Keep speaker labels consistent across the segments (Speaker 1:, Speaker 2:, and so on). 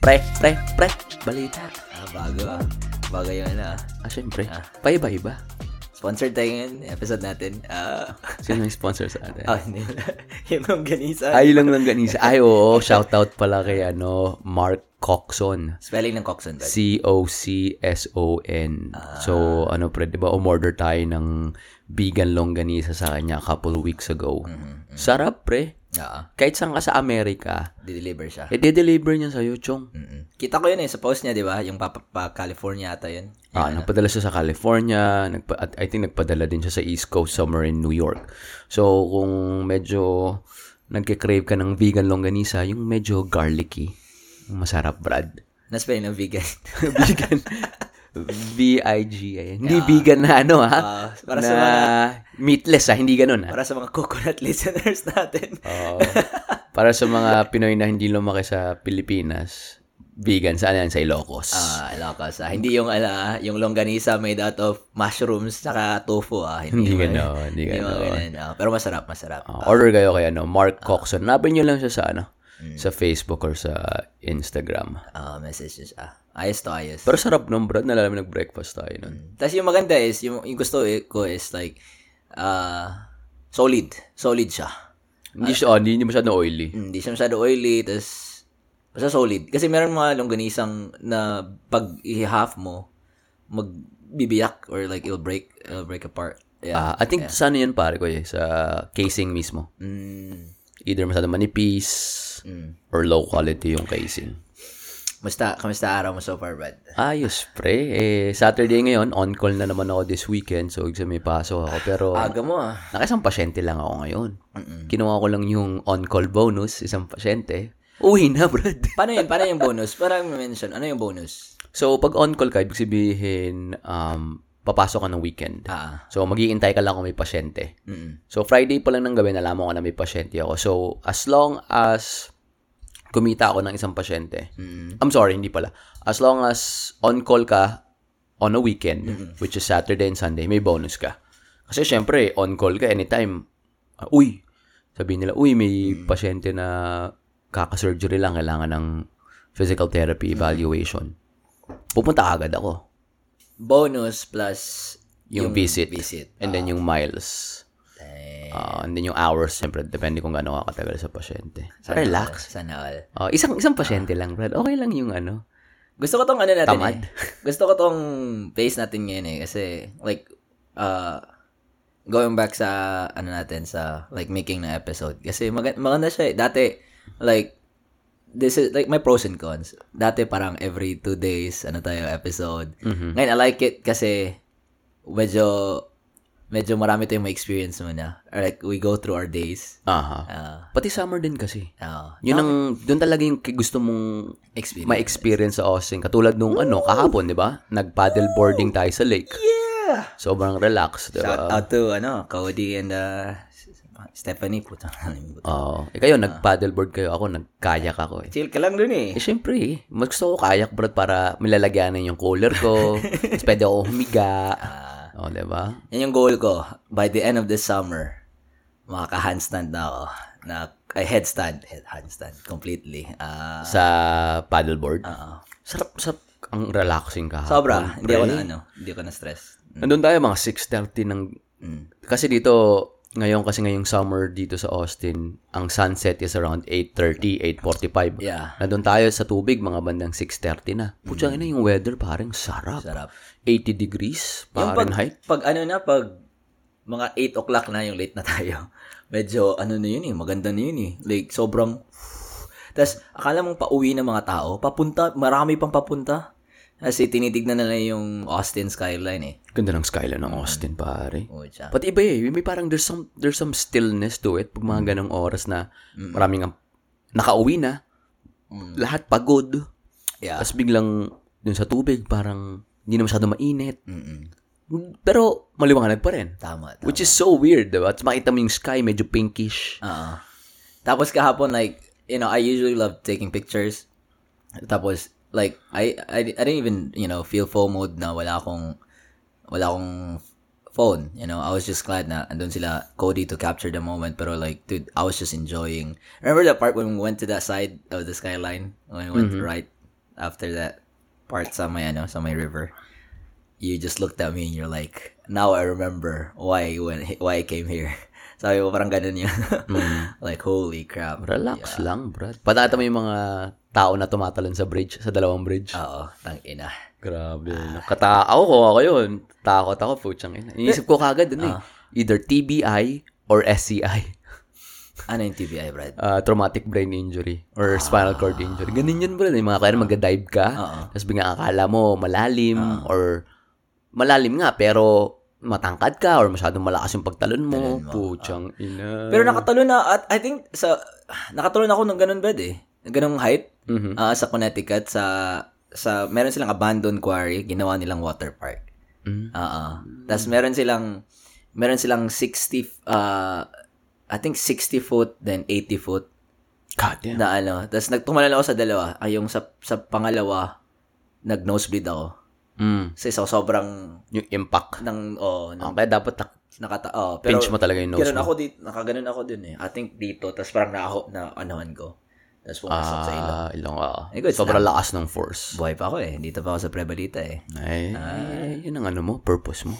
Speaker 1: Pre, pre, pre. Balita. Ah, bago. Bago yung ano.
Speaker 2: Ah, syempre.
Speaker 1: Ah.
Speaker 2: Paiba-iba.
Speaker 1: Sponsored tayo ngayon. Episode natin. Ah,
Speaker 2: Sino yung sponsor sa atin?
Speaker 1: oh, hindi wala. yung longganisa.
Speaker 2: Ah, Ay, lang lang ganisa. Ay, oo. Shoutout pala kay ano, Mark Coxon.
Speaker 1: Spelling ng Coxon. bud.
Speaker 2: C-O-C-S-O-N. So, ano pre, di ba, umorder tayo ng vegan longganisa sa kanya a couple weeks ago.
Speaker 1: Mm-hmm.
Speaker 2: Sarap pre.
Speaker 1: Oo.
Speaker 2: Kahit saan ka sa Amerika,
Speaker 1: Ah, Dideliver siya.
Speaker 2: eh, deliver niya sa'yo, chong.
Speaker 1: Mm-mm. Kita ko yun eh. Sa post niya, di ba? Yung papa pa California ata yun.
Speaker 2: Ah, nagpadala siya sa California, nagpa, at I think nagpadala din siya sa East Coast somewhere in New York. So, kung medyo nagkikrave ka ng vegan longganisa, yung medyo garlicky, yung masarap, Brad.
Speaker 1: Na spelling ng vegan.
Speaker 2: vegan. V-I-G. Hindi vegan na ano, ha?
Speaker 1: Ah, para
Speaker 2: na
Speaker 1: sa
Speaker 2: meatless, ha? Hindi ganun, ha?
Speaker 1: Para sa mga coconut listeners natin.
Speaker 2: Oo. para sa mga Pinoy na hindi lumaki sa Pilipinas, vegan, saan yan? Sa Ilocos.
Speaker 1: Ah, Ilocos. Ah. Hindi yung ala, yung longganisa made out of mushrooms saka tofu ah.
Speaker 2: hindi
Speaker 1: yung-
Speaker 2: ganun, hindi
Speaker 1: Hindi
Speaker 2: ganun.
Speaker 1: mga ganun, ah. Pero masarap, masarap.
Speaker 2: Ah, order kayo kay ano, Mark Coxon. Napin nyo lang siya sa ano, sa Facebook or sa Instagram.
Speaker 1: Ah, messages ah. Ayos to, ayos.
Speaker 2: Pero sarap nung brad, nalalaman nag-breakfast tayo nun.
Speaker 1: Tapos yung maganda is, yung, yung gusto i- ko is like, ah, solid. Solid siya.
Speaker 2: Hindi siya, oh, hindi, hindi masyadong oily.
Speaker 1: Hindi siya masyado oily, tapos basta solid. Kasi meron mga longganisang na pag i-half mo, magbibiyak or like it'll break, it'll break apart. Yeah.
Speaker 2: Ah, I think sa ano yan pare ko eh, sa casing mismo.
Speaker 1: Mm,
Speaker 2: Either masyadong manipis
Speaker 1: mm.
Speaker 2: or low quality yung casing.
Speaker 1: Musta, kamusta araw mo so far, Brad?
Speaker 2: Ayos pre, eh, Saturday ngayon, on call na naman ako this weekend, so ibig sabihin may pasok ako. Pero
Speaker 1: Aga mo ah.
Speaker 2: nakisang pasyente lang ako ngayon. Kinuha ko lang yung on-call bonus, isang pasyente. Uwi na brad.
Speaker 1: Paano yun? Paano yung bonus? Parang mention. Ano yung bonus?
Speaker 2: So, pag on-call ka, ibig sabihin, um, papasok ka ng weekend.
Speaker 1: Ah. mm,
Speaker 2: So, mag-iintay ka lang kung may pasyente.
Speaker 1: Mm-mm.
Speaker 2: So, Friday pa lang ng gabi, nalaman ko na may pasyente ako. So, as long as kumita ako ng isang pasyente,
Speaker 1: Mm-mm.
Speaker 2: Mm-hmm. I'm sorry, hindi pala. As long as on-call ka on a weekend, which is Saturday and Sunday, may bonus ka. Kasi syempre, on-call ka anytime. Ah, uy, sabihin nila, uy, may pasyente na kaka-surgery lang, kailangan ng physical therapy evaluation. Pupunta agad ako.
Speaker 1: Bonus plus
Speaker 2: Yung, visit. Ah.
Speaker 1: visit.
Speaker 2: And then yung miles.
Speaker 1: Eh,
Speaker 2: Ah, and then yung hours, syempre, depende kung gaano kakatagal sa pasyente. Relax.
Speaker 1: Sana all.
Speaker 2: Ah, isang isang pasyente lang, Brad. Okay lang yung ano.
Speaker 1: Gusto ko tong ano natin eh.
Speaker 2: Tamad.
Speaker 1: Gusto ko tong base natin ngayon eh. Kasi like, uh, going back sa ano natin sa like making na episode. Kasi mag- maganda siya eh. Dati, like, this is like my pros and cons. Dati parang every two days, ano tayo, episode.
Speaker 2: Mm-hmm.
Speaker 1: Ngayon, I like it kasi medyo medyo marami tayong may experience muna. Or like, we go through our days.
Speaker 2: Aha.
Speaker 1: Uh,
Speaker 2: Pati summer din kasi.
Speaker 1: uh,
Speaker 2: Yun ang, doon talaga yung k- gusto mong
Speaker 1: experience.
Speaker 2: ma-experience sa Austin. Katulad nung ano, kahapon, di ba? Nag-paddle boarding tayo sa lake.
Speaker 1: yeah!
Speaker 2: Sobrang relax, di
Speaker 1: Shout
Speaker 2: ba?
Speaker 1: out to ano, Cody and uh, Stephanie puta. nalimutan.
Speaker 2: Oo. eh,
Speaker 1: Ah.
Speaker 2: kayo, nag-paddle board kayo. Ako, nag-kayak ako eh.
Speaker 1: Chill ka lang dun eh.
Speaker 2: Eh, syempre eh. Mas gusto ko kayak, Brad, para milalagyanan yung cooler ko. Tapos pwede ako humiga.
Speaker 1: Ah,
Speaker 2: Oo, di ba?
Speaker 1: yan yung goal ko. By the end of this summer, makaka-handstand na ako. Na, ay, headstand. Head, handstand. Completely. Ah,
Speaker 2: Sa paddleboard.
Speaker 1: oo.
Speaker 2: Sarap, sarap. Ang relaxing ka.
Speaker 1: Ah. sobra. Hindi ako na ano. Hindi ako na stress.
Speaker 2: Nandun tayo mga 6.30 ng...
Speaker 1: Mm.
Speaker 2: Kasi dito, ngayon kasi ngayong summer dito sa Austin, ang sunset is around 8.30, 8.45.
Speaker 1: Yeah.
Speaker 2: Nandun tayo sa tubig, mga bandang 6.30 na. Putya ina yung weather, parang sarap.
Speaker 1: Sarap.
Speaker 2: 80 degrees,
Speaker 1: Yung pag,
Speaker 2: Fahrenheit.
Speaker 1: pag ano na, pag mga 8 o'clock na yung late na tayo, medyo ano na yun eh, maganda na yun eh. Like, sobrang, tas akala mong pauwi ng mga tao, papunta, marami pang papunta. Kasi tinitignan na lang yung Austin skyline eh.
Speaker 2: Ganda ng skyline ng Austin, pare.
Speaker 1: Oo, siya.
Speaker 2: Pati iba eh, may parang there's some, there's some stillness to it. Pag
Speaker 1: Mm.
Speaker 2: mga ganong oras na maraming ang- nakauwi na,
Speaker 1: Mm.
Speaker 2: lahat pagod.
Speaker 1: Yeah.
Speaker 2: Tapos biglang dun sa tubig, parang hindi na masyado mainit.
Speaker 1: Mm-mm.
Speaker 2: Pero maliwanag pa rin.
Speaker 1: Tama, tama.
Speaker 2: Which is so weird, diba? At makita mo yung sky, medyo pinkish.
Speaker 1: Oo. Uh-huh. Tapos kahapon like, you know, I usually love taking pictures. Tapos like I I, I didn't even, you know, feel FOMO na wala akong wala akong phone, you know. I was just glad na andun sila Cody to capture the moment pero like dude, I was just enjoying. Remember that part when we went to that side of the skyline when we went right after that part sa may ano, sa may river, you just looked at me and you're like, now I remember why when why I came here. Sabi mo parang ganun yun. like, holy crap.
Speaker 2: Relax lang, brad. Patata mo yung mga tao na tumatalon sa bridge, sa dalawang bridge. Ah.
Speaker 1: Oo, tang ina.
Speaker 2: Grabe. yun. Kata ako kung ako yun. Takot ako, putsang ina. Iniisip ko kagad dun eh. Either TBI or SCI.
Speaker 1: Ano yung TBI, Brad?
Speaker 2: uh, traumatic brain injury or spinal cord injury. Ganun yun, bro. Yung mga kaya magda-dive ka, tapos bigla akala mo malalim or malalim nga pero matangkad ka or masyadong malakas yung pagtalon mo. Putsang ina.
Speaker 1: Pero nakatalo na, at I think, sa, nakatalo na ako ng ganun, Brad, eh. Ganung height.
Speaker 2: Mm-hmm.
Speaker 1: Ah, sa Connecticut, sa, sa, meron silang abandoned quarry, ginawa nilang water park.
Speaker 2: Mm.
Speaker 1: Oo. Tapos meron silang, meron silang 60, uh, I think 60 foot, then 80 foot
Speaker 2: God damn.
Speaker 1: na ano. Tapos nagtumalan ako sa dalawa. Ay, yung sa, sa pangalawa, nag-nosebleed ako.
Speaker 2: Mm.
Speaker 1: Kasi so, sobrang,
Speaker 2: Yung impact.
Speaker 1: ng, oh, ng,
Speaker 2: Ang kaya dapat tak-
Speaker 1: nakata, oh, pero,
Speaker 2: Ah. pinch mo talaga yung nose
Speaker 1: ganun
Speaker 2: mo.
Speaker 1: ako dito, nakaganon ako dun eh. I think dito, tapos parang naaho, na anuhan ko. Tapos pumasok sa ilong.
Speaker 2: Ah, ilong. ah.
Speaker 1: Eh, good
Speaker 2: Sobrang lakas ng force.
Speaker 1: Buhay pa ako eh. Dito pa ako sa Prebalita eh.
Speaker 2: Ay,
Speaker 1: Ah.
Speaker 2: yun ang ano mo, purpose mo.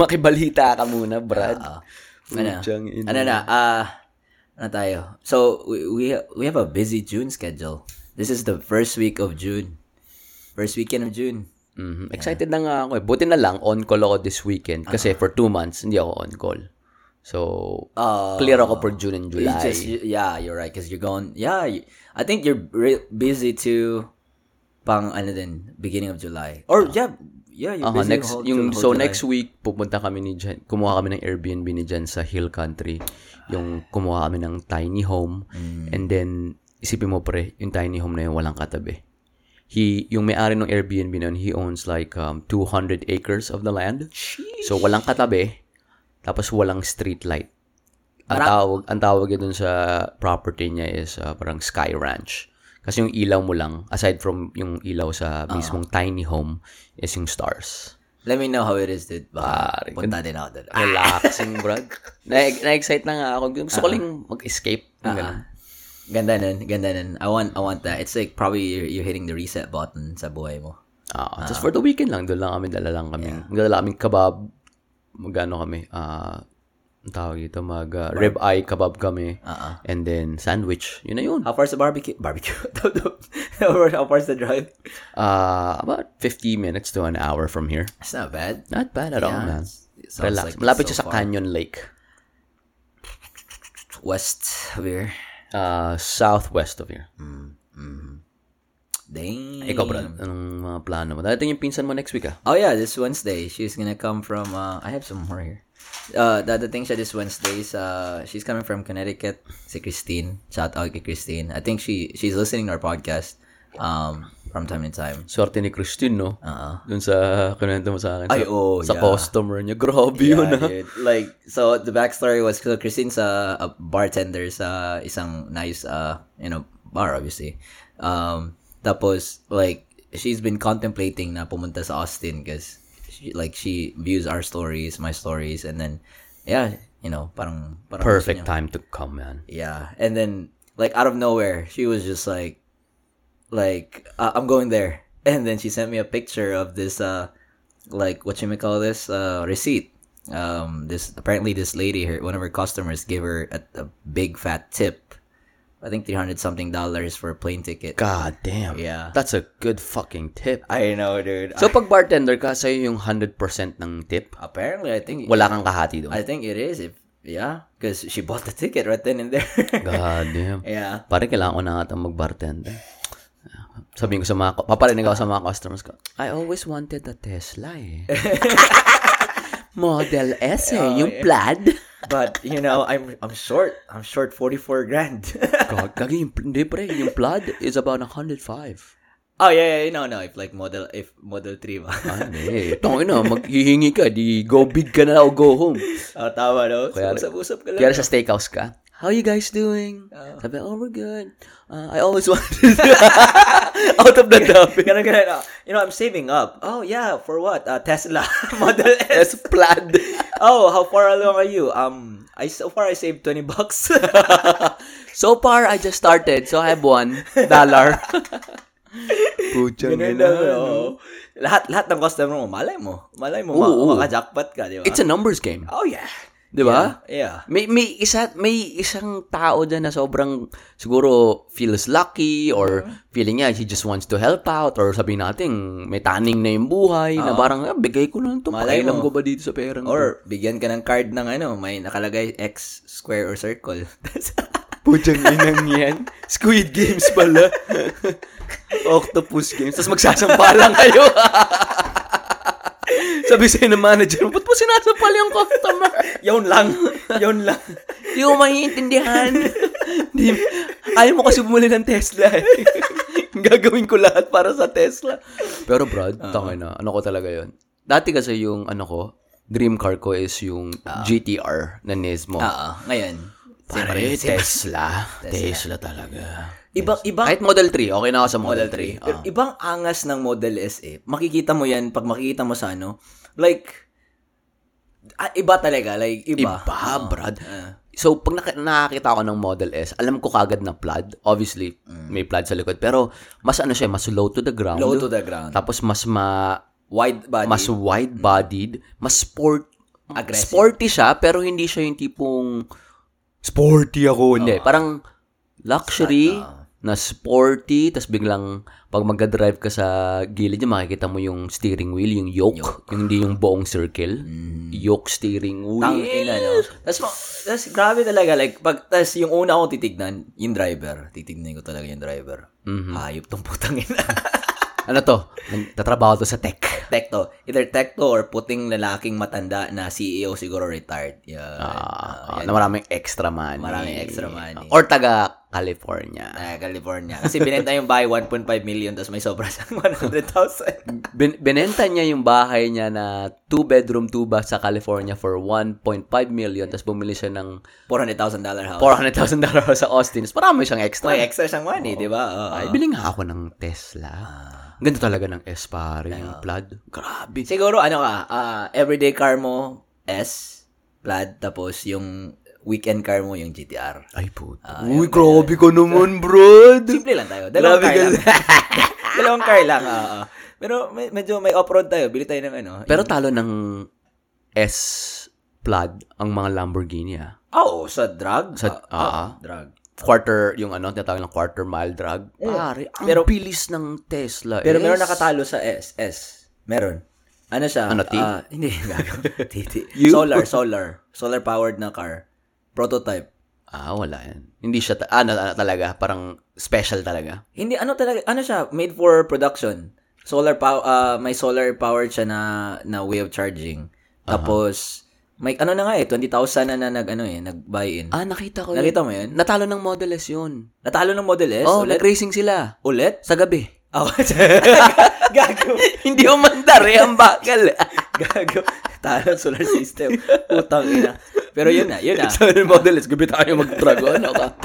Speaker 2: Makibalita ka muna, Brad.
Speaker 1: Ano?
Speaker 2: Putsang Ah, ina.
Speaker 1: Ano na, ah, ano tayo? So, we, we, we have a busy June schedule. This is the first week of June. First weekend of June.
Speaker 2: Mhm. Excited na nga ako eh. Buti na lang, on-call ako this weekend. Kasi
Speaker 1: Ah.
Speaker 2: for two months, hindi ako on-call. So,
Speaker 1: Uh,
Speaker 2: clear ako for June and
Speaker 1: you
Speaker 2: July.
Speaker 1: just, you- yeah, you're right. Because you're going, yeah, you- I think you're re- busy to pang, ano din, beginning of July. Or, yeah, yeah, you're
Speaker 2: Aha,
Speaker 1: busy
Speaker 2: Ah. Uh-huh, next,
Speaker 1: whole-
Speaker 2: yung,
Speaker 1: whole
Speaker 2: so,
Speaker 1: July.
Speaker 2: next week, pupunta kami ni Jen. Kumuha kami ng Airbnb ni Jen sa Hill Country. Yung kumuha kami ng tiny home. And then, isipin mo pre, yung tiny home na yun, walang katabi. He, yung may-ari ng Airbnb na yun, he owns like um, 200 acres of the land. So, walang katabi. Tapos, walang street light. Ang tawag, ang tawag niya dun sa property niya is uh, parang Sky Ranch. Kasi yung ilaw mo lang, aside from yung ilaw sa mismong tiny home, is yung stars.
Speaker 1: Let me know how it is, dude. Baka
Speaker 2: Pare,
Speaker 1: punta din ako doon.
Speaker 2: Relaxing, Brad. Na- Na-excite na nga ako.
Speaker 1: Ah.
Speaker 2: Gusto ko lang mag-escape. Yung ganun.
Speaker 1: Ganda nun, ganda nun. I want, I want that. It's like probably you're, you're hitting the reset button sa buhay mo.
Speaker 2: Ah, just for the weekend lang, doon lang kami, dala lang kami. Magdala kami kebab. Magano kami, ah, ang tawag dito, mag ah, rib eye kebab kami.
Speaker 1: Ah,
Speaker 2: And then sandwich. Yun na yun.
Speaker 1: How far's the barbecue? Barbecue. how far's the drive?
Speaker 2: Ah, about 50 minutes to an hour from here.
Speaker 1: It's not bad.
Speaker 2: Not bad at all, Oh, man.
Speaker 1: It sounds like
Speaker 2: Relax. Malapit
Speaker 1: it's
Speaker 2: siya sa Canyon Lake.
Speaker 1: far. West where?
Speaker 2: Uh, southwest of here.
Speaker 1: Dang.
Speaker 2: Ikaw, Brad, anong mga plano mo? Dadating yung pinsan mo next week, ah.
Speaker 1: Oh yeah, this Wednesday she's gonna come from. Uh, I have some more here. Uh, the other thing she this Wednesday is uh, she's coming from Connecticut. Si Christine, shout out to Christine. I think she she's listening to our podcast, um, from time to time.
Speaker 2: Swerte ni Christine, no?
Speaker 1: Uh,
Speaker 2: Doon sa kunento mo sa akin. Sa,
Speaker 1: Ay, oo,
Speaker 2: Sa
Speaker 1: yeah.
Speaker 2: customer niya. Grabe yun, ah.
Speaker 1: dude. Like, so the backstory was so Christine's a, a bartender sa isang nice, uh, you know, bar obviously. Um, tapos like she's been contemplating na pumunta sa Austin because she, like she views our stories, my stories, and then yeah, you know, parang, parang
Speaker 2: Perfect time to come, man.
Speaker 1: yeah, and then like out of nowhere, she was just like, like uh, I'm going there, and then she sent me a picture of this uh, like what you may call this uh receipt. Um, this apparently this lady her one of her customers gave her a, a big fat tip. I think three hundred something dollars for a plane ticket.
Speaker 2: God damn.
Speaker 1: Yeah.
Speaker 2: That's a good fucking tip.
Speaker 1: I know, dude.
Speaker 2: So, pag bartender ka, sa'yo yung 100% ng tip,
Speaker 1: apparently, I think
Speaker 2: wala kang kahati doon.
Speaker 1: I think it is if yeah, because she bought the ticket right then and there.
Speaker 2: God damn.
Speaker 1: yeah.
Speaker 2: Pare, kailangan ko na ata mag-bartender. Sabihin ko sa mga, paparinig ako sa mga customers ko, I always wanted a Tesla eh. Model S eh,
Speaker 1: Oh,
Speaker 2: yung plaid.
Speaker 1: But you know, I'm I'm short. I'm short forty four grand.
Speaker 2: God, kagi yung, hindi pre, yung plaid is about 105.
Speaker 1: Oh yeah, yeah, no, no. If like model, if model 3 ba?
Speaker 2: Ano eh, tangin na, maghihingi ka, di go big ka na o go home.
Speaker 1: oh, tama, no? So,
Speaker 2: Kaya-
Speaker 1: usap-usap ka lang.
Speaker 2: Kaya sa steakhouse ka, How you guys doing? Sabi, oh, we're good. Uh, I always wanted out of the topic.
Speaker 1: Ganun, ganun. oh, You know, I'm saving up. Oh, yeah, for what? Uh, Tesla. model S.
Speaker 2: S plaid.
Speaker 1: Oh, how far along are you? Um, I so far I saved 20 bucks.
Speaker 2: So far, I just started, so I have one dollar. Puchang
Speaker 1: Ganun lang, oo. Lahat, lahat ng customer mo, malay mo. Malay mo, ma-
Speaker 2: Oo, oo.
Speaker 1: makajackpot ka, di ba?
Speaker 2: It's a numbers game.
Speaker 1: oh, yeah.
Speaker 2: Di ba?
Speaker 1: Yeah.
Speaker 2: May may isa may isang tao dyan na sobrang siguro feels lucky or
Speaker 1: Mm-hmm.
Speaker 2: feeling niya he just wants to help out or sabi natin may taning na yung buhay na parang ah, bigay ko lang to
Speaker 1: Malay
Speaker 2: pakialam
Speaker 1: mo.
Speaker 2: ko ba dito sa perang to?
Speaker 1: Or, bigyan ka ng card ng ano, may nakalagay X, square, or circle.
Speaker 2: Putang inang yan. Squid Games pala. Octopus Games. Tapos magsasampalan kayo. Sabi sa'yo ng manager, ba't po sinasampal yung customer?
Speaker 1: yun lang. yun lang.
Speaker 2: Hindi ko maiintindihan. Di, ayaw mo kasi bumuli ng Tesla eh. Gagawin ko lahat para sa Tesla. Pero Brad, tangay na. Ano ko talaga yon Dati kasi yung ano ko, dream car ko is yung GTR na Nismo.
Speaker 1: Oo, ngayon.
Speaker 2: Ah, Pare,
Speaker 1: same-
Speaker 2: Tesla. Tesla talaga.
Speaker 1: Ibang, ibang,
Speaker 2: Kahit Model 3, okay na ako sa Model, Ah,
Speaker 1: Model 3.
Speaker 2: 3.
Speaker 1: Pero ibang angas ng Model S eh. Makikita mo yan pag makikita mo sa ano. Like, ah, iba talaga. Like, iba.
Speaker 2: Iba, Brad.
Speaker 1: Ah.
Speaker 2: So, pag nak- nakakita ko ng Model S, alam ko kagad na flood. Obviously, may flood sa likod. Pero, mas ano siya, mas Mm. low to the ground.
Speaker 1: low to the ground.
Speaker 2: Tapos, mas ma
Speaker 1: Wide body.
Speaker 2: mas wide-bodied, mas sport,
Speaker 1: Aggressive.
Speaker 2: sporty siya, pero hindi siya yung tipong sporty ako. Hindi, parang luxury,
Speaker 1: Ano?
Speaker 2: na sporty, tas biglang pag magka-drive ka sa gilid niya, makikita mo yung steering wheel, yung yoke, yung hindi yung buong circle. Yoke steering wheel.
Speaker 1: Mm. Tang ina, no? Tapos, ma- tas grabe talaga. Like, pag, tas yung una kong titignan, yung driver. Titignan ko talaga yung driver. Hayop tong putang ina.
Speaker 2: Ano to? Tatrabaho to sa tech.
Speaker 1: tekto. Either tekto or puting lalaking matanda na CEO siguro retired. Yeah.
Speaker 2: Ah, na maraming extra money.
Speaker 1: Maraming extra money.
Speaker 2: Or taga California.
Speaker 1: Ah, California. Kasi binenta yung bahay 1.5 million tapos may sobra siyang 100,000.
Speaker 2: Bin- binenta niya yung bahay niya na two-bedroom, two-bath sa California for 1.5 million. Tapos bumili siya ng
Speaker 1: $400,000 dollar house.
Speaker 2: $400,000 sa Austin. Tapos marami siyang extra.
Speaker 1: May extra siyang money, di ba? Oo.
Speaker 2: Ay, bili nga ako ng Tesla. Ganda talaga ng S, pare. Yung plaid. Grabe.
Speaker 1: Siguro, ano ka, ah, everyday car mo, S, plaid, tapos yung weekend car mo, yung GTR.
Speaker 2: Ay, puta. Uy, grabe ko naman, bro.
Speaker 1: Simple lang tayo. Dalawang
Speaker 2: Grabe
Speaker 1: car
Speaker 2: ka-
Speaker 1: lang. Dalawang car lang, oo. Pero may, medyo may off-road tayo. Bili tayo ng ano.
Speaker 2: Pero talo ng S plaid ang mga Lamborghini, ah.
Speaker 1: oh, sa drug?
Speaker 2: Sa-
Speaker 1: Ah, ah,
Speaker 2: ah.
Speaker 1: drug.
Speaker 2: Quarter, yung ano, tinatawag ng quarter mile drag. Pare, ang
Speaker 1: Pero-
Speaker 2: bilis ng Tesla
Speaker 1: Pero meron
Speaker 2: S.
Speaker 1: nakatalo sa S. S. Meron. Ano siya?
Speaker 2: Ano, T?
Speaker 1: Ah, hindi. gago. T, T.
Speaker 2: You?
Speaker 1: Solar, solar. Solar-powered na car. Prototype.
Speaker 2: Ah, wala yan. Hindi siya, ta- ano, ano talaga, parang special talaga.
Speaker 1: Hindi, ano talaga, ano siya, made for production. Solar power, may solar power siya na, na way of charging. Tapos, may, ano na nga eh, 20,000 na na nag, ano eh, nag-buy-in.
Speaker 2: Ah, nakita ko
Speaker 1: Nakita mo yun?
Speaker 2: Natalo ng Model S yun.
Speaker 1: Natalo ng Model S
Speaker 2: oh,
Speaker 1: ulit.
Speaker 2: nag-racing sila.
Speaker 1: ulit?
Speaker 2: Sa gabi.
Speaker 1: Oh, gago.
Speaker 2: Hindi umandar eh, ang bakal.
Speaker 1: Gago. Talo ng solar system. Putang ina. Pero yun na, yun na.
Speaker 2: Sabi ng Model S, gabi tayo mag-drago. Ano ka?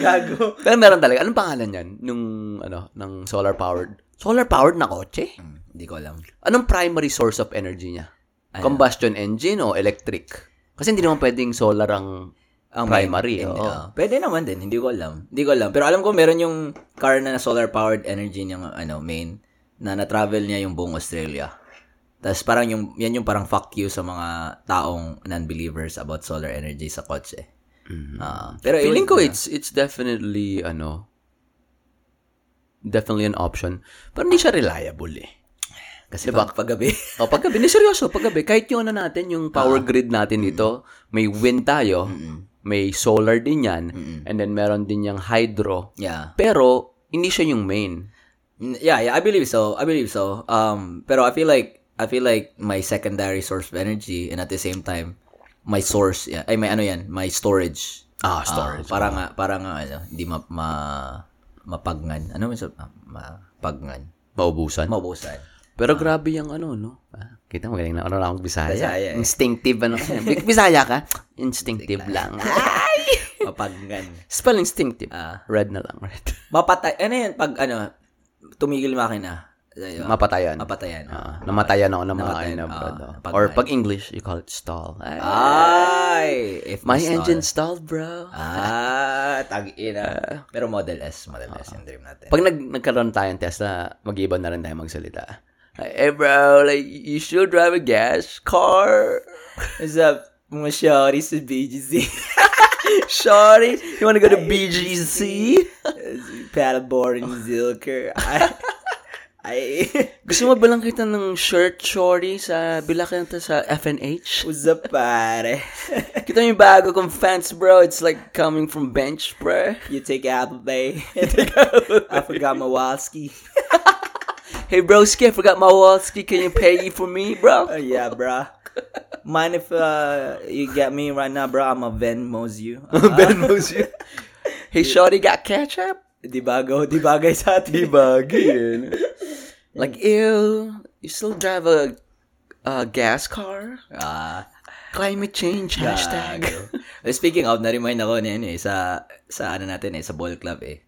Speaker 1: Gago.
Speaker 2: Pero meron talaga. Anong pangalan yan? Nung, ano, ng solar-powered? Solar-powered na kotse?
Speaker 1: Hindi ko alam.
Speaker 2: Anong primary source of energy niya? Combustion engine o electric? Kasi hindi naman pwedeng solar ang,
Speaker 1: Ang
Speaker 2: primary.
Speaker 1: Hindi,
Speaker 2: oo.
Speaker 1: ah. pwede naman din, hindi ko alam. Hindi ko alam. Pero alam ko meron yung car na solar powered energy niyang ano, main na na-travel niya yung buong Australia. Tapos parang yung yan yung parang fuck you sa mga taong non-believers about solar energy sa kotse.
Speaker 2: Mm-hmm.
Speaker 1: Ah, pero
Speaker 2: Feeling
Speaker 1: iwan
Speaker 2: ko it's it's definitely ano definitely an option. Pero hindi siya reliable eh.
Speaker 1: kasi diba? paggabi.
Speaker 2: O paggabi, ni seryoso, paggabi, kahit yung ano natin,
Speaker 1: Ah.
Speaker 2: yung power grid natin dito, may wind tayo, may solar din yan, and then meron din yung hydro.
Speaker 1: yeah.
Speaker 2: Pero, hindi siya yung main.
Speaker 1: Mm, Yeah, yeah, I believe so. I believe so. Um, pero I feel like I feel like my secondary source of energy and at the same time my source, yeah, ay may ano yan, my storage.
Speaker 2: Ah,
Speaker 1: Ah, para nga para nga ano, hindi ma, ma mapagngan. Ano man sa ah, mapagngan?
Speaker 2: Maubusan.
Speaker 1: Maubusan. Ah.
Speaker 2: Pero grabe yung ano, no? Ah, kita mo, galing na ano na akong Bisaya.
Speaker 1: Bisaya, eh.
Speaker 2: Instinctive, ano? Bisaya ka? Instinctive lang. Ah,
Speaker 1: Mapagnan.
Speaker 2: Spell instinctive.
Speaker 1: Ah.
Speaker 2: Red na lang, red.
Speaker 1: Mapatay. Ano yan pag ano tumigil makina?
Speaker 2: Mapatayan.
Speaker 1: Mapatayan.
Speaker 2: Ah, namatayan ako ng mga
Speaker 1: Namatayan,
Speaker 2: ano,
Speaker 1: ah,
Speaker 2: bro. no?
Speaker 1: napagkain.
Speaker 2: Or pag
Speaker 1: Ah,
Speaker 2: English, you call it stall. Ay,
Speaker 1: Ay, if
Speaker 2: my
Speaker 1: install. Ah.
Speaker 2: engine stalled, bro.
Speaker 1: Ay, tag
Speaker 2: Ah.
Speaker 1: ina. Pero Model S, Model S yung dream natin.
Speaker 2: Pag nag nagkaroon tayo ng Tesla, mag-iba na rin tayo magsalita. Like, hey bro, like, you should drive a gas car.
Speaker 1: What's up? Mga shawty sa BGC.
Speaker 2: Sorry, you wanna go to BGC?
Speaker 1: Paddleboard and Zilker. I, I,
Speaker 2: Gusto mo ba lang kita ng shirt, shorty, sa bilak nito sa FNH?
Speaker 1: what's up, pare?
Speaker 2: Kita mo yung bago kong fans, bro. It's like coming from bench, bro.
Speaker 1: You take Apple Bay. I forgot my Walski.
Speaker 2: Hey, broski, I forgot my wallet. Can you pay for me, bro?
Speaker 1: Oh, yeah, bruh. Mind if uh, you get me right now, bro? I'm a Venmo's you. Uh,
Speaker 2: knows you. Hey, shorty, got ketchup?
Speaker 1: di bago, di bagay sa atin.
Speaker 2: Bagay Like, ew, you still drive a, a gas car?
Speaker 1: Ah,
Speaker 2: Climate change hashtag.
Speaker 1: gago. Eh, Speaking of, na-remind ako na yun eh, sa, sa ano natin eh, sa ball club eh.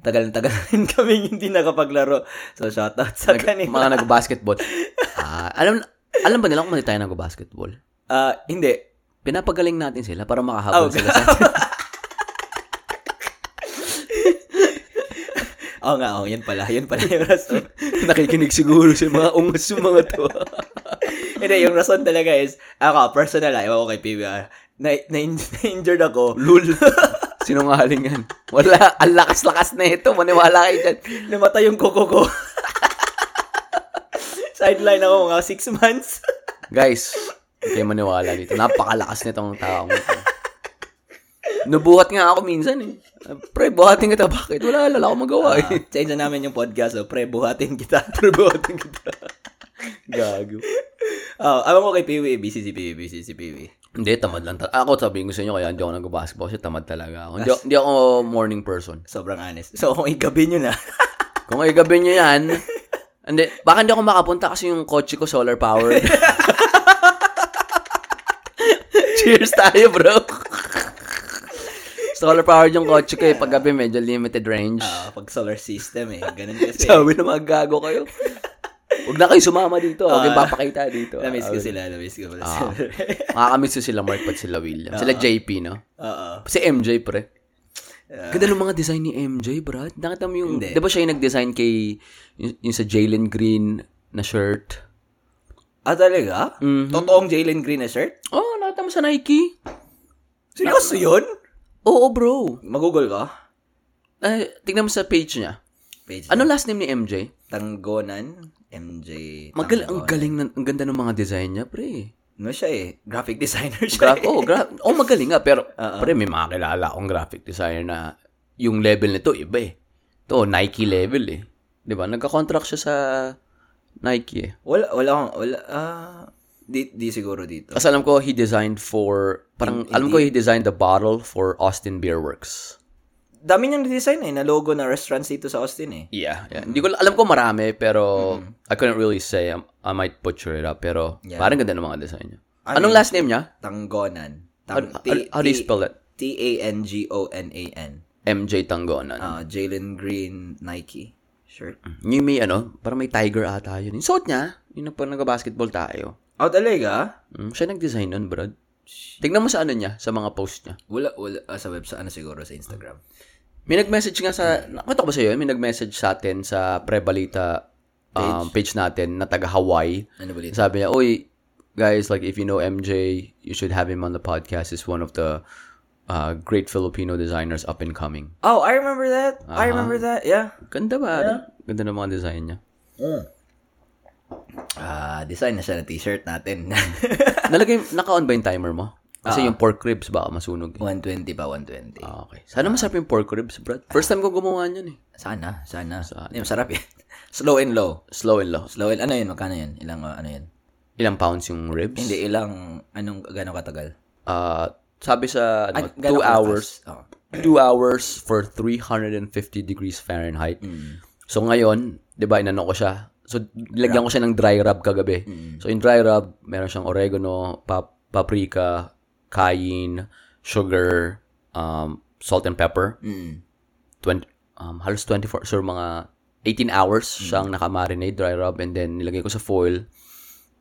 Speaker 1: Tagal na tagal rin kami hindi nakapaglaro. So, shoutout sa kanila.
Speaker 2: Mga nag-basketball. Ah, alam, alam ba nila kung mali tayo nag-basketball?
Speaker 1: Ah, hindi.
Speaker 2: Pinapagaling natin sila para
Speaker 1: Oh,
Speaker 2: makahabol sila sa atin.
Speaker 1: Oo nga, oo, yun pala. Yun pala yung rason.
Speaker 2: Nakikinig siguro sa mga ungas yung mga to.
Speaker 1: hindi, yung rason talaga is, ako, personal ah, ewan ko kay PBR, na, na, injured ako.
Speaker 2: Lul. Sinungaling yan. Wala, ang lakas-lakas na ito. Maniwala kayo dyan.
Speaker 1: Namatay yung kuko ko. Sideline ako mga six months.
Speaker 2: Guys, hindi kayo maniwala dito. Napakalakas nitong taong ito. Nabuhat nga ako minsan eh. Pre, buhatin kita. Bakit? Wala, wala akong magawa
Speaker 1: Ah,
Speaker 2: eh.
Speaker 1: change na namin yung podcast. So, pre, buhatin kita.
Speaker 2: Buhatin kita. Gago.
Speaker 1: Oh, alam ko kay Piwi, busy si Piwi, busy si Piwi.
Speaker 2: Hindi, tamad lang. ta- Ako sabihin ko sa inyo, kaya hindi ako nag-basketball kasi tamad talaga ako. Hindi, hindi ako morning person.
Speaker 1: Sobrang honest. So, kung igabi nyo na.
Speaker 2: Kung ay gabi nyo yan, hindi, baka hindi ako makapunta kasi yung kotse ko solar powered. Cheers tayo, bro. solar powered yung kotse ko eh. Pag gabi, medyo limited range.
Speaker 1: Ah, pag solar system eh. Ganun kasi.
Speaker 2: Sabi na mga gago kayo. Huwag na kayo sumama dito. Huwag yung
Speaker 1: Ah.
Speaker 2: papakita dito. Ah.
Speaker 1: Namiss ko sila, namiss ko pala sila.
Speaker 2: Makakamiss ko sila Mark at sila William.
Speaker 1: Ah.
Speaker 2: Sila JP, no?
Speaker 1: Oo.
Speaker 2: Si MJ, pre.
Speaker 1: Ah.
Speaker 2: Ganda ng mga design ni MJ, brad. Nakita mo yung...
Speaker 1: Hindi.
Speaker 2: Di ba siya yung nag-design kay... Yung, yung sa Jalen Green na shirt?
Speaker 1: Ah, talaga? Totoong Jalen Green na shirt?
Speaker 2: Oh, nakita mo sa Nike?
Speaker 1: Seryoso yun?
Speaker 2: Oo, bro.
Speaker 1: Magugol ka?
Speaker 2: Eh, tignan mo sa page niya.
Speaker 1: Page
Speaker 2: Ano last name ni MJ?
Speaker 1: Tanggonan, MJ.
Speaker 2: Magal, ang galing, ng, ang ganda ng mga design niya, pre.
Speaker 1: Ano siya eh? Graphic designer siya.
Speaker 2: Gra- oh, gra- oh, magaling nga. Pero, pre, may mga kilala akong graphic designer na yung level nito iba eh. Ito, Nike level eh. Di ba? Nagka-contract siya sa Nike eh.
Speaker 1: Wala, wala akong, wala, ah, di, di siguro dito.
Speaker 2: Kasi alam ko, he designed for, parang, alam ko, he designed the bottle for Austin Beer Works.
Speaker 1: Dami niyang design eh, na logo na restaurants dito sa Austin eh.
Speaker 2: Yeah. yeah. Hindi ko, alam ko marami, pero I couldn't really say. I, I might butcher it up, pero parang ganda ng mga design niya. Anong last name niya?
Speaker 1: Tanggonan.
Speaker 2: How,
Speaker 1: Tang,
Speaker 2: how- how do you spell that?
Speaker 1: T-A-N-G-O-N-A-N.
Speaker 2: MJ Tangonan.
Speaker 1: Ah, Jalen Green Nike shirt.
Speaker 2: Yung may ano, parang may tiger ata yun. Yung suot niya, yun na parang nag-basketball tayo.
Speaker 1: Oh, talaga?
Speaker 2: Mm, siya nag-design nun, brad. Tignan mo sa ano niya, sa mga post niya.
Speaker 1: Wala, wala, ah, sa website, ano siguro, sa Instagram.
Speaker 2: May nag-message nga sa, nakita ko ba sa'yo, may nag-message sa atin sa prebalita um, page natin na taga Hawaii.
Speaker 1: Ano ba dito?
Speaker 2: Sabi niya, oy, guys, like if you know MJ, you should have him on the podcast. He's one of the uh, great Filipino designers up and coming.
Speaker 1: Oh, I remember that. I remember that, yeah.
Speaker 2: Ganda ba? Ganda ng mga design niya.
Speaker 1: Hmm. Ah, design na siya ng t-shirt natin.
Speaker 2: Nalagay, naka-on ba yung timer mo? Kasi yung pork ribs baka masunog. eh.
Speaker 1: 120 pa, 120.
Speaker 2: Ah, okay. Sana masarap yung pork ribs, Brad. First time ko gumawa niyan eh.
Speaker 1: Sana, sana. sana. masarap yan. Slow and low.
Speaker 2: Slow and low.
Speaker 1: Slow and, ano yun, magkano yun? Ilang, uh, ano yun?
Speaker 2: Ilang pounds yung ribs?
Speaker 1: Hindi, ilang, anong, gano'ng katagal?
Speaker 2: Ah, sabi sa ano,
Speaker 1: Gano'ng
Speaker 2: two
Speaker 1: kalakas?
Speaker 2: hours.
Speaker 1: Oo.
Speaker 2: Two hours for 350 degrees Fahrenheit. So ngayon, di ba, inano ko siya. So, lagyan ko siya ng dry rub kagabi. So, in dry rub, meron siyang oregano, pap- paprika, cayenne, sugar, um, salt and pepper. 20, um, halos 24, sure, mga 18 hours siyang nakamarinate, dry rub, and then nilagay ko sa foil.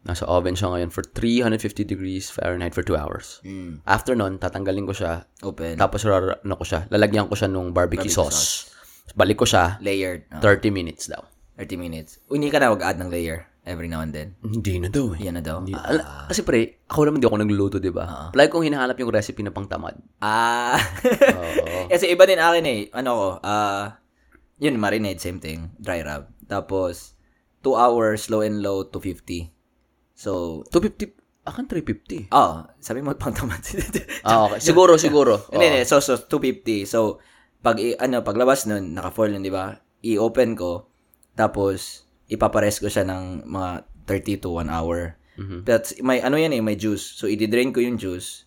Speaker 2: Nasa oven siya ngayon for 350 degrees Fahrenheit for 2 hours.
Speaker 1: Mm.
Speaker 2: After nun, tatanggalin ko siya.
Speaker 1: Open.
Speaker 2: Tapos, rar- ano ko siya, lalagyan ko siya nung barbecue, sauce. Balik ko siya,
Speaker 1: Layered. Oh,
Speaker 2: 30 minutes daw.
Speaker 1: 30 minutes. Hindi ka na mag-add ng layer every now and then.
Speaker 2: Hindi na daw eh.
Speaker 1: Yan na daw.
Speaker 2: Ah, ala- kasi pre, ako naman di ako nagluluto, di ba? Palagi kong hinahanap yung recipe na pangtamad.
Speaker 1: Ah. Kasi iba din akin eh. Ano ko, ah, yun, marinade, same thing. Dry rub. Tapos, 2 hours, low and low, 250. So,
Speaker 2: 250, akan 350.
Speaker 1: oh, sabi mo pang tamad.
Speaker 2: Ah, okay. Siguro, siguro.
Speaker 1: Hindi,
Speaker 2: Oo.
Speaker 1: hindi. So, so, 250. So, pag, i- ano, paglabas nun, naka-foil nun, di ba? I-open ko, tapos, ipapares ko siya ng mga 30 to 1 hour.
Speaker 2: Mm-hmm.
Speaker 1: That's, may, ano yan eh, may juice. So, i-drain ko yung juice,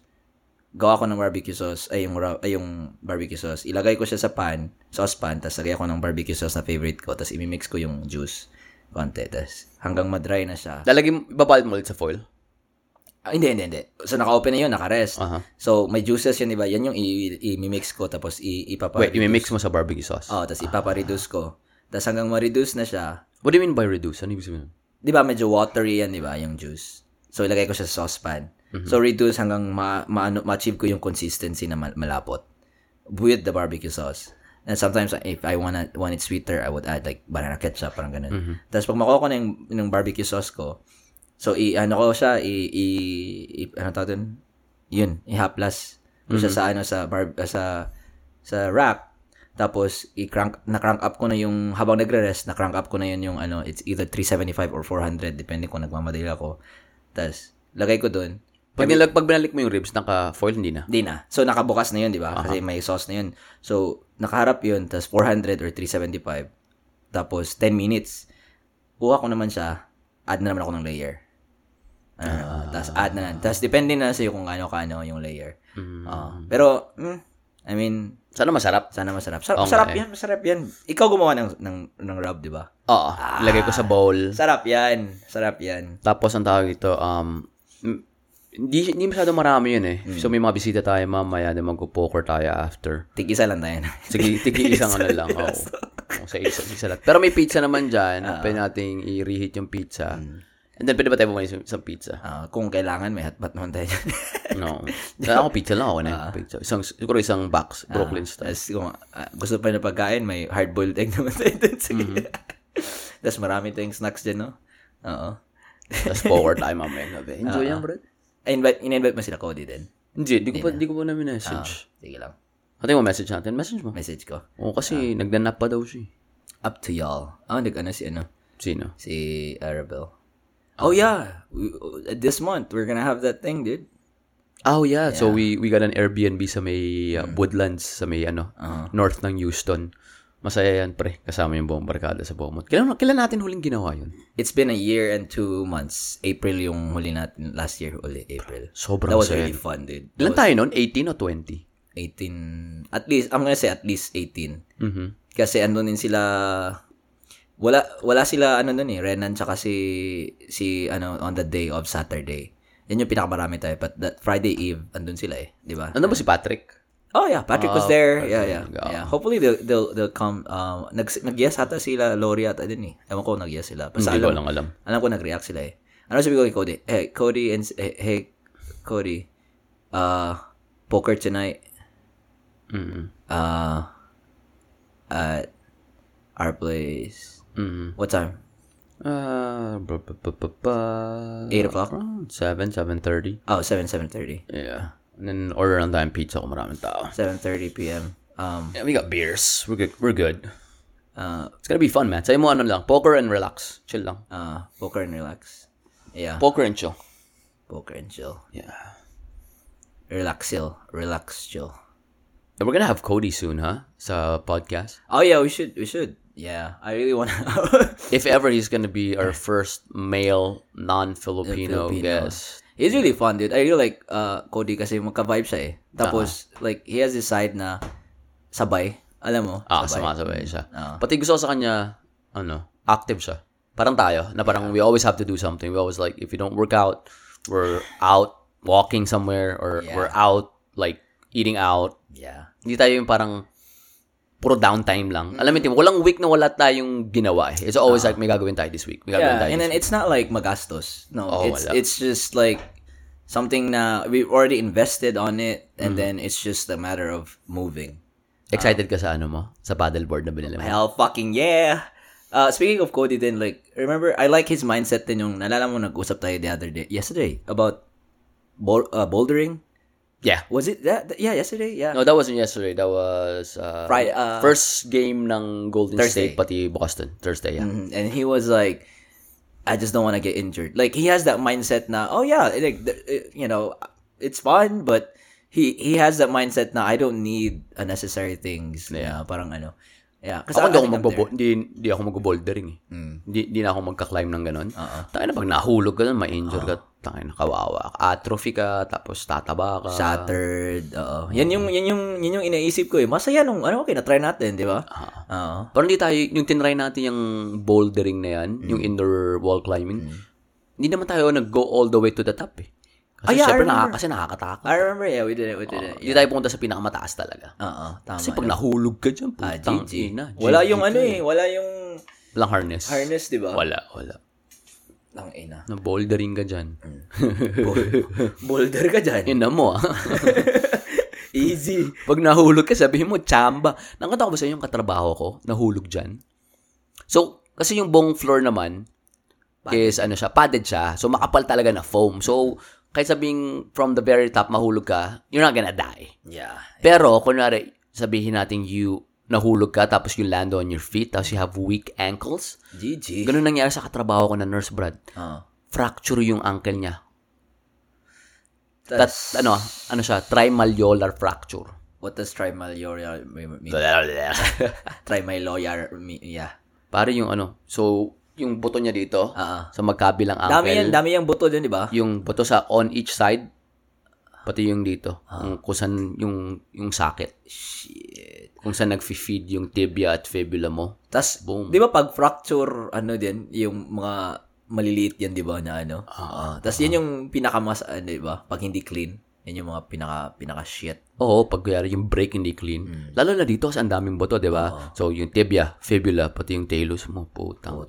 Speaker 1: gawa ko ng barbecue sauce, ay yung, ra- ay yung barbecue sauce. Ilagay ko siya sa pan, saucepan, tapos lagay ko ng barbecue sauce na favorite ko, tapos imimix ko yung juice konti, tapos hanggang madry na siya.
Speaker 2: Lalagay mo, ibabalot mo ulit sa foil.
Speaker 1: Ah, hindi, hindi, hindi. So, naka-open na yun, naka-rest.
Speaker 2: Aha.
Speaker 1: So, may juices yun, di ba? Yan yung i- i-mix ko, tapos i- ipapa-
Speaker 2: Wait, imimix mo sa barbecue sauce.
Speaker 1: Oh, tapos ipapa-reduce ko. Tapos hanggang ma-reduce na siya,
Speaker 2: What do you mean by reduce? Ano ibig sabihin?
Speaker 1: di ba medyo watery yan, di ba, yung juice. So, ilagay ko siya sa saucepan. So, reduce hanggang ma- maano- ma-achieve ko yung consistency na mal- malapot with the barbecue sauce. And sometimes, if I wanna, want it sweeter, I would add like banana ketchup, parang ganun. Tapos pag makuha ko na yung, yung barbecue sauce ko, so, i- ano ko siya, i-, i-, i- ano tawag dun? Yun, i-haplas ko siya sa, ano, sa, bar- ah, sa, sa rack. Tapos, i-crank, na-crank up ko na yung, habang nagre-rest, na-crank up ko na yun yung, ano, it's either 375 or 400, depende kung nagmamadali ako. Tapos, lagay ko dun.
Speaker 2: Pag, nilag, pag binalik mo yung ribs, naka-foil, hindi na.
Speaker 1: Di na. So, nakabukas na yun, di ba? Kasi may sauce na yun. So, nakaharap yun, tapos 400 or 375. Tapos, 10 minutes. Kuha ko naman siya, add na naman ako ng layer. Uh, tapos, add na lang. Tapos, depende na sa'yo kung ano-kano yung layer. Ah, pero, mm, I mean,
Speaker 2: Sana masarap.
Speaker 1: sana masarap. Sarap,
Speaker 2: Oo nga
Speaker 1: sarap
Speaker 2: eh.
Speaker 1: yan, masarap yan. Ikaw gumawa ng, ng, ng rub, di ba?
Speaker 2: Oo. Ilagay ko sa bowl.
Speaker 1: Sarap yan. Sarap yan.
Speaker 2: Tapos ang tawag ito, um, m- hindi, hindi masyado marami yun eh. So may mga bisita tayo mamaya, then magpo-poker tayo after.
Speaker 1: Tig-isa lang tayo na.
Speaker 2: Sige, tigi isang ano lang. Oo. Oo, sa isa, isa lang. Pero may pizza naman dyan. Pwede nating i-reheat yung pizza. And then pwede ba tayo bumalik sa isang pizza?
Speaker 1: Ah, kung kailangan, may hotpot naman tayo.
Speaker 2: No. Kaya ako pizza lang ako na pizza. Isang, siguro isang box, Brooklyn style.
Speaker 1: Tapos kung ah, gusto pa na pagkain, may hard-boiled egg naman tayo dun. Sige.
Speaker 2: Mm-hmm.
Speaker 1: Tapos marami tayong snacks dyan, no? Oo.
Speaker 2: Tapos poker tayo mamaya gabi. Enjoy yan, bro.
Speaker 1: I-invite, in-invite mo sila, Cody, din.
Speaker 2: Hindi, di ko pa, di ko pa namin message.
Speaker 1: Sige lang.
Speaker 2: Ating mo message natin. Message mo.
Speaker 1: Message ko.
Speaker 2: Oo, kasi nagdanap pa daw siya. eh.
Speaker 1: Up to y'all. Oh, nag-ano si, ano,
Speaker 2: Sino?
Speaker 1: si Arabel. Oh, yeah. We- uh, this month, we're gonna have that thing, dude.
Speaker 2: Oh yeah. so we we got an Airbnb sa may uh, Woodlands sa may ano, north ng Houston. Masaya yan pre, kasama yung buong barkada sa Beaumont. Kailan kailan natin huling ginawa yun?
Speaker 1: It's been a year and two months. April yung huli natin. Last year, uli, April.
Speaker 2: Sobrang
Speaker 1: That was
Speaker 2: saya.
Speaker 1: really fun, dude.
Speaker 2: Ilan tayo noon? 18 o 20?
Speaker 1: 18, at least, I'm gonna say at least 18.
Speaker 2: Mhm.
Speaker 1: Kasi ano din sila wala wala sila ano nun eh Renan tsaka si si ano on the day of Saturday. Yan yung pinakamarami tayo but that Friday Eve andun sila eh, di ba?
Speaker 2: Ano ba si Patrick?
Speaker 1: Oh yeah, Patrick was there. yeah, yeah.
Speaker 2: Ah, yeah.
Speaker 1: Yeah. Hopefully they'll they'll, they'll come um nag nag-yes ata sila Lori ata din eh. Ewan ko nag-yes sila. Basta
Speaker 2: Hindi ko
Speaker 1: alam,
Speaker 2: lang alam.
Speaker 1: alam ko nag-react sila eh. Ano sabi ko kay Cody? Hey, Cody and eh, hey Cody. Uh poker tonight
Speaker 2: Mhm.
Speaker 1: uh at our place.
Speaker 2: Mhm.
Speaker 1: What time?
Speaker 2: Ah, ba- ba- ba- ba- ba-
Speaker 1: 8 o'clock?
Speaker 2: Around 7, 7.30.
Speaker 1: Oh, 7, 7.30.
Speaker 2: Yeah. And then order lang tayong pizza kung maraming tao.
Speaker 1: 7.30 p.m. Um,
Speaker 2: Yeah, we got beers. We're good. We're good.
Speaker 1: uh,
Speaker 2: It's gonna be fun, man. Sa'yo mo ano lang, poker and relax. Chill lang.
Speaker 1: uh, poker and relax. Yeah,
Speaker 2: Poker and chill.
Speaker 1: poker and chill.
Speaker 2: Yeah.
Speaker 1: Relax chill. Relax chill.
Speaker 2: And we're gonna have Cody soon, huh? Sa podcast.
Speaker 1: Oh yeah, we should, we should. Yeah, I really wanna.
Speaker 2: If ever he's gonna be our first male non-Filipino
Speaker 1: Filipino.
Speaker 2: guest.
Speaker 1: He's really fun, dude. I really like uh, Cody kasi magka-vibe siya eh.
Speaker 2: Ah.
Speaker 1: Tapos, like, he has this side na sabay. Alam mo?
Speaker 2: Ah, sumasabay siya.
Speaker 1: Ah.
Speaker 2: Pati gusto ko sa kanya, ano, active siya. Parang tayo, na parang we always have to do something. We always like, if you don't work out, we're out walking somewhere or we're out like eating out.
Speaker 1: Yeah.
Speaker 2: Hindi tayo yung parang puro downtime
Speaker 1: Mm.
Speaker 2: lang. Alam mo, Tim, walang week na wala tayong ginawa eh. It's always like, may gagawin tayo this week. May gagawin
Speaker 1: Ah. Yeah,
Speaker 2: tayo
Speaker 1: and
Speaker 2: this
Speaker 1: then it's not like magastos. No,
Speaker 2: Oh,
Speaker 1: it's
Speaker 2: wala.
Speaker 1: it's just like something na we've already invested on it,
Speaker 2: Mm-hmm.
Speaker 1: and then it's just a matter of moving. ah.
Speaker 2: Excited ka sa ano mo? Sa paddleboard na binili mo?
Speaker 1: Hell fucking yeah! Uh, speaking of Cody din, like, remember, I like his mindset din yung, nalala mo, nag-usap tayo the other day, yesterday, about bol- uh, bouldering?
Speaker 2: Yeah.
Speaker 1: Was it that? Yeah, yesterday? Yeah.
Speaker 2: No, that wasn't yesterday. That was uh,
Speaker 1: Fri- uh,
Speaker 2: first game ng Golden
Speaker 1: Thursday.
Speaker 2: State pati Boston. Thursday, yeah.
Speaker 1: Mhm. And he was like, I just don't want to get injured. Like he has that mindset now. Oh yeah, it- like the- it- you know, it's fun, but he he has that mindset now. I don't need unnecessary things. Yeah, parang ano. Yeah, because
Speaker 2: Ako hindi ako magbo hindi, hindi ako magbo-bouldering eh.
Speaker 1: Mm.
Speaker 2: Hindi, hindi na ako magka-climb ng ganun.
Speaker 1: Uh-huh.
Speaker 2: Tangina na pag nahulog ka na, ma-injure ka, tangina na kawawa. ka. Atrophy ka, tapos tataba ka.
Speaker 1: Shattered.
Speaker 2: Mm.
Speaker 1: Oo. Yan yung yan yung yan yung iniisip ko eh. Masaya nung ano okay na try natin, di ba?
Speaker 2: Ah.
Speaker 1: Oo.
Speaker 2: Parang hindi tayo, yung tinry natin yung bouldering na
Speaker 1: Mm.
Speaker 2: yan, yung indoor wall climbing, hindi naman tayo nag-go all the way to the top eh.
Speaker 1: Ah,
Speaker 2: Kasi
Speaker 1: yeah, I
Speaker 2: syempre
Speaker 1: remember.
Speaker 2: nakaka- kasi nakakatakot.
Speaker 1: I remember yeah, we did it, we did it.
Speaker 2: Hindi tayo pumunta sa pinakamataas talaga.
Speaker 1: Oo, tama.
Speaker 2: Ah. Kasi pag nahulog ka dyan,
Speaker 1: Oh Ah,
Speaker 2: putang
Speaker 1: GG.
Speaker 2: ina.
Speaker 1: Wala
Speaker 2: GG.
Speaker 1: yung ano eh, wala yung
Speaker 2: Walang harness.
Speaker 1: harness, di ba?
Speaker 2: Wala, wala.
Speaker 1: Ang ina.
Speaker 2: Na-bouldering ka dyan.
Speaker 1: Boulder ka dyan.
Speaker 2: Yun na mo ah.
Speaker 1: Easy.
Speaker 2: Pag nahulog ka, sabihin mo, chamba. Nakita ko ba sa yung katrabaho ko, nahulog dyan? So, kasi yung buong floor naman, is ano siya, padded siya. So, makapal talaga na foam. So, kahit sabing from the very top, mahulog ka, you're not gonna die.
Speaker 1: Yeah.
Speaker 2: Pero, kunwari, sabihin natin you nahulog ka, tapos you land on your feet, tapos you have weak ankles.
Speaker 1: GG.
Speaker 2: Ganun nangyari sa katrabaho ko na nurse Brad.
Speaker 1: Oo.
Speaker 2: Fracture yung ankle niya. That,
Speaker 1: Tas-
Speaker 2: ano, ano siya, trimalleolar fracture.
Speaker 1: What does trimalleolar mean? Trimalleolar mean? Yeah.
Speaker 2: Para yung ano, so yung buto niya dito
Speaker 1: Ah, ah.
Speaker 2: sa magkabilang ankle,
Speaker 1: Dami yan, dami yung buto dyan, di ba?
Speaker 2: yung buto sa on each side pati yung dito,
Speaker 1: Ah.
Speaker 2: yung kusan yung yung sakit.
Speaker 1: Shit.
Speaker 2: Kung saan nagfi-feed yung tibia at fibula mo.
Speaker 1: Tas,
Speaker 2: Boom.
Speaker 1: di ba pag fracture, ano din, yung mga maliliit yan, di ba, na ano? Ah, tas yan yung pinakamas, ano, di ba? Pag hindi clean, yan yung mga pinaka, pinaka shit.
Speaker 2: Oo, pag kaya yung break hindi clean.
Speaker 1: Hmm.
Speaker 2: Lalo na dito kasi ang daming buto, 'di ba? So yung tibia, fibula pati yung talus mo, putang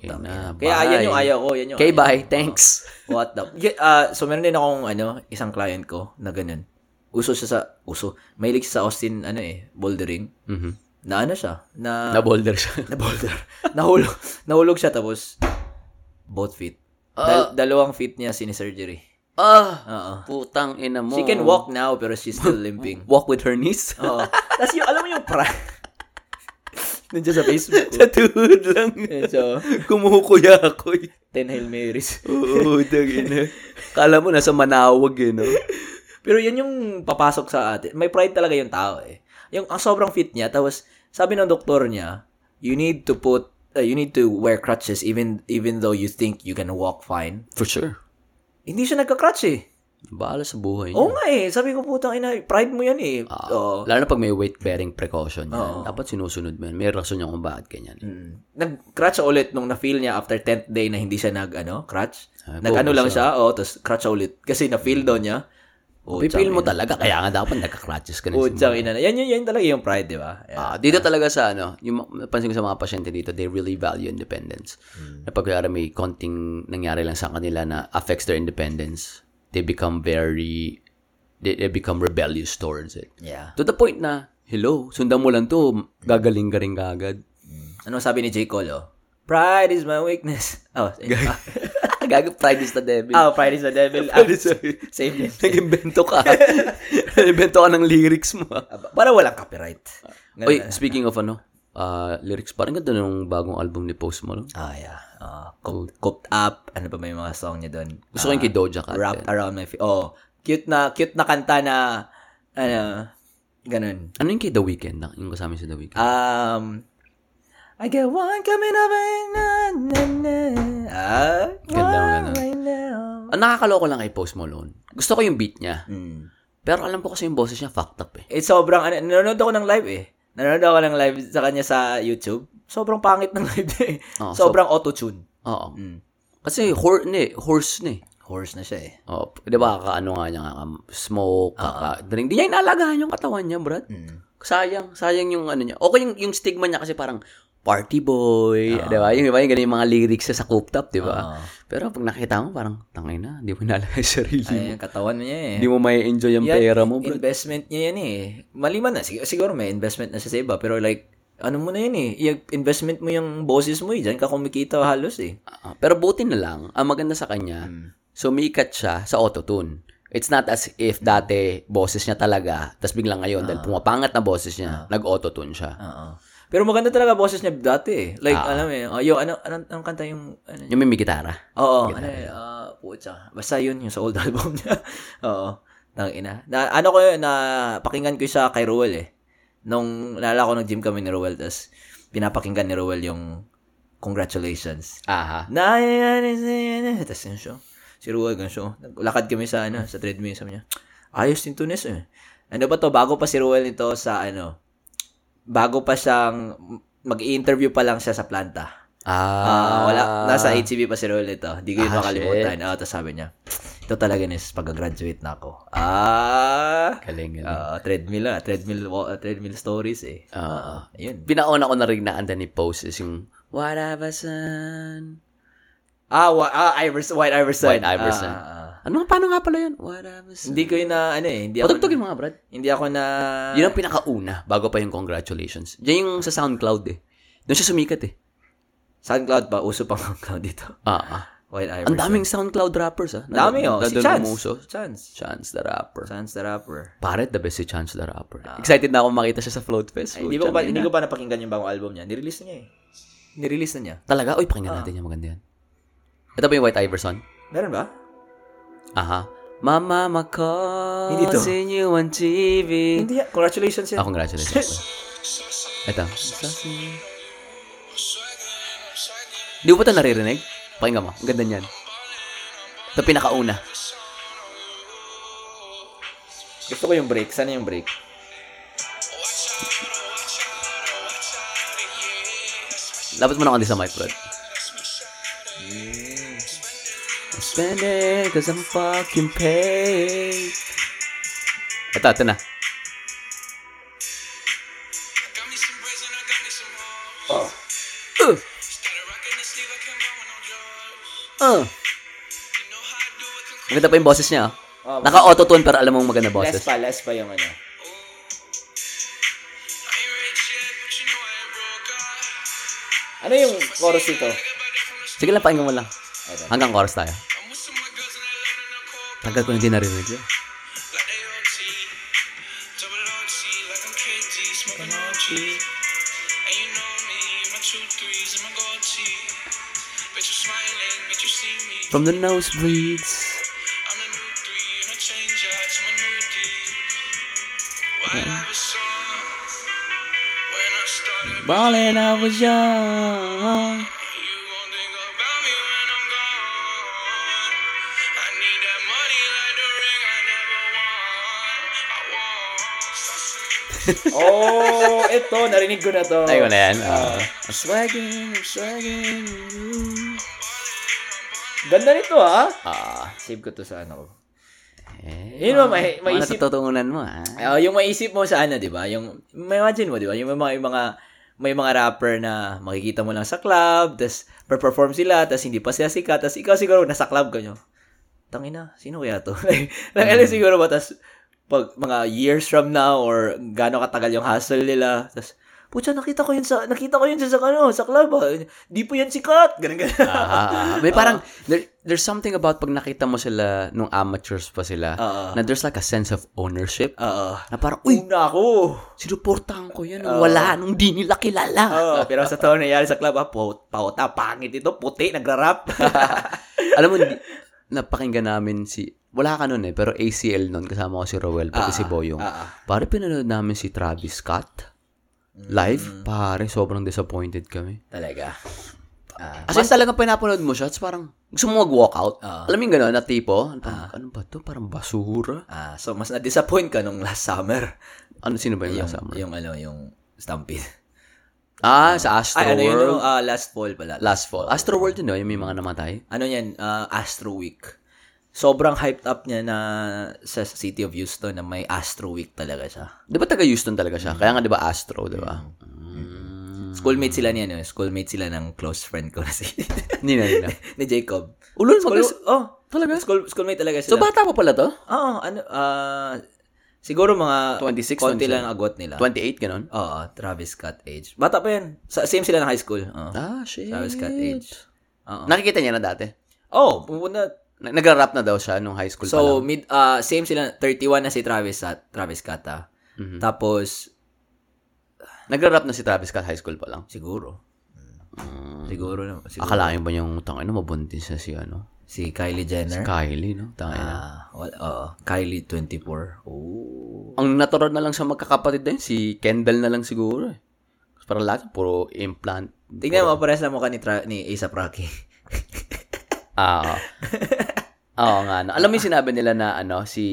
Speaker 1: Kaya
Speaker 2: ina. bye.
Speaker 1: yan yung ayaw ko, yan yung
Speaker 2: Okay,
Speaker 1: ayaw
Speaker 2: bye.
Speaker 1: ko.
Speaker 2: Thanks.
Speaker 1: What the... Yeah, ah, so, meron din akong, ano, isang client ko na ganun. Uso siya sa... Uso. Mahilig siya sa Austin, ano eh, bouldering.
Speaker 2: Mhm.
Speaker 1: Na ano siya? Na...
Speaker 2: Na boulder siya.
Speaker 1: na boulder. nahulog, nahulog siya tapos both feet. Dal- dalawang feet niya sinisurgery.
Speaker 2: ah,
Speaker 1: Oo.
Speaker 2: putang ina mo.
Speaker 1: She can walk now pero she's still limping.
Speaker 2: walk with her knees.
Speaker 1: Oo. Tapos yung, alam mo yung pra... Nandiyan sa Facebook ko.
Speaker 2: Sa tuhod lang.
Speaker 1: Yan so,
Speaker 2: Kumukuya ako. eh.
Speaker 1: 10 Hail Marys.
Speaker 2: Oo, dagina. Kala mo nasa manawag eh, no?
Speaker 1: Pero yan yung papasok sa atin. May pride talaga yung tao eh. Yung ang sobrang fit niya, tapos sabi ng doktor niya, you need to put, uh, you need to wear crutches even even though you think you can walk fine.
Speaker 2: For sure.
Speaker 1: Hindi siya nagka-crutch eh.
Speaker 2: Bahala sa buhay niya.
Speaker 1: Oo nga eh. Sabi ko putang ina, pride mo yan eh.
Speaker 2: Ah.
Speaker 1: Oo.
Speaker 2: Lalo na pag may weight-bearing precaution. Yan. Dapat sinusunod mo yan. May rason yan kung bakit ganyan.
Speaker 1: Mm. Nag-crutch siya ulit nung na-feel niya after 10th day na hindi siya nag, ano, crutch.
Speaker 2: Ah,
Speaker 1: Nag-ano
Speaker 2: bobo
Speaker 1: lang siya, oh, tapos crutch siya ulit. Kasi na-feel daw niya. Oh,
Speaker 2: Pipil mo talaga. Kaya nga dapat nagka-crutches ka na. sa-
Speaker 1: Putsang ina na. Yan, yan, yan talaga yung pride, di ba? Yeah.
Speaker 2: Ah, dito talaga sa ano, yung ma- napansin ko sa mga pasyente dito, they really value independence. Na pag kunyari may konting nangyari lang sa kanila na affects their independence, they become very, they, they become rebellious towards it.
Speaker 1: yeah.
Speaker 2: To the point na, hello, sundan mo lang to, gagaling ka rin kagad.
Speaker 1: Ano sabi ni J. Cole, oh? Pride is my weakness. Oh, ah,
Speaker 2: Gag pride is the devil.
Speaker 1: ah, pride is the devil. Ah, same din.
Speaker 2: Nag-invento ka. Nag-invento ka ng lyrics mo. ah.
Speaker 1: Ah, Para walang copyright. Ganun
Speaker 2: Oy,
Speaker 1: na.
Speaker 2: speaking of ano, ah, lyrics, parang ganda nung bagong album ni Post Malone.
Speaker 1: Ah, yeah. Ah, cooked, cooked up. Ano pa ba yung mga song niya Ah, doon?
Speaker 2: Gusto ko yung kay Doja Cat. eh.
Speaker 1: Wrapped around my feet. Oh, cute na, cute na kanta na, ano, ganun.
Speaker 2: Ano yung kay The Weeknd? na- Yung kasama sa The Weeknd?
Speaker 1: Um, I got one coming up and na, na, na. Ah,
Speaker 2: Ganda,
Speaker 1: one
Speaker 2: ganda.
Speaker 1: right now.
Speaker 2: Ang nakakaloko lang kay Post Malone. Gusto ko yung beat niya.
Speaker 1: Mm.
Speaker 2: Pero alam ko kasi yung boses niya fucked up eh.
Speaker 1: It's sobrang, ano, nanonood ako ng live eh. Nanonood ako ng live sa kanya sa YouTube. Sobrang pangit ng live niya eh.
Speaker 2: Oh, so-
Speaker 1: sobrang auto-tune.
Speaker 2: Oo.
Speaker 1: Mm.
Speaker 2: Kasi hor- ni, horse ni.
Speaker 1: Horse na siya eh.
Speaker 2: Oh, 'di ba kaano nga niya kaka smoke, kaka drink. Di niya inaalagaan yung katawan niya, brad.
Speaker 1: Mm.
Speaker 2: sayang, sayang yung ano niya. Okay yung, yung stigma niya kasi parang party boy, di ba? Yung, di ba? yung ganun yung mga lyrics niya sa cooktop, di
Speaker 1: Oo.
Speaker 2: ba? Pero pag nakita mo, parang, tangay na, di mo naalala yung sarili mo.
Speaker 1: Ay, ang katawan niya Ah, eh.
Speaker 2: Di mo may enjoy yung
Speaker 1: Yan,
Speaker 2: pera mo, bro.
Speaker 1: Investment niya yan eh. Maliman na. Sig- siguro may investment na siya sa iba. Pero like, ano mo na yan eh. Yung investment mo yung boses mo eh. Diyan ka kumikita halos eh.
Speaker 2: Ah, pero buti na lang, ang maganda sa kanya,
Speaker 1: Hmm.
Speaker 2: sumikat siya sa autotune. It's not as if dati boses niya talaga, tapos biglang ngayon,
Speaker 1: Ah.
Speaker 2: dahil pumapangat na boses niya, nag-autotune siya.
Speaker 1: Oo. Pero maganda talaga boses niya dati eh. Like, alam mo yun. Oh, yo, ano, anong, anong kanta yung... Ano,
Speaker 2: Yung may, may gitara.
Speaker 1: Oo, ano yun, ah, putya. Basta yun yung sa old album niya. Oo. Tang ina. Na, ano ko yun, na pakinggan ko yung sa kay Ruel eh. Nung, naalala ko nag-gym kami ni Ruel, tapos pinapakinggan ni Ruel yung congratulations.
Speaker 2: Aha.
Speaker 1: Na, tapos yun siya. Si Ruel, ganun siya. Lakad kami sa, ano, sa treadmill, sabi niya, ayos din tunis eh. Ano ba to, bago pa si Ruel nito sa, ano, bago pa siyang, mag-interview pa lang siya sa planta. Ah, wala. Nasa HCB pa si Roel ito. Hindi ko yung
Speaker 2: Ah,
Speaker 1: makalimutan. Ah, tapos sabi niya, ito talaga nis pagka-graduate na ako. Ah!
Speaker 2: Galing, galing.
Speaker 1: Ah, treadmill ah. Treadmill, wa- ah, treadmill stories eh.
Speaker 2: Ah.
Speaker 1: Ayun.
Speaker 2: Pinauna ko na rin na anda ni Pose is yung What have I done?
Speaker 1: Ah, wa- ah Iverson, White Iverson.
Speaker 2: White Iverson.
Speaker 1: Ah, ah, ah.
Speaker 2: Ano, paano nga pala yun? What have I done?
Speaker 1: Hindi ko yun na, ano eh. Hindi ako,
Speaker 2: Patugtugin mo nga, Brad.
Speaker 1: hindi ako na...
Speaker 2: Yun ang pinakauna, bago pa yung congratulations. Diyan yung sa SoundCloud eh. Doon siya sumikat eh.
Speaker 1: SoundCloud pa, uso pa SoundCloud dito.
Speaker 2: Ah, ah.
Speaker 1: White
Speaker 2: Ang
Speaker 1: Iverson.
Speaker 2: daming SoundCloud rappers ah. Na-
Speaker 1: Dami oh.
Speaker 2: na-
Speaker 1: Si
Speaker 2: doon
Speaker 1: Chance.
Speaker 2: umuso.
Speaker 1: Chance.
Speaker 2: Chance the Rapper.
Speaker 1: Chance the Rapper.
Speaker 2: Pare, the best si Chance the Rapper. Ah. Excited na ako makita siya sa Float Fest.
Speaker 1: Hindi ko, pa, hindi ko pa napakinggan yung bagong album niya. Nirelease na niya eh. Nirelease na niya.
Speaker 2: Talaga? Uy, pakinggan natin yan. Maganda yan. Ito ba yung White Iverson?
Speaker 1: Meron ba?
Speaker 2: Aha. My mama calls
Speaker 1: Hindi to.
Speaker 2: seeing you on TV.
Speaker 1: Hindi. ah. Congratulations
Speaker 2: Ah,
Speaker 1: yan.
Speaker 2: congratulations. Ito. Hindi mo ba ito naririnig? Pakinggan mo. Ang ganda niyan. Ito pinakauna.
Speaker 1: Gusto ko yung break. Sana yung break?
Speaker 2: Dapat mo na kundi sa mic, bro. Spend it cause I'm fucking paid. Ito, ito na.
Speaker 1: Oh.
Speaker 2: Uh, uh. Maganda pa yung boses niya.
Speaker 1: Oh,
Speaker 2: Oh. Naka-autotune pero alam mong maganda
Speaker 1: less
Speaker 2: boses.
Speaker 1: pa, less pa yung ano. Ano yung chorus dito?
Speaker 2: Sige lang, pakinggan mo lang.
Speaker 1: Ito.
Speaker 2: Hanggang chorus tayo. Tagal ko na hindi narinig yun. From the nosebleeds. Ballin' I was young.
Speaker 1: Oh, ito. Narinig ko na to.
Speaker 2: Tayo na yan.
Speaker 1: Ah.
Speaker 2: Uh, swagging, swagging.
Speaker 1: Ganda nito ha.
Speaker 2: Ah.
Speaker 1: Save ko to sa ano ko.
Speaker 2: Eh,
Speaker 1: Yun mo, may,
Speaker 2: mga
Speaker 1: maisip.
Speaker 2: natututunan mo, ah.
Speaker 1: Ah, yung maisip mo sa ano, di ba? Yung, may imagine mo, di ba? Yung may mga, yung mga may mga rapper na makikita mo lang sa club, tas perform sila, tas hindi pa sila sikat, tas ikaw siguro nasa club ganyo. Tangina, sino kaya to? like, like alam siguro ba, tas pag mga years from now or gaano katagal yung hustle nila, tas Pucha, nakita ko yun sa nakita ko yun sa sa ano, sa club. ah. Di po yan sikat. Ganun ganun.
Speaker 2: Aha, aha. Ah, May parang, there- there's something about pag nakita mo sila nung amateurs pa sila,
Speaker 1: Oo.
Speaker 2: na there's like a sense of ownership.
Speaker 1: Oo.
Speaker 2: na parang, uy,
Speaker 1: Una ako.
Speaker 2: sinuportahan ko yan. nung wala, nung di nila kilala.
Speaker 1: Oo, pero sa tao nangyari sa club, ah, paut- pauta, pangit ito, puti, nagra-rap.
Speaker 2: Alam mo, hindi- napakinggan namin si, wala ka nun eh, pero ACL nun, kasama ko si Rowell, pati si Boyong.
Speaker 1: Ah, ah.
Speaker 2: Pare, pinanood namin si Travis Scott
Speaker 1: Mm.
Speaker 2: live. Pare, sobrang disappointed kami.
Speaker 1: Talaga.
Speaker 2: As in, talagang pinapanood mo siya, tapos parang gusto mo mag-walkout.
Speaker 1: Ah.
Speaker 2: Alam mo yung gano'n, na tipo, parang, ano ba to? Parang basura.
Speaker 1: Ah, so mas na-disappoint ka nung last summer.
Speaker 2: Ano, sino ba yung last summer?
Speaker 1: Yung ano, yung Stampede.
Speaker 2: Ah, sa Astro
Speaker 1: Ay, ano yun,
Speaker 2: World.
Speaker 1: yung, ah, last fall pala.
Speaker 2: Last fall. Astro World yun, no? Yung may mga namatay.
Speaker 1: Ano yan, ah, Astro Week. sobrang hyped up niya na sa City of Houston na may Astro Week talaga siya.
Speaker 2: Di ba taga Houston talaga siya? Kaya nga di ba Astro, di ba?
Speaker 1: Schoolmate sila niya, no? Schoolmate sila ng close friend ko na si,
Speaker 2: Hindi na, hindi na.
Speaker 1: ni Jacob.
Speaker 2: Ulol,
Speaker 1: School,
Speaker 2: mag-
Speaker 1: oh,
Speaker 2: Talaga?
Speaker 1: school, schoolmate talaga
Speaker 2: So,
Speaker 1: sila.
Speaker 2: bata pa pala to?
Speaker 1: Oo, ano, ah, siguro mga
Speaker 2: 26
Speaker 1: konti
Speaker 2: nun
Speaker 1: lang agot nila.
Speaker 2: 28, ganun?
Speaker 1: Oo, Travis Scott age. Bata pa yan. Sa, same sila ng high school. Oo.
Speaker 2: Ah, shit.
Speaker 1: Travis Scott age. Uh-uh. Oo.
Speaker 2: Nakikita niya na dati?
Speaker 1: Oh, pumunta.
Speaker 2: Na- Nagra-rap na daw siya nung high school pa
Speaker 1: So,
Speaker 2: lang.
Speaker 1: mid, ah, same sila. 31 na si Travis Scott. Travis Scott, ah.
Speaker 2: Mhm.
Speaker 1: Tapos,
Speaker 2: Nagra-rap na si Travis Scott high school pa lang.
Speaker 1: siguro.
Speaker 2: Mm.
Speaker 1: Siguro na. Siguro.
Speaker 2: Akalain ba niyang tangay na mabuntis na si ano?
Speaker 1: Si Kylie Jenner.
Speaker 2: Kylie, no? Tangay na.
Speaker 1: Ah, wal- oo. Kylie 24. Oh.
Speaker 2: Ang natural na lang sa magkakapatid din, si Kendall na lang siguro eh. Parang lahat, puro implant.
Speaker 1: Tingnan mo, pares na mukha ni, Tra- ni A$AP Rocky.
Speaker 2: Ah. Oo nga. No. Alam mo yung sinabi nila na ano, si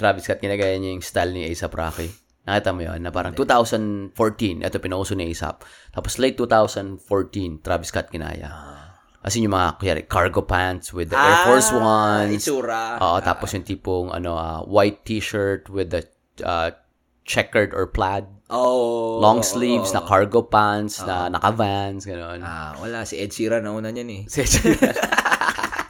Speaker 2: Travis Scott, ginagaya niya yung style ni A$AP Rocky. Nakita mo yun? Na parang 2014, ito pinauso ni A$AP. Tapos late 2014, Travis Scott ginaya. As in yung mga, kunyari, cargo pants with the Air Force
Speaker 1: Ah,
Speaker 2: Ones.
Speaker 1: Itsura.
Speaker 2: Oo, tapos yung tipong ano, ah, white t-shirt with the ah, checkered or plaid.
Speaker 1: Oh.
Speaker 2: Long sleeves, na cargo pants, na naka-vans, gano'n.
Speaker 1: Ah, wala. Si Ed Sheeran na una niyan eh.
Speaker 2: Si Ed-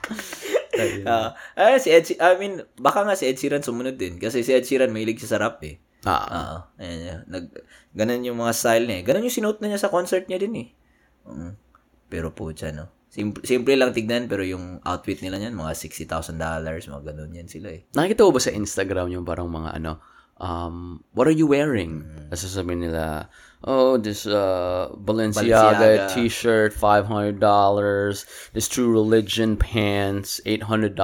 Speaker 1: Ah, ah, si Ed Sheeran, I mean, baka nga si Ed Sheeran sumunod din. Kasi si Ed Sheeran, mahilig siya sa rap eh.
Speaker 2: Ah,
Speaker 1: Oo. Ayan, ayan. Nag, ganun yung mga style niya eh. Ganun yung sinuot na niya sa concert niya din eh. Mm. Pero po siya, no? Simple, simple lang tignan, pero yung outfit nila niyan, mga $60,000, mga ganun yan sila eh.
Speaker 2: Nakikita mo ba sa Instagram yung parang mga ano, um, what are you wearing? Tapos sasabihin nila, oh, this uh, Balenciaga,
Speaker 1: Balenciaga.
Speaker 2: t-shirt, $500. This True Religion pants, $800.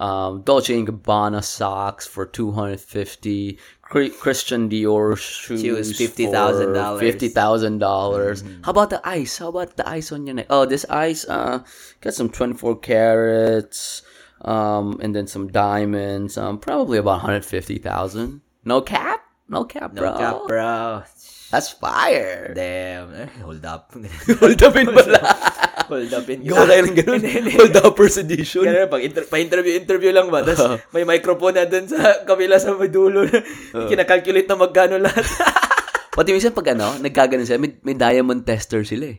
Speaker 2: Um, Dolce & Gabbana socks for $250. Cri- Christian Dior shoes
Speaker 1: Shoes,
Speaker 2: $50,000.
Speaker 1: $50,000.
Speaker 2: dollars
Speaker 1: Mm-hmm.
Speaker 2: How about the ice? How about the ice on your neck? Oh, this ice, uh, got some 24 carats, um, and then some diamonds, um, probably about 150,000. No cap? No cap,
Speaker 1: No
Speaker 2: bro.
Speaker 1: cap, bro.
Speaker 2: That's fire.
Speaker 1: Damn. Eh, hold up.
Speaker 2: Hold up in pala.
Speaker 1: hold up. in-
Speaker 2: Gawa tayo ng ganun. Hold up edition.
Speaker 1: Ganun, pag inter- pa-interview, interview lang ba? Tapos may microphone na dun sa kabila sa may dulo. Kinakalculate na magkano lahat.
Speaker 2: Pati minsan pag ano, nagkaganon sila, may, may diamond tester sila eh.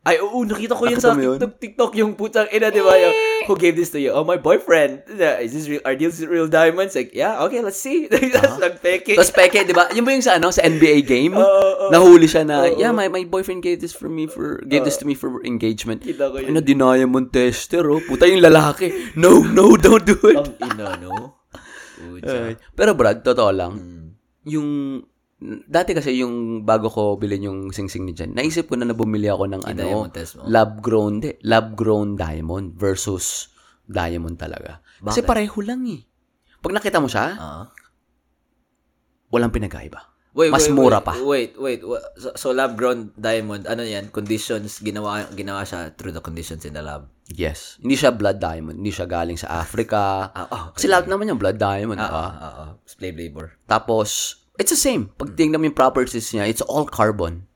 Speaker 1: Ay, oo, nakita ko yun sa
Speaker 2: Nakita mo yun?
Speaker 1: TikTok, TikTok yung putang ina, di ba? Yung, who gave this to you? Oh, my boyfriend. Is this real, are these real diamonds? Like, yeah, okay, let's see. Tapos nagpeke.
Speaker 2: Ah. Tapos peke, di ba? Yun ba yung sa ano, sa NBA game?
Speaker 1: Oo, oo.
Speaker 2: Nahuli siya na,
Speaker 1: Oo,
Speaker 2: yeah, my, my boyfriend gave this for me for, gave this to me for engagement.
Speaker 1: Kita ko yun.
Speaker 2: Ano, dinaya mo ang tester, oh. Puta yung lalaki. No, no, don't do it.
Speaker 1: Ang ina, no? Pucha.
Speaker 2: Ay. Pero Brad, totoo lang,
Speaker 1: Hmm.
Speaker 2: yung, dati kasi yung bago ko bilhin yung singsing ni Jen, naisip ko na na bumili ako ng ano,
Speaker 1: diamond test oh. mo.
Speaker 2: lab grown, de, lab grown diamond versus diamond talaga. Kasi pareho lang eh. Pag nakita mo siya,
Speaker 1: Ah.
Speaker 2: walang pinagkaiba.
Speaker 1: Wait,
Speaker 2: Mas
Speaker 1: wait,
Speaker 2: mura
Speaker 1: wait,
Speaker 2: pa.
Speaker 1: Wait, wait. wa- So, so lab grown diamond, ano yan? Conditions, ginawa ginawa siya through the conditions in the lab.
Speaker 2: Yes. Hindi siya blood diamond. Hindi siya galing sa Africa.
Speaker 1: Ah, oh.
Speaker 2: Kasi lahat naman yung blood diamond.
Speaker 1: Ah,
Speaker 2: diba?
Speaker 1: ah, ah, ah. Slave labor.
Speaker 2: Tapos, it's the same. Pag tingnan mo yung properties niya, it's all carbon.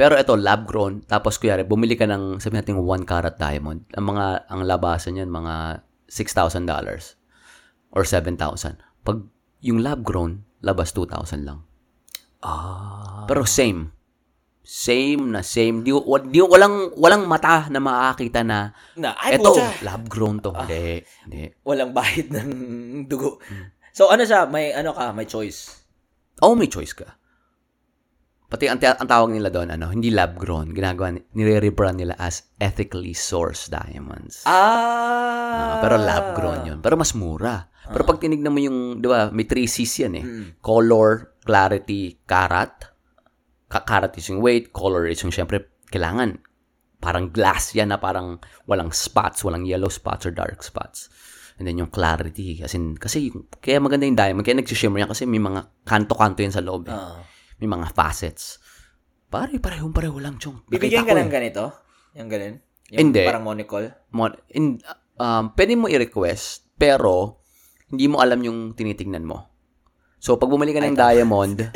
Speaker 2: Pero ito, lab grown. Tapos, kuyari, bumili ka ng, sabi natin, 1 carat diamond. Ang mga, ang labasan niyan, mga $6,000 or $7,000. Pag yung lab grown, labas 2,000 lang.
Speaker 1: Ah.
Speaker 2: Pero same. Same na same. Di, wa- di, walang, walang mata na makakita na,
Speaker 1: Na, ay,
Speaker 2: eto,
Speaker 1: putya.
Speaker 2: lab grown to. Hindi, hindi.
Speaker 1: Walang bahid ng dugo. So, ano siya? May, ano ka? May choice.
Speaker 2: Oh, may choice ka. Pati ang, ang tawag nila doon, ano, hindi lab grown. Ginagawa, ni- nire-rebrand nila as ethically sourced diamonds.
Speaker 1: Ah.
Speaker 2: Ah, pero lab grown yun. Pero mas mura. Pero pag tinignan mo yung, di ba, may 3 C's yan eh.
Speaker 1: Hmm.
Speaker 2: Color, clarity, karat. Ka- karat is yung weight, color is yung syempre, kailangan. Parang glass yan na parang walang spots, walang yellow spots or dark spots. And then yung clarity, as in, kasi yung- kaya maganda yung diamond, kaya nagsishimmer yan kasi may mga kanto-kanto yan sa loob. Eh.
Speaker 1: Ah.
Speaker 2: May mga facets. Pare, parehong pareho lang, Chong.
Speaker 1: Bibigyan
Speaker 2: Nakita
Speaker 1: ka
Speaker 2: ko eh.
Speaker 1: ng ganito? Yung ganun? Yung
Speaker 2: Hindi.
Speaker 1: parang monocle?
Speaker 2: mon- in, um, pwede mo i-request, pero hindi mo alam yung tinitingnan mo. So, pag bumili ka ng diamond,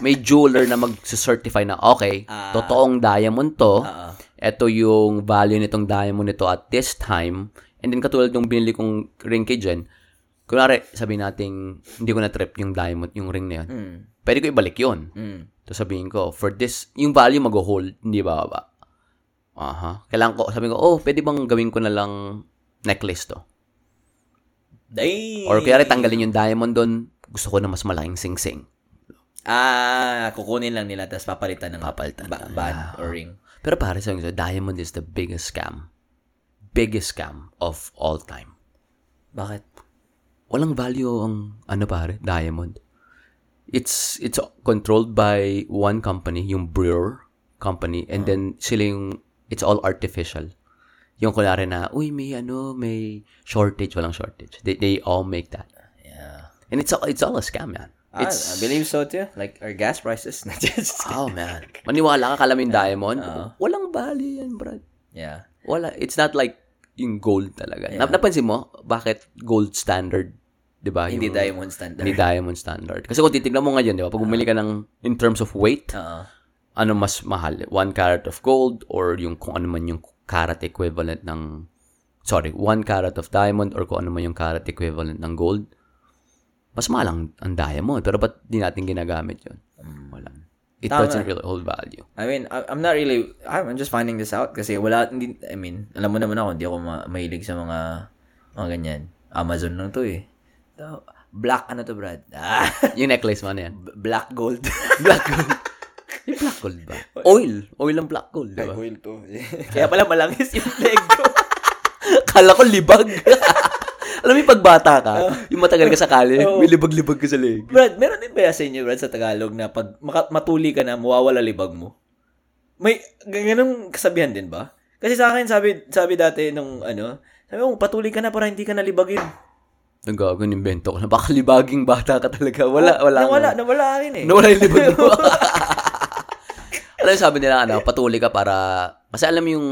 Speaker 2: may jeweler na mag-certify na, okay,
Speaker 1: Ah.
Speaker 2: totoong diamond to,
Speaker 1: Oo.
Speaker 2: ito yung value nitong diamond nito at this time, and And then katulad nung binili kong ring kay Jen, kunwari, sabihin natin, hindi ko na-trip yung diamond, yung ring na yun.
Speaker 1: Mm.
Speaker 2: Pwede ko ibalik yun.
Speaker 1: Mm.
Speaker 2: Tapos sabihin ko, for this, yung value mag-hold, hindi ba baba? Aha. Kailangan ko, sabihin ko, oh, pwede bang gawin ko na lang necklace to?
Speaker 1: Dang!
Speaker 2: Or kaya tanggalin yung diamond doon, gusto ko na mas malaking sing-sing.
Speaker 1: Ah, kukunin lang nila tapos papalitan ng
Speaker 2: Papalitan
Speaker 1: ba-
Speaker 2: lang.
Speaker 1: band
Speaker 2: Yeah.
Speaker 1: or ring.
Speaker 2: Pero pare, sabi ko, diamond is the biggest scam. Biggest scam of all time.
Speaker 1: Bakit?
Speaker 2: Walang value ang, ano pare, diamond. It's, it's controlled by one company, yung Brewer company, and then sila yung, it's all artificial. Yung kunwari na, uy, may ano, may shortage, walang shortage. They, they all make that.
Speaker 1: Yeah.
Speaker 2: And it's all, it's all a scam, man.
Speaker 1: Ah,
Speaker 2: It's,
Speaker 1: I believe so too. Like, our gas prices. just,
Speaker 2: oh, man. Maniwala ka, kalamin diamond.
Speaker 1: ah.
Speaker 2: Walang value yan, brad.
Speaker 1: yeah.
Speaker 2: Wala. It's not like yung gold talaga. Nap- Napansin mo, bakit gold standard, di ba?
Speaker 1: Hindi
Speaker 2: Yung-
Speaker 1: diamond standard.
Speaker 2: Hindi diamond standard. Kasi kung titignan mo ngayon, di ba, pag bumili ka ng, in terms of weight,
Speaker 1: Oo.
Speaker 2: ano mas mahal? One carat of gold or yung kung ano man yung carat equivalent ng, sorry, one carat of diamond or kung ano man yung carat equivalent ng gold, mas mahal ang, ang diamond. Pero ba't di natin ginagamit yun? Wala. It
Speaker 1: Hmm, Tama.
Speaker 2: doesn't really hold value.
Speaker 1: I mean, I- I'm not really, I'm I'm just finding this out kasi wala, hindi, I mean, alam mo naman ako, hindi ako ma- mahilig sa mga, mga ganyan. Amazon lang to eh. So, black ano to, Brad? Ah,
Speaker 2: Yung necklace mo, ano yan?
Speaker 1: b- black gold.
Speaker 2: Black gold. May black gold ba? Oil. Oil ang black gold, di ba?
Speaker 1: gold to. Kaya pala malangis yung leg ko.
Speaker 2: Kala ko libag. Alam mo yung pagbata ka, yung matagal ka sa kali, may libag-libag ka sa leg.
Speaker 1: Brad, meron din ba sa inyo, Brad, sa Tagalog na pag maka- matuli ka na, mawawala libag mo? May, g- ganun kasabihan din ba? Kasi sa akin, sabi, sabi dati nung, ano, sabi mo, patuli ka na para hindi ka nalibagin.
Speaker 2: Nagago, invento ko na. Baka libaging bata ka talaga. Wala, wala.
Speaker 1: Nawala, nawala akin eh.
Speaker 2: Nawala yung libag mo. alam mo, sabi nila, ano, patuli ka para, kasi alam mo yung,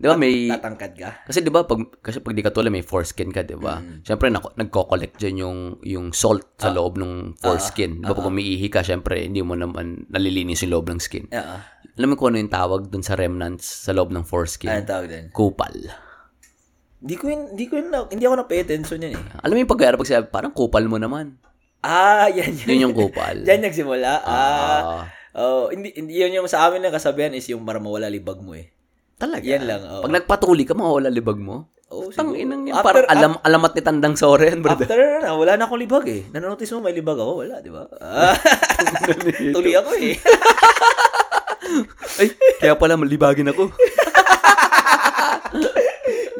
Speaker 2: di ba may,
Speaker 1: Tatangkad ka.
Speaker 2: kasi di ba, pag, kasi pag di ka tuli, may foreskin ka, di ba? Siyempre, nako- nagko-collect dyan yung, yung salt sa loob ng foreskin. Di ba, pag umiihi ka, siyempre, hindi mo naman nalilinis yung loob ng skin.
Speaker 1: Oo.
Speaker 2: Alam mo kung ano yung tawag dun sa remnants sa loob ng foreskin?
Speaker 1: Anong tawag din?
Speaker 2: Kupal.
Speaker 1: Hindi ko yun, hindi ko yun, na- hindi ako napay attention yun eh.
Speaker 2: Alam mo yung pag pag sinabi, parang kupal mo naman.
Speaker 1: Ah, yan yun.
Speaker 2: Yun yung kupal.
Speaker 1: Diyan nagsimula. Ah.
Speaker 2: Ah,
Speaker 1: Oh, hindi, hindi yun yung sa amin na kasabihan is yung para mawala libag mo eh.
Speaker 2: talaga.
Speaker 1: Yan lang, oh. oo.
Speaker 2: Pag nagpatuli ka, mawawala libag mo.
Speaker 1: Oh,
Speaker 2: Tang inang yan.
Speaker 1: After-
Speaker 2: Parang alam, alamat ni Tandang Soren, brother.
Speaker 1: After na, wala na akong libag eh. Nanonotice mo, may libag ako. Wala, di ba? Ah, Tuli ako eh.
Speaker 2: Ah, Ay, kaya pala malibagin ako.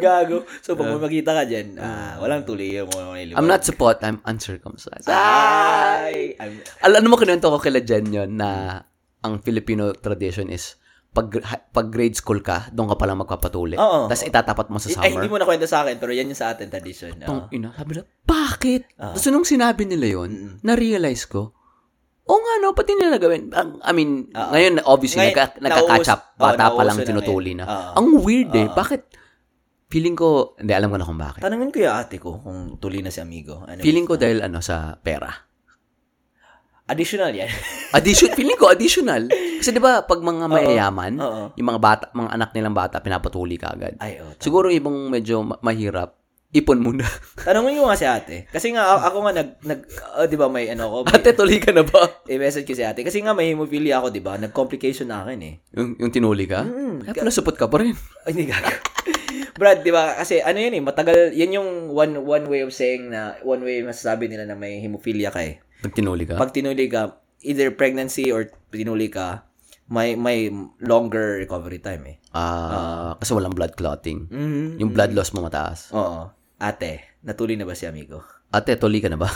Speaker 1: Gago. So, pag may makita ka dyan, ah, walang tuli yung mga may libag.
Speaker 2: I'm not support, I'm uncircumcised. Ah!
Speaker 1: Ay! I'm-
Speaker 2: Al ano mo kinuwento ko kila Jen yun na ang Filipino tradition is pag, ha- pag grade school ka, doon ka pala magpapatuli.
Speaker 1: Oo.
Speaker 2: Tapos itatapat mo sa
Speaker 1: Ay, hindi
Speaker 2: summer.
Speaker 1: mo nakwento sa akin, pero yan yung sa atin tradition.
Speaker 2: Tang
Speaker 1: Oh.
Speaker 2: ina, sabi na, bakit?
Speaker 1: Ah.
Speaker 2: Tapos nung sinabi nila yun,
Speaker 1: Mm.
Speaker 2: na-realize ko, o nga no, pati nila gawin. Ang- I mean, ngayon obviously
Speaker 1: Ah. Ngayon,
Speaker 2: nagka, nagka-catch up.
Speaker 1: nauus- oo,
Speaker 2: Bata pa
Speaker 1: nauuso
Speaker 2: lang
Speaker 1: na
Speaker 2: tinutuli na.
Speaker 1: ngayon. Ah. Oo.
Speaker 2: Ang weird eh, bakit? Feeling ko, hindi alam ko na kung bakit.
Speaker 1: Tanungin ko yung ate ko kung tuli na si amigo. Ano?
Speaker 2: Feeling ko dahil ano sa pera.
Speaker 1: Additional yan.
Speaker 2: Addition, feeling ko additional. Kasi 'di ba pag
Speaker 1: Ah.
Speaker 2: mga mayayaman,
Speaker 1: Oo.
Speaker 2: yung mga bata, mga anak nilang bata pinapatuli ka agad.
Speaker 1: Ay, oh.
Speaker 2: Siguro yung ibang medyo ma- mahirap, ipon muna.
Speaker 1: Tanungin ko nga si ate. Kasi nga, a- ako nga nag, nag oh, di ba may ano ko, may,
Speaker 2: Ate, tuli ka na ba?
Speaker 1: i-message ko si ate. Kasi nga may hemophilia ako, di ba? Nag-complication na akin eh.
Speaker 2: Yung, yung tinuli ka? Mm, Kaya pala supot ka pa rin.
Speaker 1: Ay, hindi gago. Brad, di ba? Kasi ano yan eh, matagal, yan yung one one way of saying na, one way masasabi nila na may hemophilia ka eh.
Speaker 2: Pag tinuli ka?
Speaker 1: Pag tinuli ka, either pregnancy or tinuli ka, may may longer recovery time eh.
Speaker 2: Ah, kasi walang blood clotting.
Speaker 1: Mm.
Speaker 2: Yung blood loss mo mataas.
Speaker 1: Oo. Ate, natuli na ba si amigo?
Speaker 2: Ate, tuli ka na ba?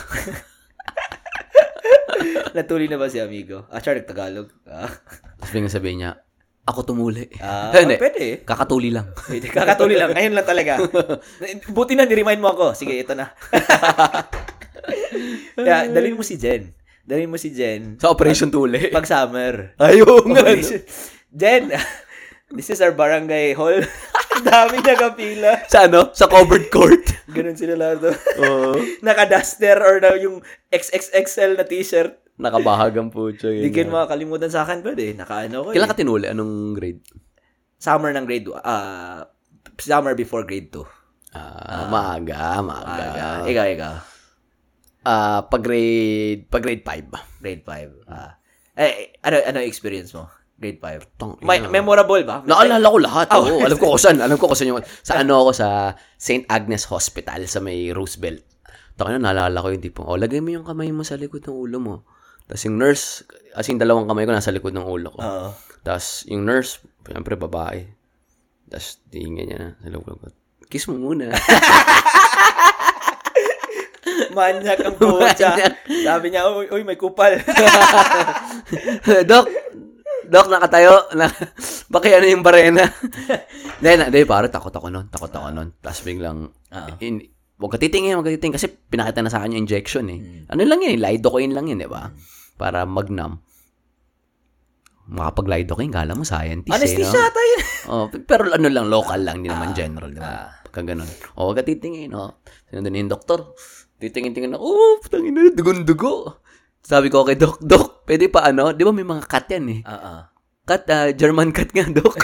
Speaker 1: natuli na ba si amigo? Ah, char, Tagalog. Ah,
Speaker 2: Tapos biglang sabihin niya, ako tumuli.
Speaker 1: ah,
Speaker 2: Hindi.
Speaker 1: pwede eh.
Speaker 2: Kakatuli lang.
Speaker 1: Wait, kakatuli lang. Ngayon lang talaga. Buti na, ni-remind mo ako. Sige, ito na. Kaya, dalhin mo si Jen. Dalhin mo si Jen.
Speaker 2: Sa operation tuli.
Speaker 1: Pag summer.
Speaker 2: Ayun nga.
Speaker 1: Operation. Jen, this is our barangay hall. Ang Dami niya kapila.
Speaker 2: Sa ano? Sa covered court.
Speaker 1: Ganun sila lahat. doon.
Speaker 2: Oo.
Speaker 1: Naka-duster or na yung XXXL na t-shirt.
Speaker 2: Nakabahag ang pucho.
Speaker 1: Hindi ko yun makakalimutan sa akin, brad eh. Naka-ano ko eh.
Speaker 2: Kailan ka tinuli? Anong grade?
Speaker 1: Summer ng grade 2. summer ah, before grade 2.
Speaker 2: Ah, maaga,
Speaker 1: Ah,
Speaker 2: maaga.
Speaker 1: Aga. ikaw, ikaw.
Speaker 2: Ah, pag grade, pag grade 5.
Speaker 1: Grade 5. Ah. Eh, ano, ano yung experience mo? Grade 5.
Speaker 2: Tang
Speaker 1: May,
Speaker 2: ina.
Speaker 1: memorable ba?
Speaker 2: Naalala ko lahat.
Speaker 1: Ah,
Speaker 2: Oo, alam ko kung saan. Alam ko kung saan yung... Sa ano ako, sa St. Agnes Hospital sa may Roosevelt. Taka na, naalala ko yung tipong, oh, lagay mo yung kamay mo sa likod ng ulo mo. Tapos yung nurse, as in dalawang kamay ko nasa likod ng ulo ko.
Speaker 1: Oo.
Speaker 2: Tapos yung nurse, syempre babae. Tapos tingin niya na sa loob ko. Kiss mo muna.
Speaker 1: Manyak ang pucha. Sabi niya, uy, uy, may kupal.
Speaker 2: Ano, Dok, Dok, nakatayo. Na, baki ano yung barena. Hindi, na, hindi, parang takot ako nun. Takot ako nun. Tapos biglang,
Speaker 1: Oo.
Speaker 2: in, huwag ka titingin, huwag ka titingin. Kasi pinakita na sa kanya injection eh. Ano lang yun eh, lidocaine lang yun, di ba? Para magnam. Makapag-lidocaine, kala mo scientist eh.
Speaker 1: Anesthesia
Speaker 2: no?
Speaker 1: ata yun.
Speaker 2: Oh, p- pero ano lang, local lang, hindi naman general, di
Speaker 1: ah.
Speaker 2: ba? Pagka ganun. O, oh, katitingin, o. Sinundan niya yung doktor. Titingin-tingin na, oh, putangin na, dugon-dugo. Sabi ko, okay, dok, dok, pwede pa ano? Di ba may mga cut yan eh?
Speaker 1: Oo.
Speaker 2: Cut, ah, German cut nga, dok.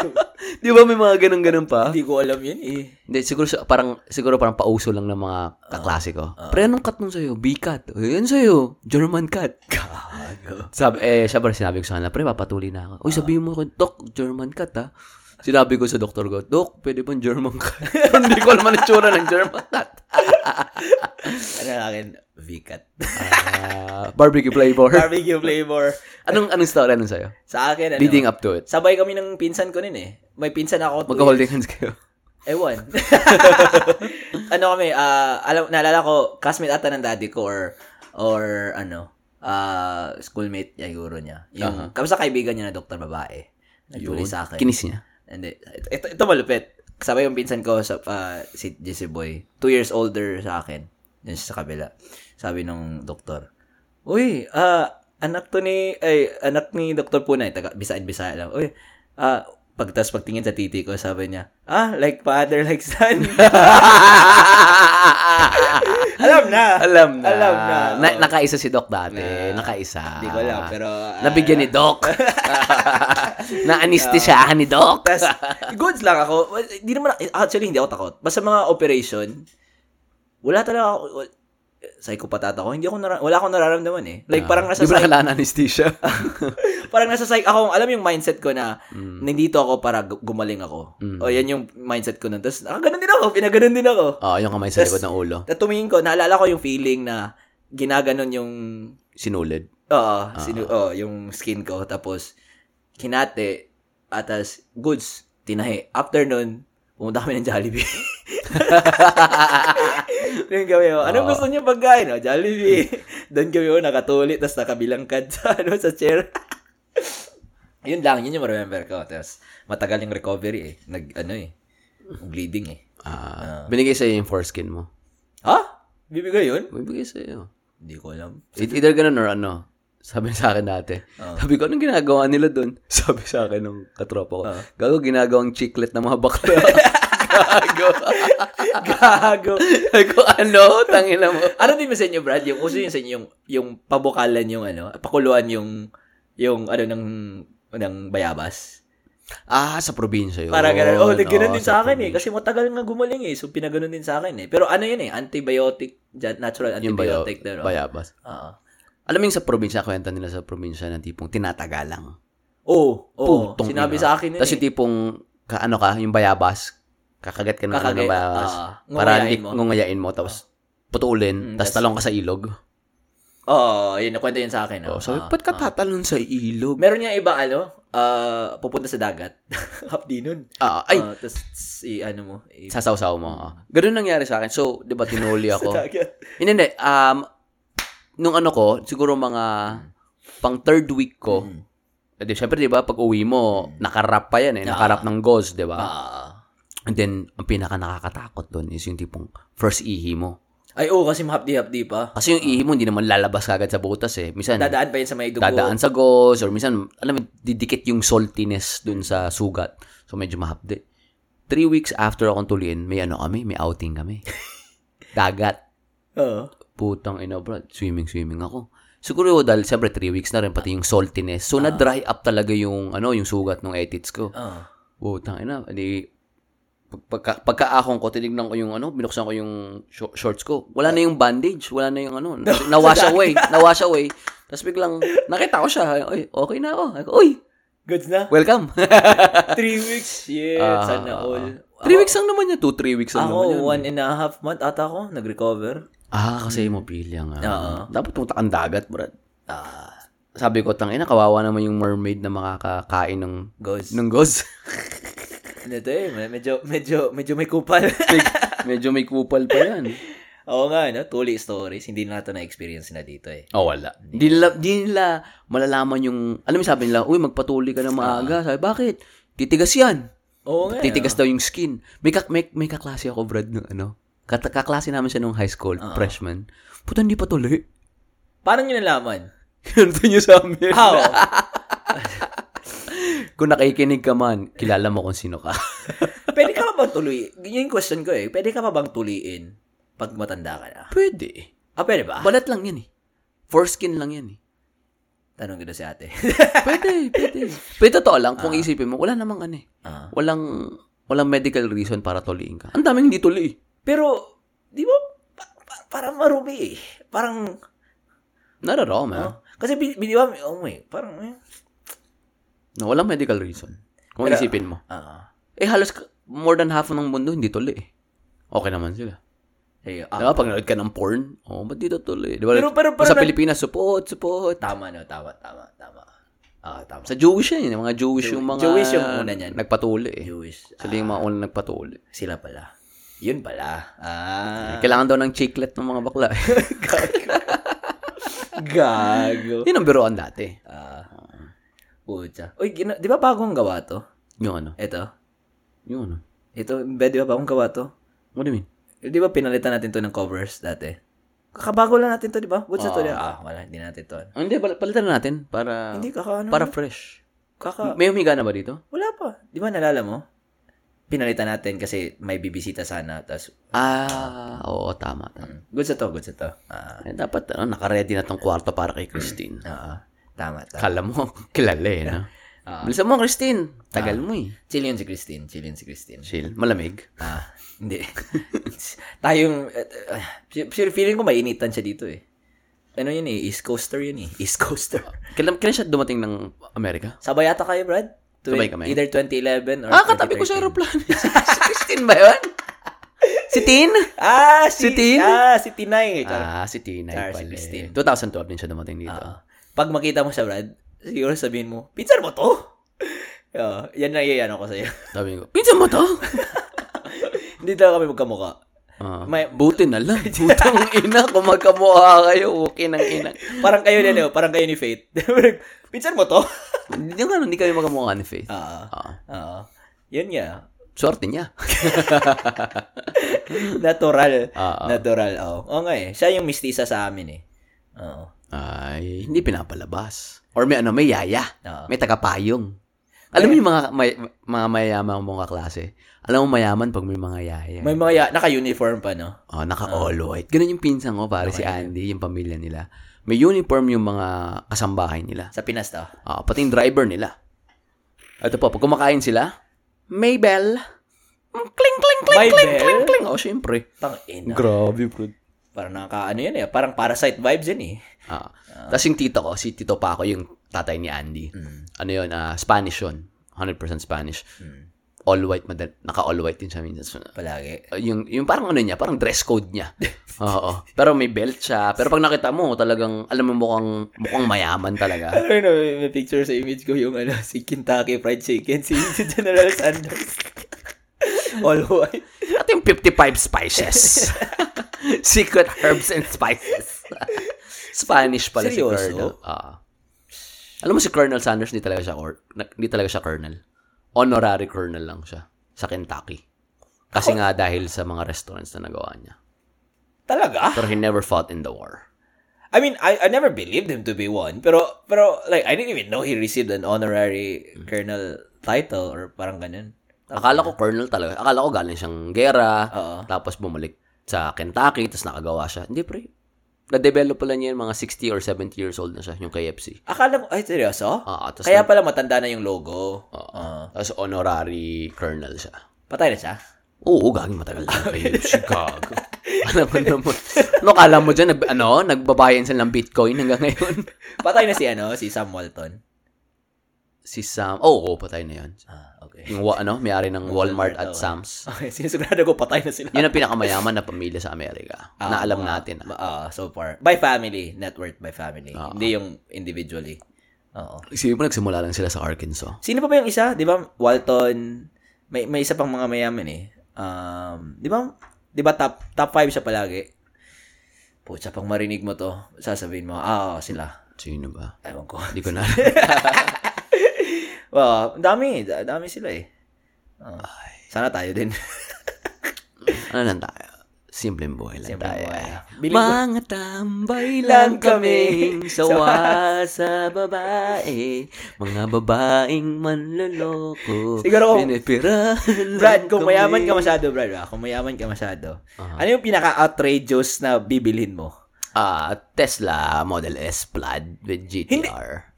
Speaker 2: di ba may mga ganun-ganun pa?
Speaker 1: Hindi ko alam yun eh.
Speaker 2: Hindi, siguro sa- parang, siguro parang pauso lang ng mga kaklase ko.
Speaker 1: Ah,
Speaker 2: Pre, anong cut nung sa'yo? B-cut. Eh, Yan sa'yo, German cut.
Speaker 1: Gago.
Speaker 2: Sabi, eh, siya parang sinabi ko sa kanila, pre, papatuloy na ako. Uy, sabihin mo ko, Doc, German cut, ha? Sinabi ko sa doktor ko, Doc, pwede bang German cut? Hindi ko alam ang itsura ng German cut.
Speaker 1: Ano na akin? V-cut.
Speaker 2: Ah, barbecue flavor.
Speaker 1: Barbecue flavor.
Speaker 2: anong, anong story? Anong sa'yo?
Speaker 1: Sa akin, ano?
Speaker 2: Leading up to it.
Speaker 1: Sabay kami ng pinsan ko nun eh. May pinsan ako. two
Speaker 2: Magka-holding hands kayo.
Speaker 1: Ewan. ano kami, ah, alam, naalala ko, classmate ata ng daddy ko or, or ano, ah, schoolmate niya, guro niya. Yung, kamusta kaibigan niya na doktor babae. Nagtuloy
Speaker 2: Yun.
Speaker 1: sa akin.
Speaker 2: Kinis niya.
Speaker 1: Hindi. Ito, ito, ito malupit. Kasama yung pinsan ko, sa, ah, si JC Boy. Two years older sa akin. Yun siya sa kabila. Sabi nung doktor, Uy, ah, anak to ni, ay, anak ni Dr. Punay, taga, bisaan bisaya lang. Uy, ah, pagtas pagtingin sa titi ko, sabi niya, ah, like father, like son. Alam na.
Speaker 2: alam na.
Speaker 1: Alam na.
Speaker 2: Na- nakaisa si Doc dati. Nakaisa.
Speaker 1: Hindi ko alam, pero... ah,
Speaker 2: Nabigyan ni Doc. Na-anesthesiahan ni Doc.
Speaker 1: Tapos, goods lang ako. Well, Hindi naman, actually, hindi ako takot. Basta mga operation, wala talaga ako, wal- psychopath ata ako. Hindi ako, nara- wala akong nararamdaman eh. Like, parang nasa,
Speaker 2: Ah, Di ba na
Speaker 1: psych-
Speaker 2: kailangan anesthesia?
Speaker 1: parang nasa psych, ako, alam yung mindset ko na,
Speaker 2: Mm.
Speaker 1: nandito ako para gu- gumaling ako. O, yan yung mindset ko nun. Tapos, nakaganon din ako, pinaganon din ako.
Speaker 2: Oo, Ah, yung kamay sa likod ng ulo.
Speaker 1: At tumingin ko, naalala ko yung feeling na, ginaganon yung,
Speaker 2: Sinulid.
Speaker 1: oo, sinu- oo, yung skin ko. Tapos, kinate, atas, goods, tinahi. After nun, pumunta kami ng Jollibee. Doon kami, oh. Anong gusto niyo pagkain? Oh, Jollibee. Doon kami, oh, nakatuli, tapos nakabilangkad sa, ano, sa chair. yun lang, yun yung remember ko. Tapos, matagal yung recovery, eh. Nag, ano, eh. Bleeding, eh.
Speaker 2: Ah, binigay sa'yo yung foreskin mo.
Speaker 1: Ha? Bibigay yun?
Speaker 2: Binigay sa'yo.
Speaker 1: Hindi ko alam.
Speaker 2: It, either ganun or ano. Sabi sa akin dati. Sabi ko, anong ginagawa nila doon? Sabi sa akin ng katropa ko, gago, ginagawang chiclet ng mga bakla. gago.
Speaker 1: Gago.
Speaker 2: Sabi ko, ano? Tangina mo.
Speaker 1: ano din ba sa inyo, Brad? Yung uso yun sa inyo, yung, yung pabukalan yung, ano, pakuluan yung, yung, ano, ng, ng bayabas.
Speaker 2: Ah, sa probinsya yun.
Speaker 1: Para ganun. Oh, ganun din sa akin eh.
Speaker 2: probinsya.
Speaker 1: Kasi matagal nga gumaling eh. So, pinaganon din sa akin eh. Pero ano yun eh, antibiotic, ja- natural
Speaker 2: Yung bayo,
Speaker 1: antibiotic. Ah. Yung
Speaker 2: bayabas.
Speaker 1: Oo.
Speaker 2: Alam mo yung sa probinsya, kwenta nila sa probinsya ng tipong tinataga lang.
Speaker 1: Oo. oo.
Speaker 2: Putong
Speaker 1: Oh, Sinabi
Speaker 2: ina.
Speaker 1: sa akin yun
Speaker 2: Tapos
Speaker 1: eh.
Speaker 2: yung tipong, ka, ano ka, yung bayabas, kakagat ka ng ano
Speaker 1: Kakagat,
Speaker 2: ng bayabas.
Speaker 1: ah,
Speaker 2: para
Speaker 1: ngungayain
Speaker 2: hindi
Speaker 1: mo.
Speaker 2: ngungayain mo, tapos
Speaker 1: Mm,
Speaker 2: putulin, tapos
Speaker 1: tas-
Speaker 2: talong ka sa ilog.
Speaker 1: Oo, yun. Nakwento yun sa akin.
Speaker 2: Oh,
Speaker 1: Oh.
Speaker 2: sabi,
Speaker 1: Ah.
Speaker 2: ba't ka tatalon sa ilog?
Speaker 1: Meron niya iba, ano, ah, pupunta sa dagat. Hapdi nun.
Speaker 2: Ah, ay,
Speaker 1: Ah, Tapos, i, ano mo, i-
Speaker 2: sasawsaw mo. ah. Ganun nangyari sa akin. So, di ba, tinuli ako.
Speaker 1: dagat.
Speaker 2: Hindi, hindi. Um, nung ano ko, siguro mga pang third
Speaker 1: Oh.
Speaker 2: week ko,
Speaker 1: Hmm. Mm.
Speaker 2: eh, di, syempre, di ba, pag uwi mo, nakarap pa yan eh. Nakarap ng gauze, di ba?
Speaker 1: Ah.
Speaker 2: And then, ang pinaka nakakatakot doon is yung tipong first ihi mo.
Speaker 1: Ay, oo, kasi mahapdi-hapdi pa.
Speaker 2: Kasi yung ihi mo, hindi naman lalabas agad sa butas eh. Minsan,
Speaker 1: Dadaan pa yun sa may dugo.
Speaker 2: dadaan sa gauze or minsan, alam mo, didikit yung saltiness dun sa sugat. So, medyo mahapdi. Three weeks after akong tuliin, may ano kami, may outing kami. Dagat.
Speaker 1: Oo.
Speaker 2: Putang ina, bro. Swimming, swimming ako. Siguro dahil siyempre three weeks na rin, pati yung saltiness. So,
Speaker 1: Ah.
Speaker 2: na-dry up talaga yung, ano, yung sugat ng edits ko.
Speaker 1: Oo.
Speaker 2: Putang ina. Di, Pag, pagka, pagkaahon ko, tinignan ko yung ano, binuksan ko yung sho- shorts ko. Wala na yung bandage, wala na yung ano. Na wash away, na wash away. Tapos biglang, nakita ko siya, Oy, okay na ako. Ako, Uy,
Speaker 3: Goods na?
Speaker 2: welcome.
Speaker 3: Three weeks? Shit,
Speaker 2: Ah.
Speaker 3: sana all.
Speaker 2: three weeks lang naman yan, two, three weeks lang naman
Speaker 1: Ako,
Speaker 2: yan.
Speaker 1: one and a half month ata ako, nag-recover.
Speaker 2: Ah, kasi mopilya nga.
Speaker 1: Oo.
Speaker 2: Dapat pumunta kang dagat, brad. Ah, sabi ko, tangina, kawawa naman yung mermaid na makakakain ng,
Speaker 1: Goes.
Speaker 2: ng gauze.
Speaker 1: Ito eh, may- medyo, medyo, medyo may kupal.
Speaker 2: Medyo may kupal pa yan.
Speaker 1: Oo nga, no? Tuli stories. Hindi na ito na-experience na dito eh.
Speaker 2: Oh, wala. Di nila, di nila malalaman yung, alam mo sabi nila, uy, magpatuli ka na maaga. Sabi, bakit? Titigas yan.
Speaker 1: Oo nga.
Speaker 2: Titigas daw yung skin. May, ka, may, may kaklase ako, Brad, nung ano. Kat- kaklase namin siya nung high school, freshman. Puta, hindi patuli.
Speaker 1: Parang yun nalaman.
Speaker 2: Ganito niya sa amin.
Speaker 1: How?
Speaker 2: Kung nakikinig ka man, kilala mo kung sino ka.
Speaker 1: Pwede ka ba bang tuloy? Yun yung question ko eh. Pwede ka pa bang tuliin pag matanda ka na?
Speaker 2: Pwede.
Speaker 1: Ah, pwede ba?
Speaker 2: Balat lang yan eh. Foreskin lang yan eh.
Speaker 1: Tanong ko na si ate.
Speaker 2: Pwede, pwede. Pero totoo lang, kung isipin mo, wala namang ano eh.
Speaker 1: Ah.
Speaker 2: Walang, walang medical reason para tuliin ka. Ang daming hindi tuli eh.
Speaker 1: Pero, di ba, pa- pa- parang marumi eh. Parang,
Speaker 2: Not at all, man.
Speaker 1: ah, kasi bi- bi- di ba, oh my, parang, eh.
Speaker 2: No, walang medical reason. Kung
Speaker 1: Pero-
Speaker 2: isipin mo.
Speaker 1: Ah,
Speaker 2: Eh, halos k- more than half ng mundo hindi tuli eh. Okay naman sila.
Speaker 1: hey,
Speaker 2: Di
Speaker 1: ah,
Speaker 2: ba, pag nanood ka ng porn, oh, ba't dito tuli? Di ba,
Speaker 1: Pero- pero- pero
Speaker 2: sa
Speaker 1: na-
Speaker 2: Pilipinas, support, support.
Speaker 1: tama no, tama, tama, tama. Ah, tama.
Speaker 2: Sa Jewish yan, yung mga Jewish yung mga...
Speaker 1: Jewish yung una niyan.
Speaker 2: Nagpatuli eh.
Speaker 1: Jewish. Ah,
Speaker 2: Sila yung mga unang nagpatuli.
Speaker 1: sila pala. Yun pala. Ah.
Speaker 2: Kailangan daw ng chiclet ng mga bakla. eh.
Speaker 1: Gago.
Speaker 2: Yun ang biroan dati.
Speaker 1: Ah. Pucha. Uy, gina- di ba bagong gawa to?
Speaker 2: Yung ano?
Speaker 1: Ito.
Speaker 2: Yung ano?
Speaker 1: Ito, be, di ba bagong gawa to?
Speaker 2: What do you mean?
Speaker 1: Eh, Di ba pinalitan natin to ng covers dati? Kakabago lang natin to, di ba? What's to?
Speaker 2: Oo.
Speaker 1: di ba? Ah, wala. Hindi natin to.
Speaker 2: Ah, hindi, pal- palitan na natin para
Speaker 1: Hindi, kaka ano.
Speaker 2: para fresh.
Speaker 1: kaka,
Speaker 2: May humiga na ba dito?
Speaker 1: wala pa. Di ba nalala mo? Pinalitan natin kasi may bibisita sana. Tapos,
Speaker 2: Ah, oo, tama. tama.
Speaker 1: good sa to, good sa to. Ah,
Speaker 2: Eh, dapat ano, nakaredy na tong kwarto para kay Christine.
Speaker 1: oo. ah, Tama, tama.
Speaker 2: Kala mo, kilala eh, no? Bilisan mo, Christine. Tagal mo eh.
Speaker 1: Chill yun si Christine. Chill yun si Christine.
Speaker 2: Chill. Malamig.
Speaker 1: Ah, hindi. Tayong, eh, eh, sure, feeling ko mainitan siya dito eh. Ano yun eh, East Coaster yun eh. East Coaster.
Speaker 2: Kailan, kailan siya dumating ng Amerika?
Speaker 1: Sabay yata kayo, Brad? Twen-
Speaker 2: Sabay kami?
Speaker 1: Either 2011 or
Speaker 2: Ah, katabi ko sa
Speaker 1: 2013.
Speaker 2: aeroplano. si Christine ba yun? Si Tin?
Speaker 1: Ah, si,
Speaker 2: Si Tin?
Speaker 1: Ah, si Tinay. Char-
Speaker 2: Ah, si Tina
Speaker 1: Char-
Speaker 2: pala.
Speaker 1: si Christine.
Speaker 2: eh. 2012 din siya dumating dito.
Speaker 1: Ah. Pag makita mo siya, Brad, siguro sabihin mo, pinsan mo to? Ah, yan na iyan ako sa'yo.
Speaker 2: Sabi ko, pinsan mo to?
Speaker 1: Hindi talaga kami magkamukha.
Speaker 2: Ah,
Speaker 1: May-
Speaker 2: buti na lang. Butang ina, kung magkamukha kayo, okay ng ina.
Speaker 1: Parang kayo ni ano, parang kayo ni Faith. pinsan mo to?
Speaker 2: Hindi nga, hindi kami magkamukha ni Faith.
Speaker 1: Ah,
Speaker 2: Ah.
Speaker 1: ah. Yan nga.
Speaker 2: Swerte niya.
Speaker 1: Natural.
Speaker 2: Ah, ah.
Speaker 1: Natural, oo. Oo nga eh. Siya yung mistisa sa amin eh. Oo.
Speaker 2: Ay, hindi pinapalabas. Or may ano, may yaya.
Speaker 1: Oo.
Speaker 2: May tagapayong. Alam mo yung mga, may, mga mayaman mong kaklase? Alam mo mayaman pag may mga yaya.
Speaker 1: May mga ya- naka-uniform pa, no?
Speaker 2: Oh, naka-all white. Ganun yung pinsan ko, pare si Andy, yung pamilya nila. May uniform yung mga kasambahay nila.
Speaker 1: Sa Pinas to.
Speaker 2: Ah, pati yung driver nila. Ito po, pag kumakain sila, may bell. Mm, Kling, kling, kling,
Speaker 1: May
Speaker 2: kling,
Speaker 1: bell?
Speaker 2: kling, kling. Oh, syempre.
Speaker 1: Tang eh. ina.
Speaker 2: Grabe, bro.
Speaker 1: Parang naka ano yan eh. Parang parasite vibes yan eh.
Speaker 2: Ah. Tapos yung tito ko, si Tito Paco, yung tatay ni Andy.
Speaker 1: Mm.
Speaker 2: Ano yun, ah, Spanish yun. 100% Spanish. All white, madal- naka-all white din siya minsan. So,
Speaker 1: Mm. Palagi.
Speaker 2: Uh, yung yung parang ano niya, parang dress code niya. Oo. Pero may belt siya. Pero pag nakita mo, talagang alam mo mukhang mukhang mayaman talaga.
Speaker 1: Ano na, may, may picture sa image ko yung ano, si Kentucky Fried Chicken, si, si General Sanders. All white.
Speaker 2: At yung 55 spices. Secret herbs and spices. Spanish pala
Speaker 1: Seryoso?
Speaker 2: si Colonel. Oo. alam mo si Colonel Sanders, hindi talaga siya cor- na- hindi talaga siya colonel. Honorary colonel lang siya sa Kentucky. Kasi nga dahil sa mga restaurants na nagawa niya.
Speaker 1: Talaga?
Speaker 2: Pero he never fought in the war.
Speaker 1: I mean, I, I never believed him to be one. Pero, pero, like, I didn't even know he received an honorary colonel title or parang ganun.
Speaker 2: Akala ko colonel talaga. Akala ko galing siyang gera.
Speaker 1: Oo.
Speaker 2: Tapos bumalik sa Kentucky. Tapos nakagawa siya. Hindi pre. Na-develop pala niya yun, mga 60 or 70 years old na siya. Yung KFC.
Speaker 1: Akala ko, ay, seryoso?
Speaker 2: Ah, tapos,
Speaker 1: Kaya pala matanda na yung logo.
Speaker 2: Oo. Tapos honorary colonel siya.
Speaker 1: Patay na siya?
Speaker 2: Oo, gagawin matagal na kayo. Chicago. Alam mo naman. Ano kala mo dyan? Nag, ano? Nagbabayan sila ng Bitcoin hanggang ngayon?
Speaker 1: Patay na si ano, si Sam Walton.
Speaker 2: Si Sam. Oo, oh, patay na yun.
Speaker 1: Ah, okay.
Speaker 2: Yung wa- ano, may-ari ng Walmart at
Speaker 1: Walmart, oo.
Speaker 2: Sam's.
Speaker 1: Okay, sinusigurado ko patay na sila.
Speaker 2: Yun ang pinakamayaman na pamilya sa Amerika. na alam natin. ah.
Speaker 1: Ma- ah, so far. By family. Net worth by family.
Speaker 2: Oo.
Speaker 1: Hindi yung individually. Oo.
Speaker 2: Isipin mo, nagsimula lang sila sa Arkansas.
Speaker 1: Sino pa ba yung isa? Di ba? Walton. May, may isa pang mga mayaman eh. Um, di ba? Di ba top, top 5 siya palagi? Pucha, pang marinig mo to, sasabihin mo, ah, oo, sila.
Speaker 2: Sino ba?
Speaker 1: Ewan ko.
Speaker 2: Hindi ko na alam.
Speaker 1: Well, ang dami. da- Dami sila eh. Oo. sana tayo din.
Speaker 2: ano lang tayo? Simpleng buhay lang
Speaker 1: Simpleng
Speaker 2: tayo. ah.
Speaker 1: buhay.
Speaker 2: Mga tambay lang kami sawa sa babae. Mga babaeng manloloko.
Speaker 1: Siguro kung-
Speaker 2: Pinipirahan
Speaker 1: Brad,
Speaker 2: lang
Speaker 1: kung
Speaker 2: kami.
Speaker 1: mayaman ka masyado, Brad, ah, kung mayaman ka masyado, ano yung pinaka-outrageous na bibilhin mo?
Speaker 2: Ah, Tesla Model S Plaid with GTR.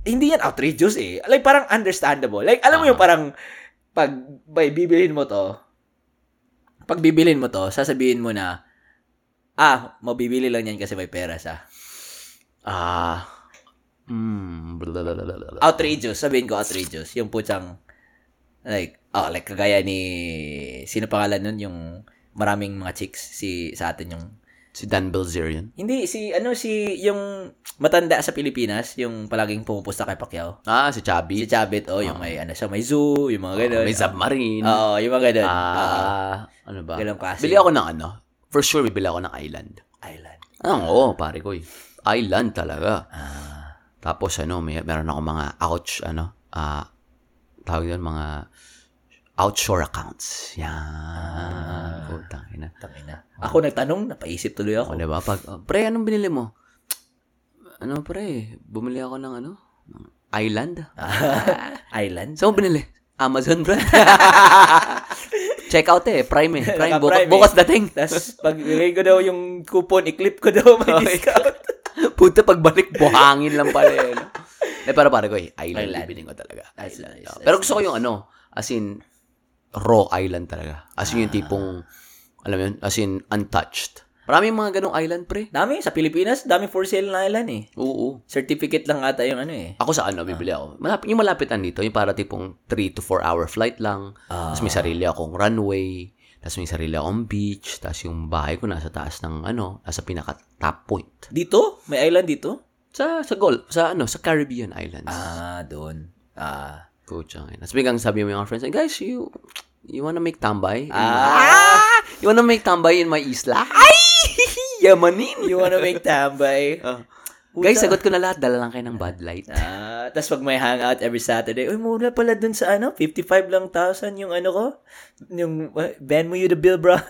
Speaker 1: Hindi yan outrageous eh. Like, parang understandable. Like, alam mo yung parang, pag by bibilhin mo to, pag bibilhin mo to, sasabihin mo na, ah, mabibili lang yan kasi may pera siya.
Speaker 2: Ah. Mm, blalalala.
Speaker 1: Outrageous. Sabihin ko outrageous. Yung putsang, like, oh, like, kagaya ni, sino pangalan nun? Yung maraming mga chicks si sa atin yung
Speaker 2: si Dan Bilzerian.
Speaker 1: Hindi, si, ano, si, yung matanda sa Pilipinas, yung palaging pumupusta kay Pacquiao.
Speaker 2: Ah, si Chubby.
Speaker 1: Si Chavit, oh, yung may, ano siya, may zoo, yung mga ganun.
Speaker 2: Ah,
Speaker 1: Ah,
Speaker 2: May submarine.
Speaker 1: Oo, yung mga ganun. Oo.
Speaker 2: Ah, ano ba?
Speaker 1: Ganun klase.
Speaker 2: Bili ako ng ano. For sure, bibili ako ng island.
Speaker 1: Island.
Speaker 2: Ah, oo, pare ko eh. Island talaga. Ah. Tapos ano, may, meron ako mga ouch, ano, ah, tawag yun, mga outshore accounts. Yan. Putang ina.
Speaker 1: Tangin na. Ako nagtanong, napaisip tuloy
Speaker 2: O,
Speaker 1: ako.
Speaker 2: diba? Pag, oh, pre, anong binili mo? Ano, pre? Bumili ako ng ano? Ng Island?
Speaker 1: Island?
Speaker 2: Saan mo binili? Amazon, bro. Check out eh. Prime eh. Prime.
Speaker 1: Naka-Prime
Speaker 2: Bukas,
Speaker 1: eh.
Speaker 2: bukas dating.
Speaker 1: Tapos, pag ilagay ko daw yung coupon, i-clip ko daw, may discount.
Speaker 2: Puta, pagbalik, buhangin lang pala eh. no? Eh, para pare ko eh. Island,
Speaker 1: Island.
Speaker 2: bibiling ko talaga.
Speaker 1: That's nice,
Speaker 2: Oh,
Speaker 1: that's
Speaker 2: Pero gusto ko yung ano, as in, raw island talaga. As
Speaker 1: Ah.
Speaker 2: in yung tipong, alam mo yun, as in, untouched. Maraming mga ganong island, pre.
Speaker 1: Dami, sa Pilipinas, dami for sale na island eh.
Speaker 2: Oo.
Speaker 1: Certificate lang ata yung ano eh.
Speaker 2: Ako sa ano, bibili ako. Malapit, yung malapitan dito, yung para tipong 3 to 4 hour flight lang. Tapos
Speaker 1: Ah.
Speaker 2: may sarili akong runway. Tapos may sarili akong beach. Tapos yung bahay ko nasa taas ng ano, nasa pinaka top point.
Speaker 1: Dito? May island dito?
Speaker 2: Sa sa Gulf, sa ano, sa Caribbean Islands.
Speaker 1: Ah, doon. Ah.
Speaker 2: Pucha. Tapos biglang sabi mo yung mga friends, "Hey, guys, you you wanna make tambay? in
Speaker 1: Ah!
Speaker 2: my- You wanna make tambay in my isla? Ay! Yamanin!
Speaker 1: You wanna make tambay?
Speaker 2: Oh. Guys, sagot ko na lahat. Dala lang kayo ng Bud Light.
Speaker 1: Ah, tapos pag may hangout every Saturday, uy, mura pala dun sa ano, 55 lang thousand yung ano ko, yung, uh, bend mo you the bill, bro.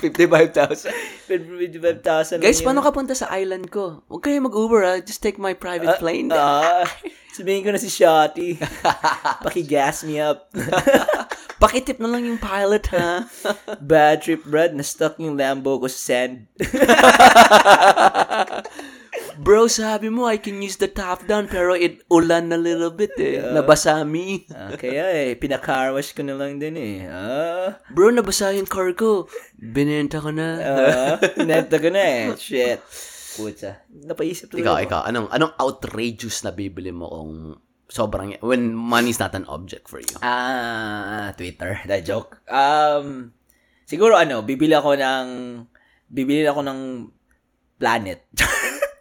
Speaker 2: 55,000.
Speaker 1: 55,000 lang
Speaker 2: Guys,
Speaker 1: yun.
Speaker 2: paano ka punta sa island ko? Huwag kayo mag-Uber, ah. Just take my private plane.
Speaker 1: Ah, sabihin ko na si Shotty. Pakigas me up.
Speaker 2: Pakitip na lang yung pilot, ha?
Speaker 1: Bad trip, Brad. Na-stuck yung Lambo ko sa sand.
Speaker 2: Bro, sabi mo, I can use the top down, pero it ulan na little bit, eh. Nabasa me.
Speaker 1: Ah, kaya eh, pinakarwash ko na lang din eh. Ah,
Speaker 2: Bro, nabasa yung car ko. Binenta ko na.
Speaker 1: ah, neta ko na eh. Shit. Puta. Napaisip tuloy
Speaker 2: Ikaw,
Speaker 1: ako.
Speaker 2: ikaw, anong, anong outrageous na bibili mo kung sobrang, when money's not an object for you?
Speaker 1: Ah, Twitter. That joke. Um, siguro ano, bibili ako ng, bibili ako ng planet.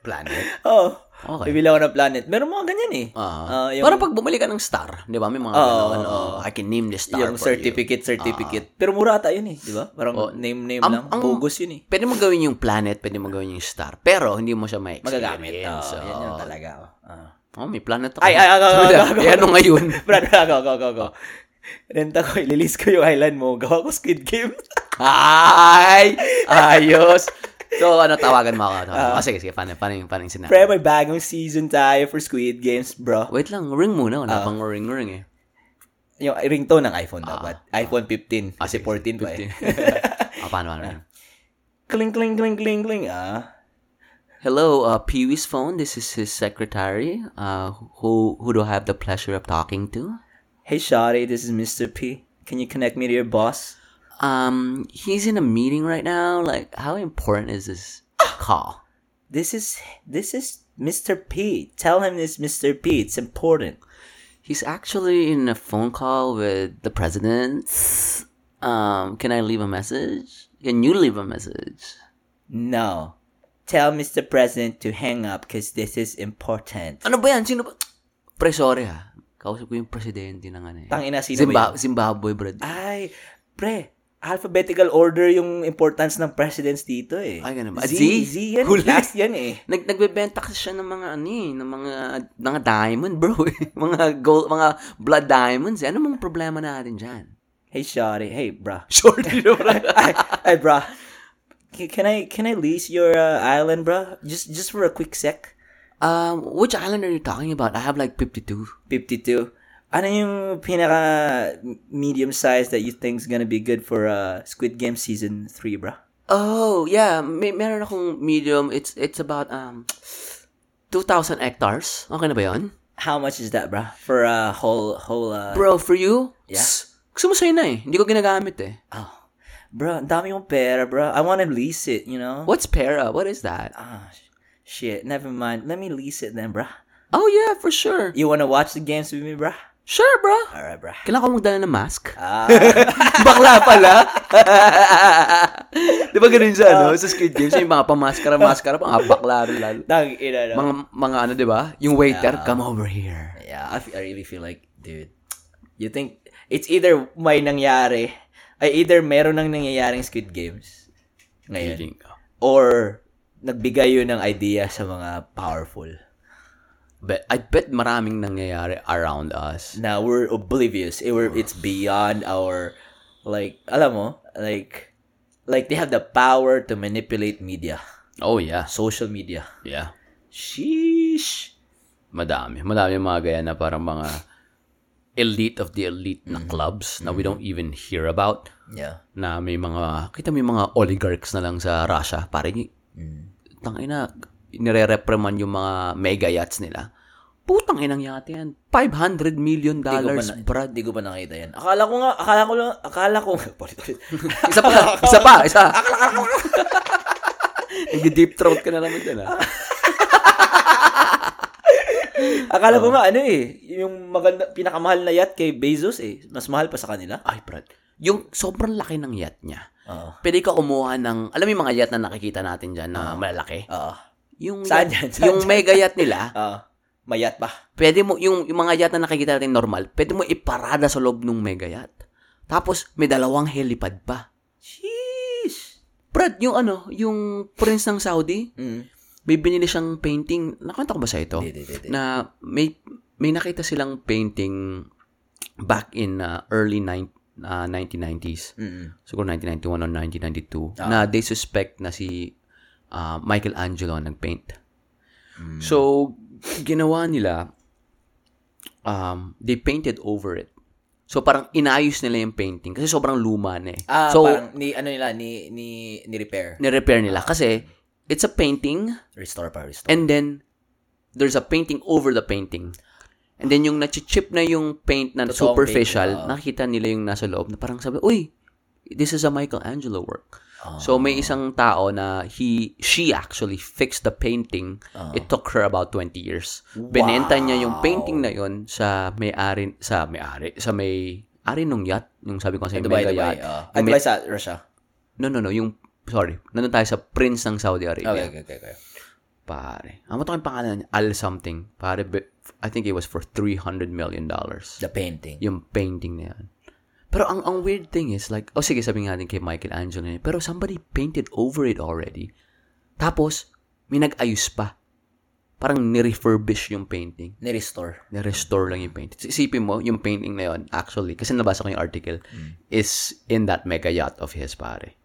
Speaker 2: Planet?
Speaker 1: oh,
Speaker 2: Okay.
Speaker 1: bibili ako ng planet. Meron mga ganyan eh.
Speaker 2: Ah.
Speaker 1: Ah, yung,
Speaker 2: Parang pag bumili ka ng star, di ba? May mga
Speaker 1: Oo,
Speaker 2: ganun, ano,
Speaker 1: oo, oo.
Speaker 2: I can name this star
Speaker 1: yung
Speaker 2: for
Speaker 1: certificate, certificate. Pero mura ata yun eh, di ba? Parang
Speaker 2: Ah. Oh,
Speaker 1: name-name lang.
Speaker 2: ang- ang-
Speaker 1: Bogus yun eh.
Speaker 2: you. Pwede mo gawin yung planet, pwede mo gawin yung star, pero hindi mo siya
Speaker 1: Magagamit.
Speaker 2: ma-experience.
Speaker 1: Oh,
Speaker 2: So,
Speaker 1: Yan yun talaga. Oh. Ah.
Speaker 2: oh, may planet ako.
Speaker 1: Ay, ay, ay, ay,
Speaker 2: Sabi
Speaker 1: ay,
Speaker 2: na,
Speaker 1: ay, ay,
Speaker 2: eh, ano ngayon?
Speaker 1: Brad, brad, go, go, go, go. Renta ko, ililis ko yung island mo. Gawa ko Squid Game.
Speaker 2: ay! Ayos! So, ano, tawagan mo ako. Tawagan. mo. Ah, sige, sige, paano, paano yung, paano yung scenario?
Speaker 1: Pre, may bagong season tayo for Squid Games, bro.
Speaker 2: Wait lang, ring muna.
Speaker 1: Ah.
Speaker 2: Wala pang ring-ring eh.
Speaker 1: Yung ringtone ng iPhone dapat. iPhone 15. Kasi 14 pa eh.
Speaker 2: Ah, paano, paano? paano?
Speaker 1: kling, kling, kling, kling, kling. Ah.
Speaker 2: Hello, uh, Pee Wee's phone. This is his secretary. Uh, who who do I have the pleasure of talking to?
Speaker 1: Hey, Shawty, this is Mr. P. Can you connect me to your boss?
Speaker 2: Um, he's in a meeting right now. Like, how important is this call?
Speaker 1: This is this is Mr. P. Tell him this, Mr. P. It's important.
Speaker 2: He's actually in a phone call with the president. Um, can I leave a message? Can you leave a message?
Speaker 1: No. Tell Mr. President to hang up because this is important.
Speaker 2: Ano ba yan? Sino ba? Pre, sorry ha. Kausap ko yung presidente ng ano eh.
Speaker 1: Tangina, sino
Speaker 2: Zimba-
Speaker 1: ba
Speaker 2: Zimbabwe, bro.
Speaker 1: Ay, pre, alphabetical order yung importance ng presidents dito eh.
Speaker 2: Ay, ganun ba?
Speaker 1: Z,
Speaker 2: Z?
Speaker 1: Z yan.
Speaker 2: Huli.
Speaker 1: Last yan eh.
Speaker 2: Nag nagbebenta kasi siya ng mga ano eh, ng mga mga diamond, bro. eh. mga gold, mga blood diamonds. Eh. Ano mang problema natin diyan?
Speaker 1: Hey, shawty. Hey, bruh.
Speaker 2: Shorty na bro.
Speaker 1: hey, hey, bruh. Can can I can I lease your uh, island, bruh? Just just for a quick sec.
Speaker 2: um, which island are you talking about? I have like 52.
Speaker 1: 52. Ano yung pinaka medium size that you think's gonna be good for uh, Squid Game season 3, bruh?
Speaker 2: Oh, yeah. May, meron akong medium. It's it's about um 2,000 hectares. Okay na ba yun?
Speaker 1: How much is that, bruh? For a whole whole uh,
Speaker 2: Bro, for you?
Speaker 1: Yeah.
Speaker 2: Tss, Gusto mo sa'yo na eh. Hindi ko ginagamit eh.
Speaker 1: Oh, bro, ang dami kong pera, bro. I want to lease it, you know?
Speaker 2: What's para? What is that?
Speaker 1: Ah, sh- shit. Never mind. Let me lease it then, bro.
Speaker 2: Oh yeah, for sure.
Speaker 1: You want to watch the games with me, bro?
Speaker 2: Sure, bro.
Speaker 1: All right, bro.
Speaker 2: Kailangan ko magdala ng mask.
Speaker 1: Ah,
Speaker 2: Bakla pala. Di ba ganun siya, no? Sa Squid Games, yung mga pamaskara-maskara, mga bakla rin lalo.
Speaker 1: dang ina, no?
Speaker 2: Mga, mga ano, di ba? Yung waiter, come over here.
Speaker 1: Yeah, I, fe- I really feel like, dude, you think it's either may nangyari, ay either meron nang nangyayaring Squid Games ngayon,
Speaker 2: Feeling ko.
Speaker 1: or nagbigay yun ng idea sa mga powerful
Speaker 2: But I bet maraming nangyayari around us.
Speaker 1: na we're oblivious. It, we're, it's beyond our, like, alam mo, like, like they have the power to manipulate media,
Speaker 2: Oh, yeah.
Speaker 1: social media.
Speaker 2: Yeah.
Speaker 1: Sheesh.
Speaker 2: Madami. Madami yung mga gaya na parang mga elite of the elite na clubs na we don't even hear about.
Speaker 1: Yeah.
Speaker 2: na may mga, kita may mga oligarchs na lang sa Russia, parang,
Speaker 1: Mm.
Speaker 2: tangina, nire-repriman yung mga mega yachts nila. Putang inang yate yan. 500 million dollars,
Speaker 1: na-
Speaker 2: brad.
Speaker 1: Hindi ko pa nakita yan. Akala ko nga, akala ko lang, akala ko, Ulit, ulit.
Speaker 2: Isa pa, isa pa, isa. Nag-deep throat ka na naman ah. dyan, ha?
Speaker 1: akala ko nga, ano eh, yung maganda, pinakamahal na yacht kay Bezos eh, mas mahal pa sa kanila.
Speaker 2: Ay, brad. Yung sobrang laki ng yacht niya.
Speaker 1: Oo.
Speaker 2: Pwede ka kumuha ng, alam mo yung mga yacht na nakikita natin dyan na malalaki?
Speaker 1: Oo.
Speaker 2: Yung,
Speaker 1: Ah. Saan yan?
Speaker 2: yacht-
Speaker 1: Saan
Speaker 2: yung mega yacht nila,
Speaker 1: Oo. May yacht pa.
Speaker 2: pwede mo, yung, yung mga yacht na nakikita natin normal, pwede mo iparada sa loob ng mega yacht. Tapos, may dalawang helipad pa.
Speaker 1: Sheesh.
Speaker 2: Brad, yung ano, yung prince ng Saudi,
Speaker 1: Mm.
Speaker 2: may binili siyang painting. Nakanta ko ba sa ito?
Speaker 1: Di, di, di, di.
Speaker 2: Na may, may nakita silang painting back in uh, early nine- uh, 1990s.
Speaker 1: Mm.
Speaker 2: Siguro 1991 or 1992.
Speaker 1: Ah.
Speaker 2: Na they suspect na si uh, Michelangelo ang nagpaint.
Speaker 1: Mm.
Speaker 2: So, ginawa nila, um, they painted over it. So, parang inayos nila yung painting kasi sobrang luma na eh.
Speaker 1: Ah,
Speaker 2: so,
Speaker 1: parang ni, ano nila, ni, ni, ni repair.
Speaker 2: nirepair nila kasi it's a painting
Speaker 1: Restore pa, restore.
Speaker 2: and then there's a painting over the painting. And then yung nachi-chip na yung paint na
Speaker 1: Totoong
Speaker 2: superficial,
Speaker 1: paint, oo.
Speaker 2: nakita nila yung nasa loob na parang sabi, uy, this is a Michelangelo work.
Speaker 1: Ah.
Speaker 2: So may isang tao na he she actually fixed the painting.
Speaker 1: Ah.
Speaker 2: It took her about 20 years. Binenta niya yung painting na yon sa may-ari sa may-ari sa may ari nung yacht, yung sabi ko sa
Speaker 1: Dubai,
Speaker 2: mega
Speaker 1: Dubai.
Speaker 2: yacht.
Speaker 1: oo. Ah,
Speaker 2: Yung
Speaker 1: Dubai
Speaker 2: uh, may-
Speaker 1: sa Russia.
Speaker 2: no, no, no, yung sorry. Nandun tayo sa prince ng Saudi Arabia.
Speaker 1: Okay, okay, okay. okay.
Speaker 2: Pare. Ang matang pangalan niya, Al something. Pare, bi- I think it was for 300 million dollars.
Speaker 1: The painting.
Speaker 2: Yung painting na yan. Pero ang, ang weird thing is like, oh sige, sabi nga natin kay Michelangelo na yun, pero somebody painted over it already. Tapos, may nag-ayos pa. Parang nirefurbish yung painting
Speaker 1: Ni-restore.
Speaker 2: na-restore lang yung painting. So, Isipin mo, yung painting na yun, actually, kasi nabasa ko yung article,
Speaker 1: Mm.
Speaker 2: is in that mega yacht of his, pare.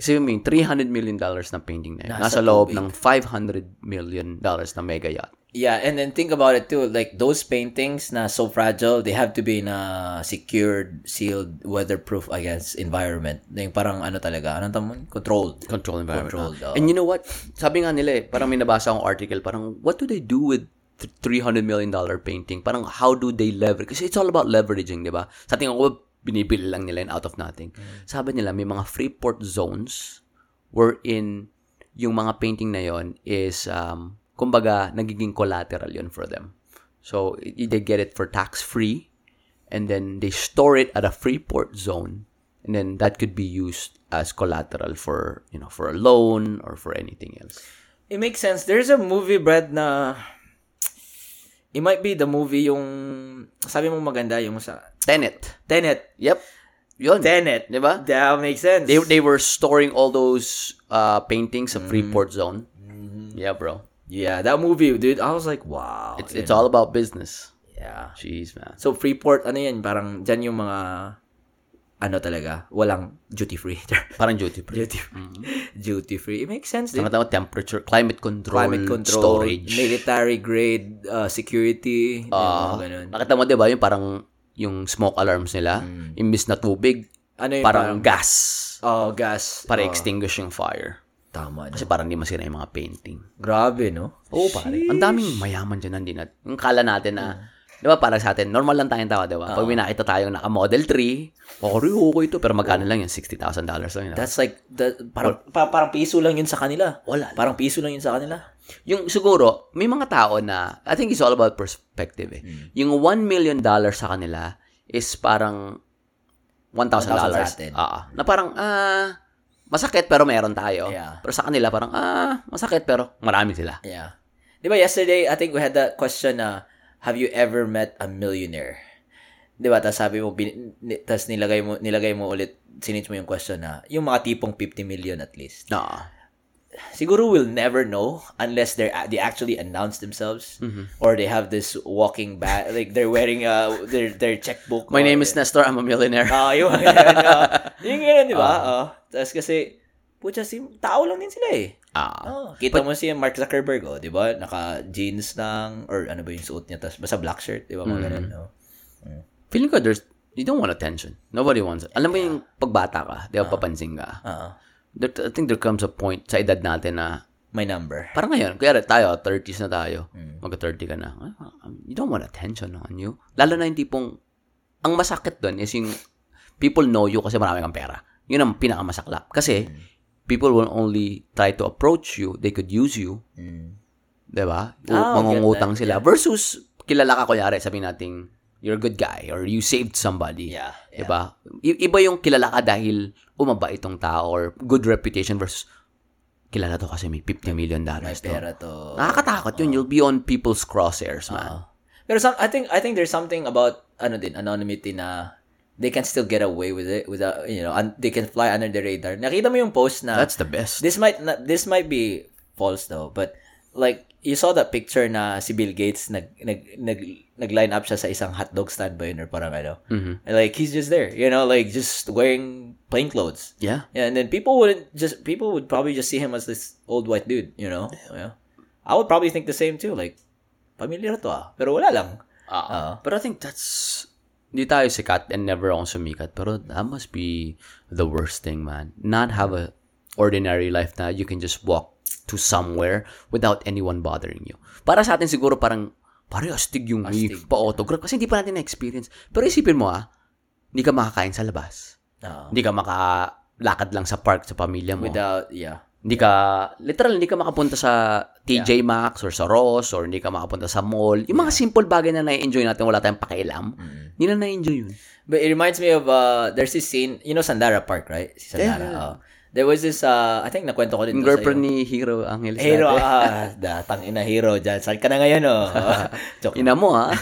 Speaker 2: Isipin mo yung $300 million dollars na painting na yun.
Speaker 1: Nasa
Speaker 2: Nasa, loob
Speaker 1: tubig.
Speaker 2: ng $500 million dollars na mega yacht.
Speaker 1: Yeah, and then think about it too. Like those paintings na so fragile, they have to be in a secured, sealed, weatherproof, I guess, environment. Na Yung parang ano talaga, anong tamo? Controlled.
Speaker 2: Control environment.
Speaker 1: Controlled,
Speaker 2: ah.
Speaker 1: oo.
Speaker 2: And you know what? Sabi nga nila eh, parang may nabasa akong article, parang what do they do with th- $300 million dollar painting? Parang how do they leverage? Kasi it's all about leveraging, di ba? Sa tingin ko, binibili lang nila yun out of nothing. Sabi nila, may mga free port zones wherein yung mga painting na yon is, um, kumbaga, nagiging collateral yon for them. So, i- they get it for tax-free and then they store it at a free port zone and then that could be used as collateral for, you know, for a loan or for anything else.
Speaker 1: It makes sense. There's a movie, Brad, na... It might be the movie yung... Sabi mo maganda yung sa...
Speaker 2: Tenet.
Speaker 1: Tenet.
Speaker 2: Yep. Yun.
Speaker 1: Tenet.
Speaker 2: Diba?
Speaker 1: That makes sense.
Speaker 2: They, they were storing all those uh, paintings of Freeport Zone. Yeah, bro.
Speaker 1: yeah, that movie, dude. I was like, wow.
Speaker 2: It's, it's all about business.
Speaker 1: Yeah.
Speaker 2: Jeez, man.
Speaker 1: So, Freeport, ano yan? Parang dyan yung mga... Ano talaga? Walang duty-free.
Speaker 2: Parang duty free.
Speaker 1: duty-free.
Speaker 2: Mm-hmm.
Speaker 1: Duty-free. It makes sense, dude.
Speaker 2: Tama-tama, temperature, climate control,
Speaker 1: climate control,
Speaker 2: storage.
Speaker 1: military grade uh, security, yung
Speaker 2: Ah,
Speaker 1: mga ganun.
Speaker 2: nakita mo, di ba, yung parang yung smoke alarms nila, imbis na tubig,
Speaker 1: Ano yung
Speaker 2: parang, gas
Speaker 1: oh, gas.
Speaker 2: para
Speaker 1: oh,
Speaker 2: extinguish yung fire.
Speaker 1: tama.
Speaker 2: Kasi
Speaker 1: No?
Speaker 2: parang hindi masira yung mga painting.
Speaker 1: Grabe, no?
Speaker 2: Oo, pare. Ang daming mayaman dyan hindi na. Yung kala natin na, di ba parang sa atin, normal lang tayong tawa, di
Speaker 1: Ah.
Speaker 2: ba? Pag may nakita tayong naka Model 3, okay, okay ito, pero magkano lang yun? $60,000 lang yun. ah.
Speaker 1: That's like, the, parang, pa- parang piso lang yun sa kanila. Wala. Parang piso lang yun sa kanila.
Speaker 2: Yung siguro, may mga tao na, I think it's all about perspective eh.
Speaker 1: Hmm.
Speaker 2: Yung $1 million sa kanila is parang $1,000.
Speaker 1: $1,000 sa atin.
Speaker 2: Oo. ah. Na parang, ah, masakit pero meron tayo.
Speaker 1: Yeah.
Speaker 2: Pero sa kanila parang, ah, masakit pero marami sila.
Speaker 1: Yeah. Di ba yesterday, I think we had that question na, have you ever met a millionaire? Di ba? Tapos sabi mo, bin, ni- tas nilagay mo, nilagay mo ulit, sinit mo yung question na, yung mga tipong 50 million at least.
Speaker 2: No.
Speaker 1: siguro we'll never know unless they are they actually announce themselves
Speaker 2: Hmm. Mm-hmm.
Speaker 1: or they have this walking back like they're wearing uh their their checkbook.
Speaker 2: My
Speaker 1: or-
Speaker 2: name is Nestor, I'm a millionaire.
Speaker 1: Ah, yung mga ganun, ah. yung ganun, di ba?
Speaker 2: Uh-huh.
Speaker 1: Uh, Tapos kasi, putya, si, tao lang din sila eh.
Speaker 2: Ah.
Speaker 1: Oh, kita mo si Mark Zuckerberg, oh, di ba? Naka-jeans lang, or ano ba yung suot niya, tas basta black shirt, di ba? Mga
Speaker 2: Mm.
Speaker 1: ganun, no?
Speaker 2: Feeling ko there's, you don't want attention. Nobody wants it. Alam mo yung pagbata ka, di ba papansin ka.
Speaker 1: Oo.
Speaker 2: There, I think there comes a point sa edad natin na
Speaker 1: My number. Mm,
Speaker 2: Parang ngayon, kaya tayo, 30s na tayo. Mag-30 ka na. Ah, You don't want attention on you. Lalo na yung tipong, ang masakit doon is yung people know you kasi marami kang pera. Yun ang pinakamasaklap. Kasi, people will only try to approach you. They could use you.
Speaker 1: Mm.
Speaker 2: Diba? O,
Speaker 1: Ah,
Speaker 2: mangungutang
Speaker 1: get that,
Speaker 2: sila. Versus, kilala ka kunyari, sabihin natin, you're a good guy or you saved somebody.
Speaker 1: Yeah. yeah.
Speaker 2: Diba? I- iba yung kilala ka dahil umaba itong tao or good reputation versus kilala to kasi may 50 million
Speaker 1: May
Speaker 2: dollars to.
Speaker 1: pera to.
Speaker 2: Nakakatakot yun. You'll be on people's crosshairs,
Speaker 1: Ah,
Speaker 2: man.
Speaker 1: Pero some, I think I think there's something about ano din anonymity na they can still get away with it without you know un- they can fly under the radar. Nakita mo yung post na
Speaker 2: That's the best.
Speaker 1: this might not, this might be false though, but like you saw that picture na si Bill Gates nag nag nag nag-line up siya sa isang hotdog stand ba yun or parang ano.
Speaker 2: Mm-hmm.
Speaker 1: And, Like he's just there, you know, like just wearing plain clothes.
Speaker 2: yeah.
Speaker 1: Yeah, and then people wouldn't just people would probably just see him as this old white dude, you know. Yeah. I would probably think the same too. Like, pamilya to ah, pero wala lang.
Speaker 2: Ah. but I think that's... Hindi tayo sikat and never akong sumikat. Pero that must be the worst thing, man. Not have a ordinary life na you can just walk to somewhere without anyone bothering you. Para sa atin siguro parang, pare, astig yung may pa-autograph kasi hindi pa natin na-experience. Pero isipin mo ah, hindi ka makakain sa labas.
Speaker 1: Ah.
Speaker 2: Hindi ka makalakad lang sa park sa pamilya mo.
Speaker 1: without yeah.
Speaker 2: Hindi ka, literal, hindi ka makapunta sa TJ Maxx or sa Ross or hindi ka makapunta sa mall. Yung mga simple bagay na nai-enjoy natin, wala tayong pakialam. Hindi na nai-enjoy yun.
Speaker 1: But it reminds me of uh there's this scene, you know Sandara Park, right? Si Sandara. oh. There was this uh I think nakwento ko din
Speaker 2: Yung
Speaker 1: to sa iyo.
Speaker 2: girlfriend ni Hero Angeles
Speaker 1: Hero,
Speaker 2: dati.
Speaker 1: ah, datang ina hero dyan. Saan ka na ngayon, oh? Joke.
Speaker 2: Ina mo, ha?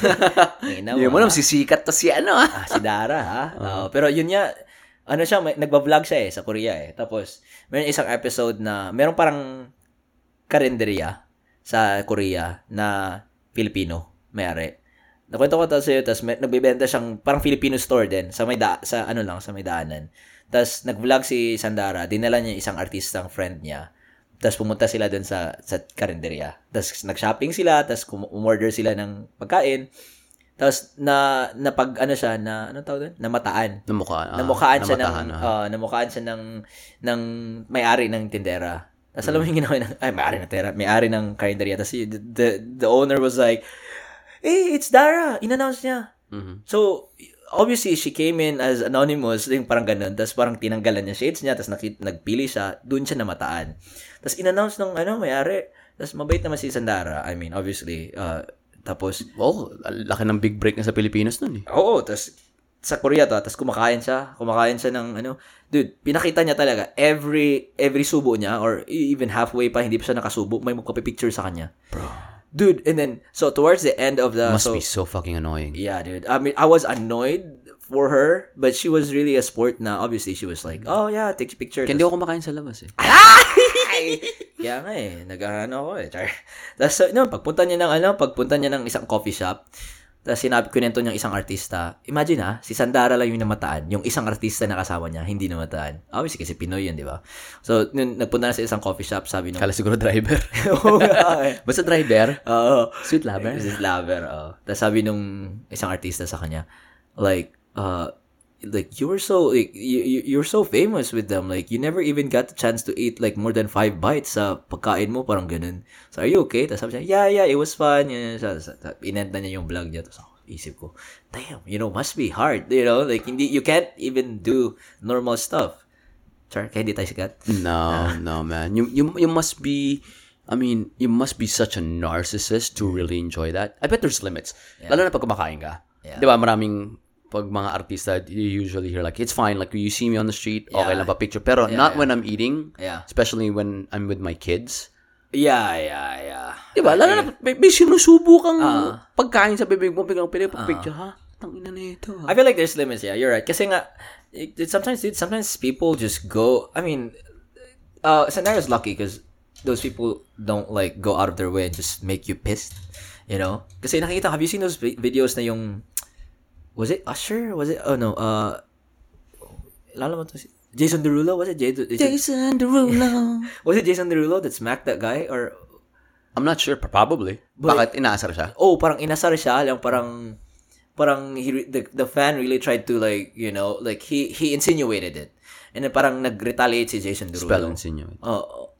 Speaker 1: Ina
Speaker 2: Hindi
Speaker 1: mo,
Speaker 2: mo
Speaker 1: ah.
Speaker 2: alam, sisikat to si ano, ha?
Speaker 1: Ah, si Dara, ha? Oo, pero yun niya, ano siya, may, nagbablog siya eh, sa Korea eh. Tapos, meron isang episode na, meron parang karinderya sa Korea na Filipino, mayari. Nakwento ko to sa'yo, tapos may, nagbibenta siyang parang Filipino store din sa may da, sa ano lang, sa may daanan. Tapos nag-vlog si Sandara, dinala niya isang artistang friend niya. Tapos pumunta sila dun sa sa karinderya. Tapos nag-shopping sila, tapos kum- umorder sila ng pagkain. Tapos na napag ano siya na ano tawag doon? Namataan.
Speaker 2: Namukhaan. ah.
Speaker 1: namukaan siya ng
Speaker 2: Namatahan, ah.
Speaker 1: ah, namukaan siya ng ng may-ari ng tindera. Tapos alam mo yung ginawa ng ay may-ari ng tindera, may-ari ng karinderya. Tapos y- the, the the owner was like, "Eh, it's Dara." Inannounce niya.
Speaker 2: Mhm.
Speaker 1: So, obviously, she came in as anonymous, yung parang ganun, tapos parang tinanggalan niya shades niya, tapos nakit- nagpili siya, dun siya namataan. Tapos in-announce ng, ano, mayari, tapos mabait naman si Sandara, I mean, obviously, uh, tapos,
Speaker 2: Oh, laki ng big break na sa Pilipinas nun eh.
Speaker 1: Oo, tas sa Korea to, tas kumakain siya, kumakain siya ng ano, dude, pinakita niya talaga every every subo niya or e, even halfway pa hindi pa siya nakasubo, may magpa-picture sa kanya.
Speaker 2: Bro.
Speaker 1: Dude, and then so towards the end of the
Speaker 2: Must
Speaker 1: so,
Speaker 2: be Ah, so fucking annoying.
Speaker 1: yeah, dude. I mean, I was annoyed for her, but she was really a sport na obviously she was
Speaker 2: Mm.
Speaker 1: like, "Oh yeah, take a picture."
Speaker 2: Hindi ako kumakain sa labas eh.
Speaker 1: Kaya nga eh, nag-ano ako eh. Char. Tapos, uh, no, pagpunta niya ng, ano, pagpunta niya ng isang coffee shop, tapos sinabi, kunento niya isang artista. Imagine ha, si Sandara lang yung namataan. Yung isang artista na kasama niya, hindi namataan. Obviously, kasi Pinoy yun, di ba? So, nung nagpunta na sa isang coffee shop, sabi nung,
Speaker 2: Kala siguro driver.
Speaker 1: Oo nga eh.
Speaker 2: Basta driver.
Speaker 1: Oo.
Speaker 2: Sweet lover.
Speaker 1: This is lover, oh. Tapos sabi nung isang artista sa kanya, like, uh, like you were so like you, you you're so famous with them like you never even got the chance to eat like more than five bites sa pagkain mo parang ganun so are you okay tapos sabi niya yeah yeah it was fun yun, yun, yun. So, so, inend na niya yung vlog niya tapos ako isip ko damn you know must be hard you know like hindi you can't even do normal stuff char kaya hindi tayo sikat
Speaker 2: No, no, man. You, you, you must be, I mean, you must be such a narcissist to really enjoy that. I bet there's limits. Lalo na pag kumakain ka.
Speaker 1: Yeah.
Speaker 2: Di ba, maraming, pag mga artista, you usually hear like, it's fine, like, you see me on the street, okay
Speaker 1: Yeah.
Speaker 2: lang pa picture. Pero not
Speaker 1: yeah.
Speaker 2: when I'm eating,
Speaker 1: Yeah.
Speaker 2: especially when I'm with my kids.
Speaker 1: yeah yeah Ah, yeah
Speaker 2: Di ba, lalo na, may, may sinusubo kang
Speaker 1: Ah.
Speaker 2: pagkain sa bibig mo, biglang pinipag-picture, ha? Tangina na ito, ah."
Speaker 1: I
Speaker 2: ha?
Speaker 1: feel like there's limits. Yeah, you're right. Kasi nga, it, it- sometimes dude, sometimes people just go. I mean, uh, Sandara's lucky because those people don't like go out of their way and just make you pissed. You know? Kasi nakita, have you seen those vi- videos na yung was it Usher? Was it oh no? Uh, lalo mo to si Jason Derulo? Was it Jason? Jason?
Speaker 2: Jason Derulo.
Speaker 1: Was it Jason Derulo that smacked that guy or
Speaker 2: I'm not sure, probably. Bakit inaasar siya?
Speaker 1: oh, parang inasar siya, lang parang parang he, re- the, the fan really tried to like, you know, like he he insinuated it. And then parang nag-retaliate si Jason Derulo.
Speaker 2: Spell insinuate.
Speaker 1: Oo.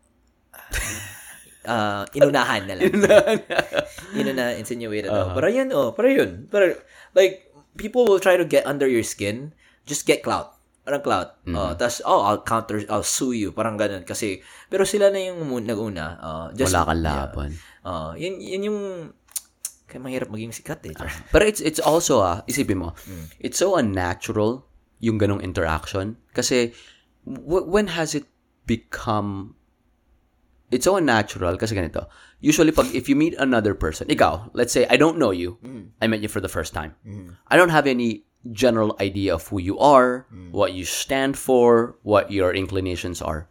Speaker 1: Ah, inunahan na lang. inunahan. Inuna, insinuated. oh.
Speaker 2: Uh-huh.
Speaker 1: Pero yun, oh, pero yun. Pero, like, people will try to get under your skin, just get clout. Parang clout.
Speaker 2: Mm-hmm.
Speaker 1: Oh, tas, oh, I'll counter, I'll sue you. Parang ganun. Kasi, pero sila na yung mu- nag-una. Oh, just,
Speaker 2: Wala kang laban.
Speaker 1: Oh, yun, yun yung kaya mahirap maging sikat eh. Char.
Speaker 2: Pero it's it's also ah, isipin mo, it's so unnatural yung ganong interaction kasi w- when has it become it's so unnatural kasi ganito. Usually pag if you meet another person, ikaw, let's say I don't know you. I met you for the first time. I don't have any general idea of who you are, what you stand for, what your inclinations are.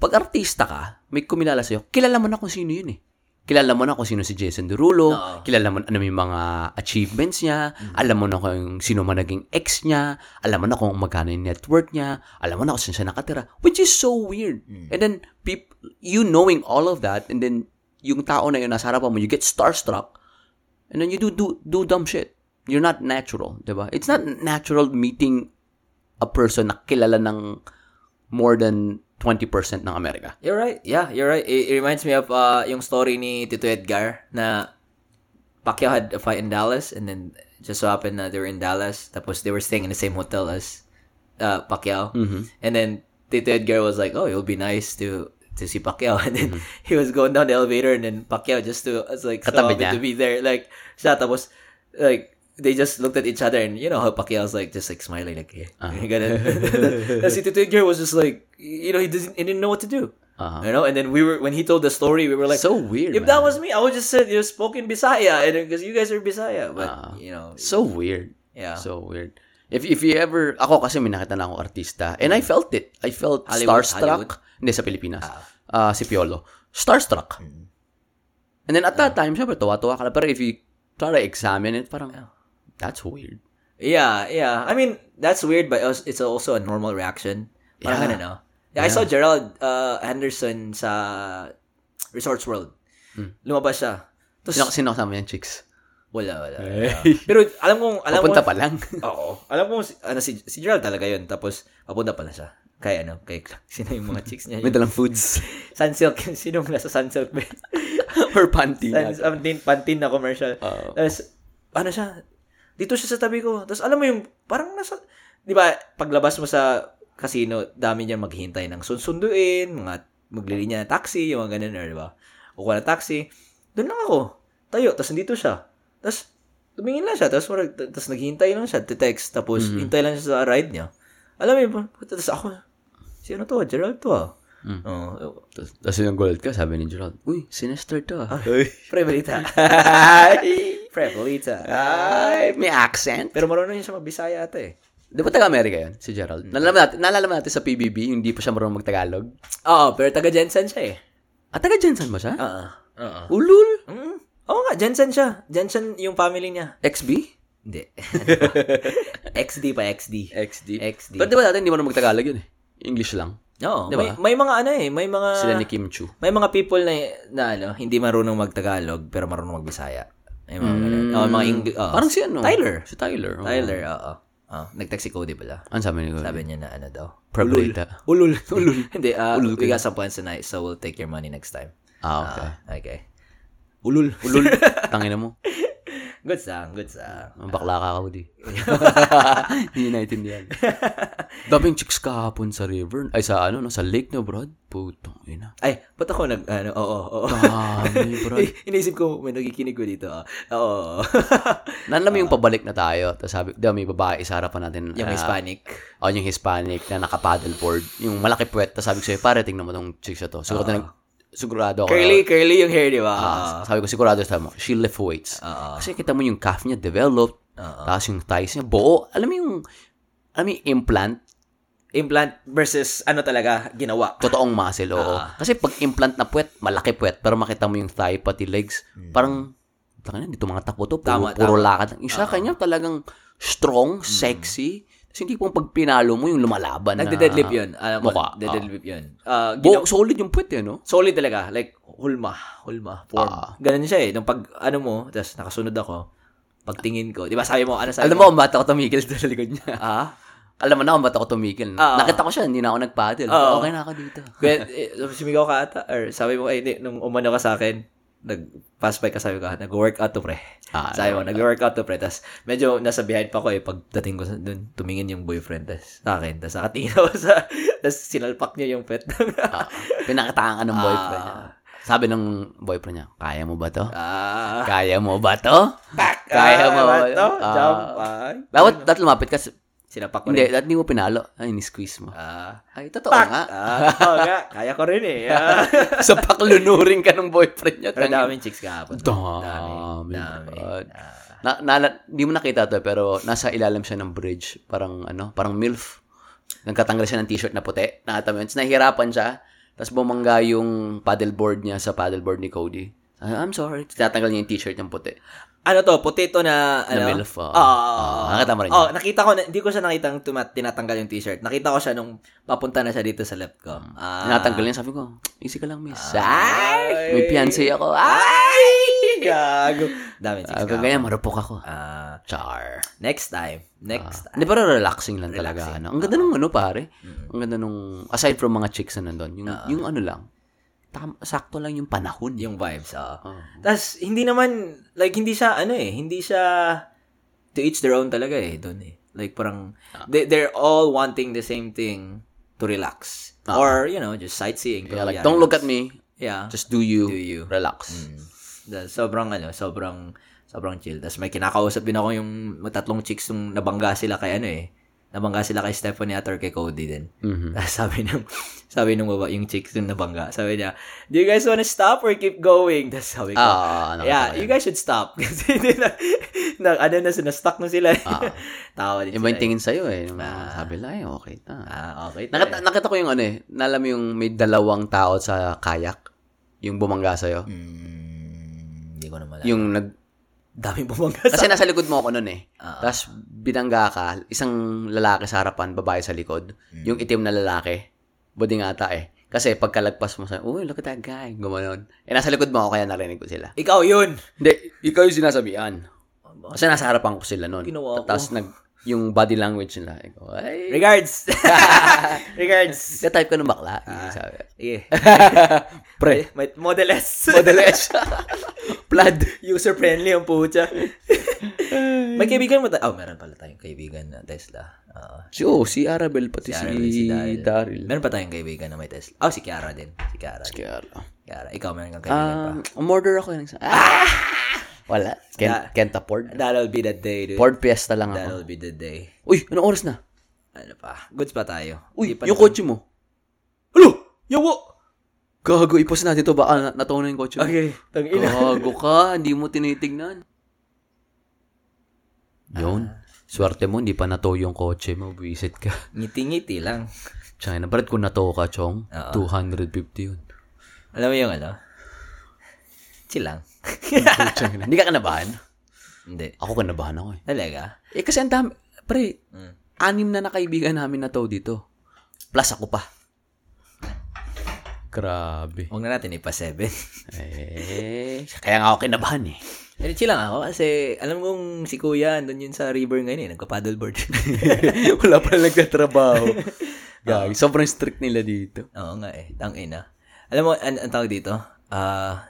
Speaker 2: Pag artista ka, may kumilala sa'yo, kilala mo na kung sino yun eh. Kilala mo na kung sino si Jason Derulo, kilala mo na ano yung mga achievements niya, alam mo na kung sino man naging ex niya, alam mo na kung magkano yung net worth niya, alam mo na kung saan siya nakatira, which is so weird. And then, peop- you knowing all of that, and then yung tao na yun nasa harapan mo, you get starstruck, and then you do do, do dumb shit. You're not natural, di ba? It's not natural meeting a person na kilala ng more than 20% ng Amerika.
Speaker 1: You're right. Yeah, you're right. It, it reminds me of uh, yung story ni Tito Edgar na Pacquiao had a fight in Dallas and then just so happened na they were in Dallas tapos they were staying in the same hotel as uh, Pacquiao.
Speaker 2: Mm-hmm.
Speaker 1: And then Tito Edgar was like, oh, it would be nice to to see Pacquiao. And then he was going down the elevator and then Pacquiao just to, was like, so
Speaker 2: Mm-hmm. Katabi
Speaker 1: happy
Speaker 2: niya.
Speaker 1: to be there. Like, siya tapos, like, they just looked at each other and you know how Pacquiao's like just like smiling like eh.
Speaker 2: Uh-huh.
Speaker 1: Ganun. Tapos si Tito Edgar was just like you know he didn't he didn't know what to do.
Speaker 2: Uh-huh.
Speaker 1: You know, and then we were when he told the story, we were like,
Speaker 2: So weird,
Speaker 1: If that was me, I would just said you spoke in Bisaya, and because you guys are Bisaya, but
Speaker 2: Ah.
Speaker 1: you know,
Speaker 2: So weird.
Speaker 1: Yeah.
Speaker 2: So weird. If if you ever ako kasi may nakita na akong artista and I felt it. I felt
Speaker 1: Hollywood,
Speaker 2: starstruck hindi sa Pilipinas. Ah, si Piolo. Starstruck.
Speaker 1: Mm.
Speaker 2: And then at
Speaker 1: Ah.
Speaker 2: that time, syempre tuwa-tuwa ka lang. Pero if you try to examine it, parang that's weird.
Speaker 1: yeah, yeah. I mean, that's weird, but als- it's also a normal reaction. Parang
Speaker 2: Yeah.
Speaker 1: ganun, no? Yeah, I saw Gerald uh, Henderson sa Resorts World.
Speaker 2: Hmm.
Speaker 1: Lumabas siya.
Speaker 2: Sino,
Speaker 1: Tapos,
Speaker 2: sino kasama yung chicks?
Speaker 1: wala, wala. wala. Pero alam kong, alam
Speaker 2: Eh. Papunta
Speaker 1: kong,
Speaker 2: pa lang.
Speaker 1: Oo. Alam ko, si- ano, si, si Gerald talaga yun. Tapos, papunta pala siya. Kay ano, kay sino yung mga chicks niya?
Speaker 2: may dalang foods.
Speaker 1: Sunsilk, sinong nasa Sunsilk ba?
Speaker 2: Or panty.
Speaker 1: Sans,
Speaker 2: na.
Speaker 1: um, din, pantin na commercial.
Speaker 2: Oo.
Speaker 1: Tapos, ano siya? Dito siya sa tabi ko. Tapos alam mo yung, parang nasa, di ba, paglabas mo sa casino, dami niya maghintay ng sunsunduin, mga maglilinya ng taxi, yung mga ganun, or di ba? O ng taxi. Doon lang ako. Tayo, tapos nandito siya. Tapos, tumingin lang siya, tapos, marag- tapos naghihintay lang siya, te-text, tapos hintay lang siya sa ride niya. Alam mo yun, tapos ako, sino to? Gerald to ah. Oo.
Speaker 2: Tapos yung gold ka, sabi ni Gerald, Uy, sinister to ah.
Speaker 1: Pre, balita. Pre, balita.
Speaker 2: Ah. Ay, may accent.
Speaker 1: Pero marunong yun siya magbisaya ata eh.
Speaker 2: Di ba taga-Amerika yun, si Gerald?
Speaker 1: Hmm.
Speaker 2: Nalalaman natin, nalalaman natin sa PBB, yung di pa siya marunong magtagalog.
Speaker 1: Oo, pero taga Jensen siya eh.
Speaker 2: At taga-Jensen ba siya?
Speaker 1: Oo. Oo.
Speaker 2: Ulul?
Speaker 1: Mm. Oo nga, Jensen siya. Jensen yung family niya.
Speaker 2: XB?
Speaker 1: Hindi. XD pa, XD.
Speaker 2: XD.
Speaker 1: XD.
Speaker 2: Pero di ba dati hindi marunong magtagalog yun eh? English lang.
Speaker 1: Oo,
Speaker 2: Di ba?
Speaker 1: may, may mga ano eh, may mga...
Speaker 2: Sila ni Kim Chu.
Speaker 1: May mga people na, na ano, hindi marunong magtagalog pero marunong magbisaya. May mga ganun. Oo, mga English.
Speaker 2: Parang si ano?
Speaker 1: Ah. Tyler.
Speaker 2: Si Tyler. oo.
Speaker 1: Tyler, oo. Oh, nag-text si Cody pala.
Speaker 2: Ano sabi ni
Speaker 1: Sabi
Speaker 2: Sabi.
Speaker 1: niya na ano daw.
Speaker 2: Prabrita.
Speaker 1: Ulul. Ulul. Hindi, ah,
Speaker 2: Ulul
Speaker 1: we got some points tonight, so we'll take your money next time.
Speaker 2: Ah, okay.
Speaker 1: Okay. Ulul.
Speaker 2: Ulul. Tangina mo.
Speaker 1: Good song, good song.
Speaker 2: Ang bakla ka ako di. Hindi naiintindihan. Daming chicks kahapon sa river. Ay, sa ano, no? Sa lake na, brad. Putong ina.
Speaker 1: Ay, ba't ako nag, ano, oo, oo.
Speaker 2: Dami, brad.
Speaker 1: Eh, Iniisip ko, may nakikinig ko dito, ah. Oo.
Speaker 2: Nalam yung pabalik na tayo. Tapos sabi, dami babae sa harapan natin.
Speaker 1: Ah. Yung
Speaker 2: ah,
Speaker 1: Hispanic.
Speaker 2: Oh, yung Hispanic na naka-paddleboard. Yung malaki puwet. Tapos sabi ko sa'yo, pare, tingnan mo tong chicks na to.
Speaker 1: Ah.
Speaker 2: Sigurado, na, sigurado ako.
Speaker 1: Curly, curly yung hair, di ba?
Speaker 2: Ah, sabi ko, sigurado sa mo, she lift weights.
Speaker 1: Oo.
Speaker 2: Kasi kita mo yung calf niya developed,
Speaker 1: Ah.
Speaker 2: tapos yung thighs niya, buo. Alam mo yung, alam mo yung implant,
Speaker 1: Implant versus ano talaga, ginawa.
Speaker 2: totoong muscle, oo.
Speaker 1: Ah.
Speaker 2: Kasi pag implant na puwet, malaki puwet, pero makita mo yung thigh, pati legs, parang, tangina, dito mga takbo to, puro,
Speaker 1: Hmm. Tama, Ah. Hmm.
Speaker 2: puro lakad. Yung sa kanya talagang strong, sexy, tapos hindi pong pag pinalo mo yung lumalaban na.
Speaker 1: Nagde-deadlift yun. Ah, Alam ko,
Speaker 2: Mukha,
Speaker 1: Nagde-deadlift yun. Ah, ginawa.
Speaker 2: Buo, solid yung puwet eh, no?
Speaker 1: solid talaga. Like, hulma. Hulma. Form.
Speaker 2: Ah.
Speaker 1: Ganun siya eh. Nung pag, ano mo, tapos nakasunod ako, pagtingin ko, di ba sabi mo, ano sabi
Speaker 2: Alam mo, ang bata ko tumigil sa likod niya.
Speaker 1: Ah?
Speaker 2: Alam mo na, ang bata ko tumigil.
Speaker 1: Ah.
Speaker 2: Nakita ko siya, hindi na ako nag-paddle.
Speaker 1: Oo.
Speaker 2: Okay na ako dito.
Speaker 1: Kaya, eh, sumigaw ka ata, or sabi mo, eh, di, nung umano ka sa akin, nag-pass by ka, sabi ko, nag-workout to pre.
Speaker 2: Ah,
Speaker 1: sabi mo, nag-workout to pre. Tapos, medyo nasa behind pa ko eh, pagdating ko sa dun, tumingin yung boyfriend tas, sa akin. Tapos, nakatingin ako sa, tapos sinalpak niya yung pet.
Speaker 2: Ah, Pinakitaan ka ng boyfriend niya. Sabi ng boyfriend niya, kaya mo ba to?
Speaker 1: ah,
Speaker 2: Kaya mo ba to? Kaya mo ba
Speaker 1: ah,
Speaker 2: to?
Speaker 1: to?
Speaker 2: Ah.
Speaker 1: Jump, ah.
Speaker 2: Dapat, dapat lumapit ka. sa-
Speaker 1: Sinapak ko
Speaker 2: Hindi,
Speaker 1: rin.
Speaker 2: dapat hindi mo pinalo. Ay, ni-squeeze mo.
Speaker 1: Ah.
Speaker 2: Ay, totoo
Speaker 1: Pak!
Speaker 2: nga.
Speaker 1: Ah, oo nga. Kaya ko rin eh. Ah.
Speaker 2: sa paklunurin ka ng boyfriend niya.
Speaker 1: Pero
Speaker 2: Tangin.
Speaker 1: daming chicks kahapon. Ah.
Speaker 2: Dami.
Speaker 1: Dami.
Speaker 2: God. Na, na, di mo nakita to, pero nasa ilalim siya ng bridge. Parang, ano, parang MILF. Nagkatanggal siya ng t-shirt na puti. Nakata mo yun. Tapos nahihirapan siya. Tapos bumangga yung paddleboard niya sa paddleboard ni Cody. Ah, I'm sorry. Tapos Tatanggal niya yung t-shirt niyang puti.
Speaker 1: Ano to? Potato na, ano?
Speaker 2: MILF, oo.
Speaker 1: Oo, oo, oo.
Speaker 2: Ah, nakita mo rin
Speaker 1: Oo, nakita ko, na, hindi ko siya nakita tumat, tinatanggal yung t-shirt. Nakita ko siya nung papunta na siya dito sa left ko.
Speaker 2: Hmm.
Speaker 1: Ah.
Speaker 2: Natanggal niya. Sabi ko, easy ka lang, miss. Ay! May fiancé ako. Ah!
Speaker 1: Ay! Gago. Daming chicks
Speaker 2: Sabi ko,
Speaker 1: kahapon.
Speaker 2: ganyan, marupok ako.
Speaker 1: Ah,
Speaker 2: Char.
Speaker 1: next time. Next time.
Speaker 2: Hindi, pero relaxing lang talaga. Ano. Ang ganda nung ano, pare. Ang ganda nung, aside from mga chicks na nandun, yung, yung ano lang, tam, sakto lang yung panahon.
Speaker 1: Ah. Yung vibes, ah.
Speaker 2: Oo.
Speaker 1: Tapos, hindi naman, like, hindi siya, ano eh, hindi siya, to each their own talaga eh, doon eh. Like, parang,
Speaker 2: Ah.
Speaker 1: they, they're all wanting the same thing to relax. Or, you know, just sightseeing. Pero,
Speaker 2: Kaya Ah. like,
Speaker 1: yeah,
Speaker 2: don't look at me,
Speaker 1: Yeah.
Speaker 2: just do you,
Speaker 1: Do you.
Speaker 2: relax.
Speaker 1: Mm. The- sobrang, ano, sobrang, sobrang chill. Tapos, may kinakausap din ako yung tatlong chicks yung nabangga sila kay, ano eh, nabangga sila kay Stephanie at or kay Cody din.
Speaker 2: Mhm.
Speaker 1: Tapos sabi ng sabi ng baba, yung chicks yung nabangga. Sabi niya, do you guys wanna stop or keep going? Tapos sabi ko,
Speaker 2: Ah, ano,
Speaker 1: yeah,
Speaker 2: ano,
Speaker 1: you guys should stop. Kasi hindi na, na ano na, sinastuck na sila. Tawa din
Speaker 2: Ah. Iba yung
Speaker 1: sila.
Speaker 2: tingin sa'yo eh. Yung mga sabi lang, eh, okay na.
Speaker 1: Ah, okay. tayo.
Speaker 2: Nakita, nakita ko yung ano eh, nalam mo yung may dalawang tao sa kayak, yung bumangga sa'yo.
Speaker 1: Mm, hindi ko na malala.
Speaker 2: Yung nag,
Speaker 1: Daming bumangga sa...
Speaker 2: Kasi nasa likod mo ako nun eh.
Speaker 1: Ah.
Speaker 2: Tapos binangga ka, isang lalaki sa harapan, babae sa likod.
Speaker 1: Mm.
Speaker 2: Yung itim na lalaki, buding ata eh. Kasi pagkalagpas mo sa, uy, look at that guy, gumanon. Eh, nasa likod mo ako, kaya narinig ko sila.
Speaker 1: Ikaw yun!
Speaker 2: Hindi, ikaw yung sinasabihan. Oh, Kasi nasa harapan ko sila nun.
Speaker 1: Ginawa ko.
Speaker 2: Tapos nag, yung body language nila, ikaw, ay,
Speaker 1: Regards! Regards!
Speaker 2: na-type ka ng
Speaker 1: Ah.
Speaker 2: bakla. Yun yung sabi.
Speaker 1: Sige.
Speaker 2: Pre,
Speaker 1: May modeles.
Speaker 2: modeles. Blood.
Speaker 1: User-friendly ang pucha. May kaibigan mo tayo. Oh, meron pala tayong kaibigan na Tesla. Oo.
Speaker 2: Si, oh, si Arabel, pati si,
Speaker 1: Arabel, si Daryl.
Speaker 2: Daryl.
Speaker 1: meron pa tayong kaibigan na may Tesla. Oh, si Kiara din. Si Kiara.
Speaker 2: Si Kiara.
Speaker 1: Kiara. Ikaw, meron kang kaibigan pa.
Speaker 2: Um, umorder ako ng... Ah! Wala. Ken, Kenta Ford.
Speaker 1: That'll be the day, dude.
Speaker 2: Ford Fiesta lang ako.
Speaker 1: That'll be the day.
Speaker 2: Uy, anong oras na?
Speaker 1: Ano pa? Goods pa tayo.
Speaker 2: Uy,
Speaker 1: Hindi pa
Speaker 2: yung
Speaker 1: na-
Speaker 2: kotse mo. Hello! Yawa! Gago, ipos natin to. Baka na- natawa na yung kotse mo.
Speaker 4: Okay, tang ina.
Speaker 1: Oh,
Speaker 2: Gago ka, hindi mo tinitignan. Yun. Swerte mo, hindi pa nato yung kotse mo. Buisit ka.
Speaker 1: Ngiti-ngiti lang.
Speaker 2: China, barat kung nato ka, Chong.
Speaker 1: Oo.
Speaker 2: 250 yun.
Speaker 1: Alam mo yung ano? Chill lang.
Speaker 2: China, hindi ka kanabahan?
Speaker 1: Hindi.
Speaker 2: Ako kanabahan ako eh.
Speaker 1: Talaga?
Speaker 2: Eh kasi ang dami, pre,
Speaker 1: Mm.
Speaker 2: anim na nakaibigan namin na to dito. Plus ako pa. Grabe.
Speaker 1: Huwag na natin ipa seven.
Speaker 2: Eh, kaya nga ako kinabahan eh.
Speaker 1: Hindi, chill lang ako kasi alam kong si Kuya andun yun sa river ngayon eh. Nagpa-paddleboard.
Speaker 2: Wala pa nagtatrabaho. Gagi, sobrang strict nila dito.
Speaker 1: Oo nga eh. Tang ina. Alam mo, an ang tawag dito? Ah,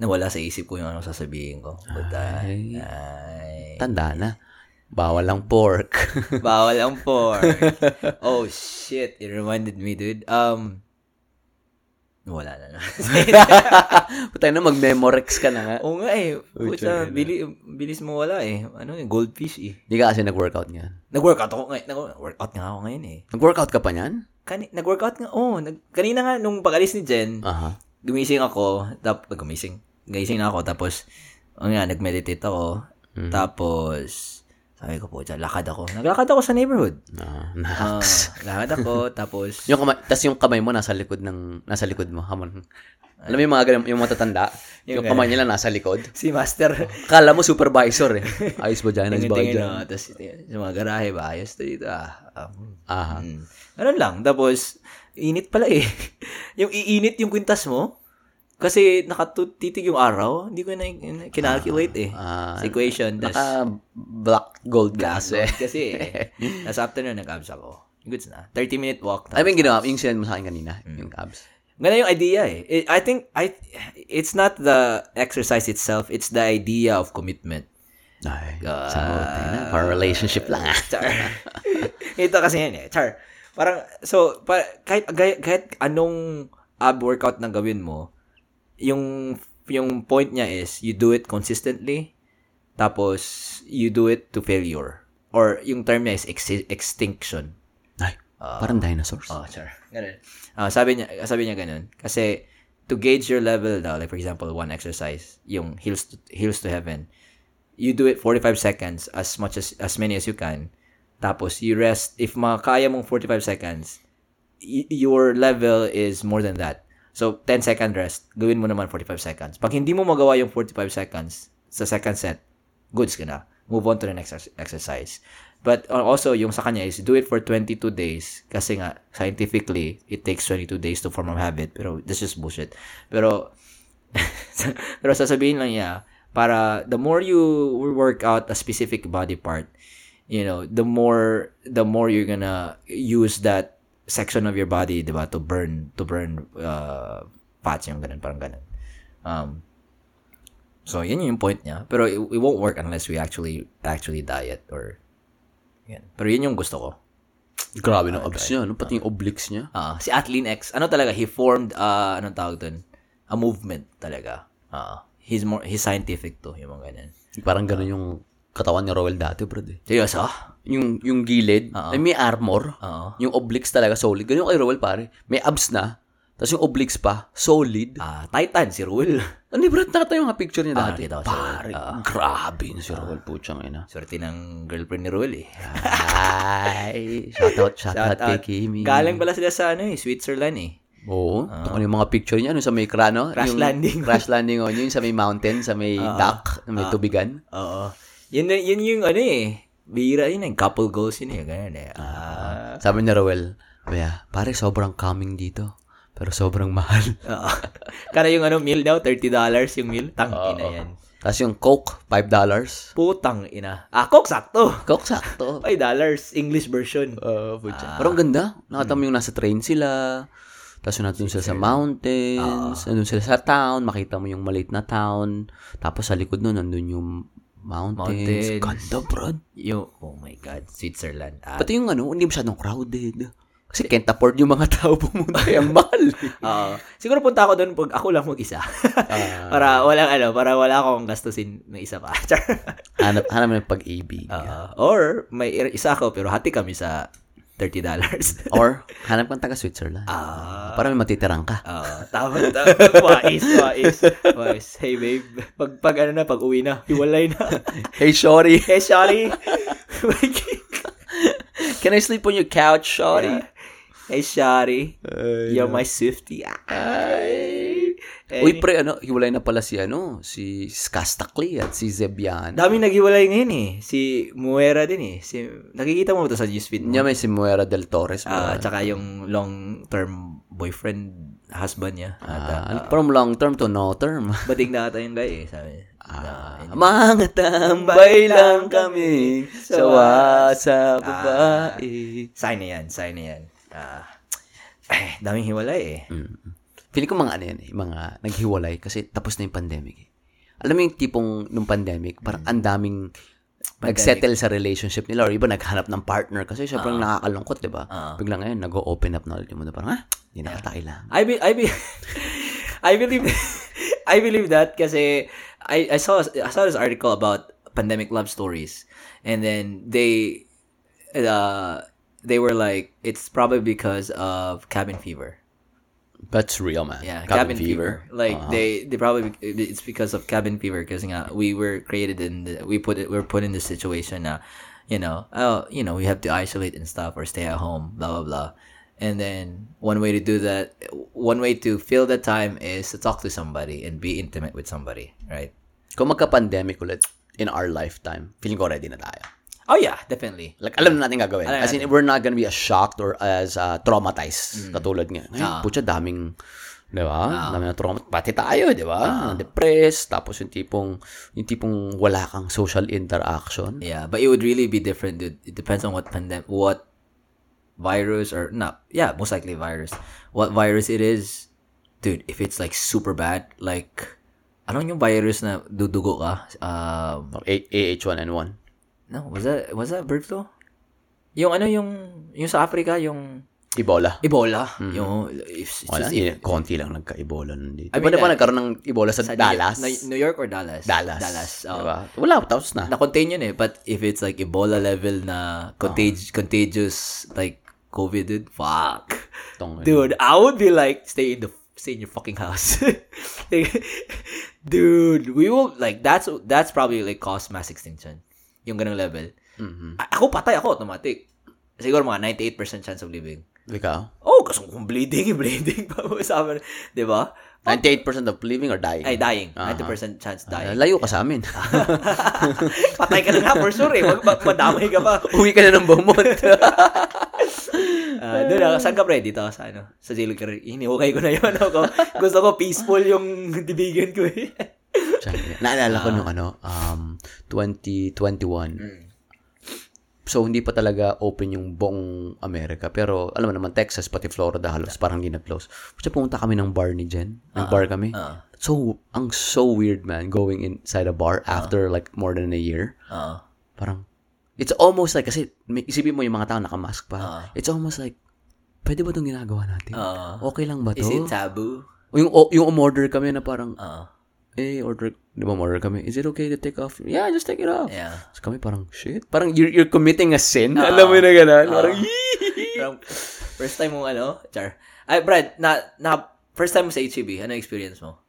Speaker 1: nawala sa isip ko yung anong sasabihin ko. Buta.
Speaker 2: Ay.
Speaker 1: Ay.
Speaker 2: Tanda na. Bawal ang pork.
Speaker 1: Bawal ang pork. oh, shit. It reminded me, dude. Um, wala na.
Speaker 2: Patay na, mag-memorex ka na nga.
Speaker 1: Oo nga eh.
Speaker 2: Uy,
Speaker 1: Puta,
Speaker 2: tiyangin na.
Speaker 1: bili, bilis mo wala eh. Ano eh, goldfish eh.
Speaker 2: Hindi ka kasi nag-workout niyan.
Speaker 1: Nag-workout ako ngayon. Nag-workout nga ako ngayon eh.
Speaker 2: Nag-workout ka pa niyan?
Speaker 1: Kani, nag-workout nga. Oh, nag, kanina nga nung pagalis ni Jen,
Speaker 2: Aha.
Speaker 1: gumising ako, tap ah, gumising. Gising na ako tapos ang nga nagmeditate ako.
Speaker 2: Mhm.
Speaker 1: Tapos sabi ko po, lakad ako. Naglakad ako sa neighborhood.
Speaker 2: Ah,
Speaker 1: Ah,
Speaker 2: Naks.
Speaker 1: lakad ako tapos
Speaker 2: Yung kamay, tas yung kamay mo nasa likod ng nasa likod mo. Hamon. Alam mo yung mga ganun, yung matatanda, yung,
Speaker 1: Yung
Speaker 2: kamay nila nasa likod.
Speaker 1: si Master
Speaker 2: Kala mo supervisor eh. Ayos ba dyan? Ayos ba
Speaker 1: tingin-tingin
Speaker 2: dyan?
Speaker 1: na tapos sa mga garahe ba ayos to dito ah. Ah, mm.
Speaker 2: Aha.
Speaker 1: Mm. Ganun lang. Tapos, init pala eh. yung iinit yung kwintas mo, kasi nakatitig yung araw, hindi ko na na- kinalculate eh.
Speaker 2: Ah,
Speaker 1: Sa equation. tas-
Speaker 2: naka Ah, black gold
Speaker 1: Kasi,
Speaker 2: kasi.
Speaker 1: kasi eh, nasa afternoon nag-abs ako. Goods na. 30-minute walk.
Speaker 2: I mean, ginawa, yung sinend mo sa akin kanina, yung abs.
Speaker 1: Ganun yung idea eh. I- I think, I, it's not the exercise itself, it's the idea of commitment.
Speaker 2: Ay, sa na. Parang relationship lang ah.
Speaker 1: Char. Ito kasi yan eh. Char. Parang, so, pa, kahit, kahit, kahit anong ab workout na gawin mo, yung, yung point niya is, you do it consistently, tapos, you do it to failure. Or, yung term niya is exi- extinction.
Speaker 2: Ay, parang dinosaurs.
Speaker 1: Oh, sure. Ganun. Ah, sabi niya, sabi niya ganun. Kasi, to gauge your level daw, like for example, one exercise, yung heels to, heels to heaven, you do it 45 seconds, as much as, as many as you can. Tapos, you rest, if makaya mong 45 seconds, y- your level is more than that. So, 10 second rest, gawin mo naman 45 seconds. Pag hindi mo magawa yung 45 seconds sa second set, goods ka na. Move on to the next ex- exercise. But uh, also, yung sa kanya is do it for 22 days kasi nga, scientifically, it takes 22 days to form a habit. Pero, this is bullshit. Pero, pero sasabihin lang niya, para the more you work out a specific body part, you know, the more the more you're gonna use that section of your body, di ba, to burn to burn uh, fats yung ganun, parang ganun. Um, so yun yung point niya. Pero it, it won't work unless we actually actually diet or yun. Pero yun yung gusto ko.
Speaker 2: Grabe ng abs niya, no? pati yung obliques niya.
Speaker 1: Ah, si Athlene X, ano talaga, he formed, ah, anong tawag dun? A movement talaga. Ah, he's more, he's scientific to, yung mga ganyan.
Speaker 2: Parang ganun yung katawan ni Roel dati, bro. Eh. Ah,
Speaker 1: Seryoso?
Speaker 2: Yung, yung gilid, ay, may armor.
Speaker 1: Oo.
Speaker 2: Yung obliques talaga solid. Ganun kay Roel, pare. May abs na, tapos yung obliques pa, solid.
Speaker 1: Ah, Titan, si Ruel.
Speaker 2: Ano, bro, tatay yung picture niya
Speaker 1: Ah,
Speaker 2: dati. Ah.
Speaker 1: nakita ko si Roel.
Speaker 2: pare, grabe yun si Roel, putsang ina.
Speaker 1: Swerte ng girlfriend ni Ruel eh.
Speaker 2: Ay, shoutout, shoutout kay Kimi.
Speaker 1: Galing pala sila sa ano eh, Switzerland eh.
Speaker 2: Oo. Ano yung mga picture niya? Ano sa may krano?
Speaker 1: Crash
Speaker 2: yung,
Speaker 1: landing.
Speaker 2: Crash landing Ah, on yun. Sa may mountain, sa may duck, may tubigan.
Speaker 1: Oo. Yun, na- yun yung ano eh, bihira yun, eh, couple goals yun eh, ganun eh. Ah,
Speaker 2: Sabi ni Rowell, Kuya, pare sobrang calming dito. Pero sobrang mahal.
Speaker 1: oo. Kaya yung ano, meal daw, $30 yung meal. Tangina yan.
Speaker 2: Tapos yung Coke, $5. dollars.
Speaker 1: Putang ina. Ah, Coke, sakto.
Speaker 2: Coke sakto.
Speaker 1: $5, English version.
Speaker 2: Oo, Hmm. putya. Pero ang ganda. Nakatama yung nasa train sila. Tapos yun natin sila sa Ah. mountains. Nandun sila sa town. Makita mo yung maliit na town. Tapos sa likod nun, nandun yung Mountains.
Speaker 5: Mountains.
Speaker 2: Ganda, brad.
Speaker 5: Yung, oh my God, Switzerland. Ah,
Speaker 2: Pati yung ano, hindi masyadong crowded. Kasi can't afford yung mga tao pumunta. Ang mahal. eh.
Speaker 1: Oo. siguro punta ako doon pag ako lang mag-isa.
Speaker 2: Ah.
Speaker 1: para walang ano, para wala akong gastusin ng isa pa. Char.
Speaker 2: hanap, hanap ng pag-ibig.
Speaker 1: Oo. or may isa ako pero hati kami sa $30 dollars. Ah.
Speaker 2: Or, hanap kang taga Switzerland. para may matitirang ka.
Speaker 1: Oo, tama, tama. Wais, wais. Wais. Hey, babe. Pag, pag ano na, pag uwi na, hiwalay na.
Speaker 2: Hey, sorry.
Speaker 1: hey, sorry.
Speaker 2: Can I sleep on your couch, sorry?
Speaker 1: hey, sorry. You're my Swiftie.
Speaker 2: Uy, pre, ano, hiwalay na pala si, ano, si Skastakli at si Zebian.
Speaker 1: Dami naghiwalay ngayon eh. Si Muera din eh. Si, nakikita mo ba ito sa newsfeed mo?
Speaker 2: Niya may si Muera del Torres.
Speaker 1: Ah,
Speaker 2: ba?
Speaker 1: tsaka yung long-term boyfriend, husband niya. Ata.
Speaker 2: Ah, from long term to no term.
Speaker 1: Bating na ata yung guy eh, sabi niya.
Speaker 2: Ah, mga tambay lang kami sa Ah. wasa babae.
Speaker 1: Sign na yan, sign na yan. Ah, eh, daming hiwalay eh.
Speaker 2: Feeling ko mga ano yan eh, mga naghiwalay kasi tapos na yung pandemic eh. Alam mo yung tipong nung pandemic, parang ang daming nagsettle sa relationship nila or iba naghanap ng partner kasi syempre ang nakakalungkot, di ba? Bigla ngayon, nag-open up na ulit yung mundo. Parang, ha? Hindi na kita kailangan.
Speaker 1: I be, I be, I believe I believe that kasi I I saw I saw this article about pandemic love stories and then they uh they were like it's probably because of cabin fever.
Speaker 2: That's real, man.
Speaker 1: Yeah,
Speaker 2: Uh,
Speaker 1: cabin, fever. Uh-huh. Like they they probably it's because of cabin fever because we were created in the, we put it we're put in this situation now, you know. Oh, you know, we have to isolate and stuff or stay at home, blah blah blah. And then one way to do that, one way to fill that time is to talk to somebody and be intimate with somebody, right?
Speaker 2: Kung magka-pandemic ulit in our lifetime, feeling ko ready na tayo.
Speaker 1: Oh yeah, definitely.
Speaker 2: Like, alam na natin gagawin.
Speaker 1: Alam
Speaker 2: As in, we're not gonna be as shocked or as
Speaker 1: Mm.
Speaker 2: uh, traumatized. Katulad nga. Ay,
Speaker 1: Ah.
Speaker 2: putya, daming, di ba? Daming na trauma. Pati tayo, di
Speaker 1: Ah.
Speaker 2: ba? Depressed. Tapos yung tipong, yung tipong wala kang social interaction.
Speaker 1: Yeah, but it would really be different, dude. It depends on what pandemic, what virus or no, yeah, most likely virus. What virus it is, dude? If it's like super bad, like ano yung virus na dudugo ka? Um,
Speaker 2: A- AH1N1.
Speaker 1: no, was that was that bird flu? Yung ano yung yung sa Africa yung
Speaker 2: Ebola.
Speaker 1: Ebola. Yung it's, it's
Speaker 2: Mm-hmm. Wala,
Speaker 1: just-
Speaker 2: yeah, konti lang nagka-Ebola nandito.
Speaker 1: I
Speaker 2: Di ba
Speaker 1: mean,
Speaker 2: na pa
Speaker 1: uh,
Speaker 2: nagkaroon ng Ebola sa,
Speaker 1: sa New-
Speaker 2: Dallas?
Speaker 1: Na- New York or Dallas?
Speaker 2: Dallas.
Speaker 1: Dallas. oh.
Speaker 2: Di ba? Wala, tapos na.
Speaker 1: na-contain yun eh. But if it's like Ebola level na contage, contagious like COVID, dude, fuck.
Speaker 2: Tong-
Speaker 1: Dude, I would be like, stay in the stay in your fucking house. dude, we will like that's that's probably like cause mass extinction. Yung ganung level.
Speaker 2: Mm-hmm.
Speaker 1: A- ako patay ako automatic. Siguro mga 98% chance of living.
Speaker 2: Ikaw?
Speaker 1: Oh, kasi kung bleeding, eh, bleeding pa mo sa amin. Di ba?
Speaker 2: 98% of living or dying?
Speaker 1: Ay, dying.
Speaker 2: Aha. Ah,
Speaker 1: 90% chance dying.
Speaker 2: Layo ka sa amin.
Speaker 1: patay ka na nga for sure eh. Mag, mag, madamay ka pa.
Speaker 2: Uwi ka na ng Beaumont.
Speaker 1: Ah, doon ako, saan ka pre? Dito sa ano, sa jail ka rin. Hiniukay ko na yun ako. Gusto ko peaceful yung dibigan ko eh.
Speaker 2: Tsaka, Naalala ko nung ano, um, 2021. So, hindi pa talaga open yung buong Amerika. Pero, alam mo naman, Texas, pati Florida, halos parang hindi na-close. Kasi pumunta kami ng bar ni Jen. Nag-bar kami. So, ang so weird, man, going inside a bar after like more than a year.
Speaker 1: Oo.
Speaker 2: Parang, it's almost like, kasi may- isipin mo yung mga tao nakamask pa. It's almost like, pwede ba itong ginagawa natin? okay lang ba to?
Speaker 1: Is it taboo?
Speaker 2: O yung, o- yung umorder kami na parang,
Speaker 1: Oo.
Speaker 2: eh, order, di ba, order kami, is it okay to take off? Yeah, just take it off.
Speaker 1: Yeah.
Speaker 2: So kami parang, shit, parang you're, you're committing a sin. Alam mo na gano'n? Parang, "Yee!"
Speaker 1: Parang, first time mong ano, Char. Ay, Brad, na, na, first time mo sa HEB, ano experience mo?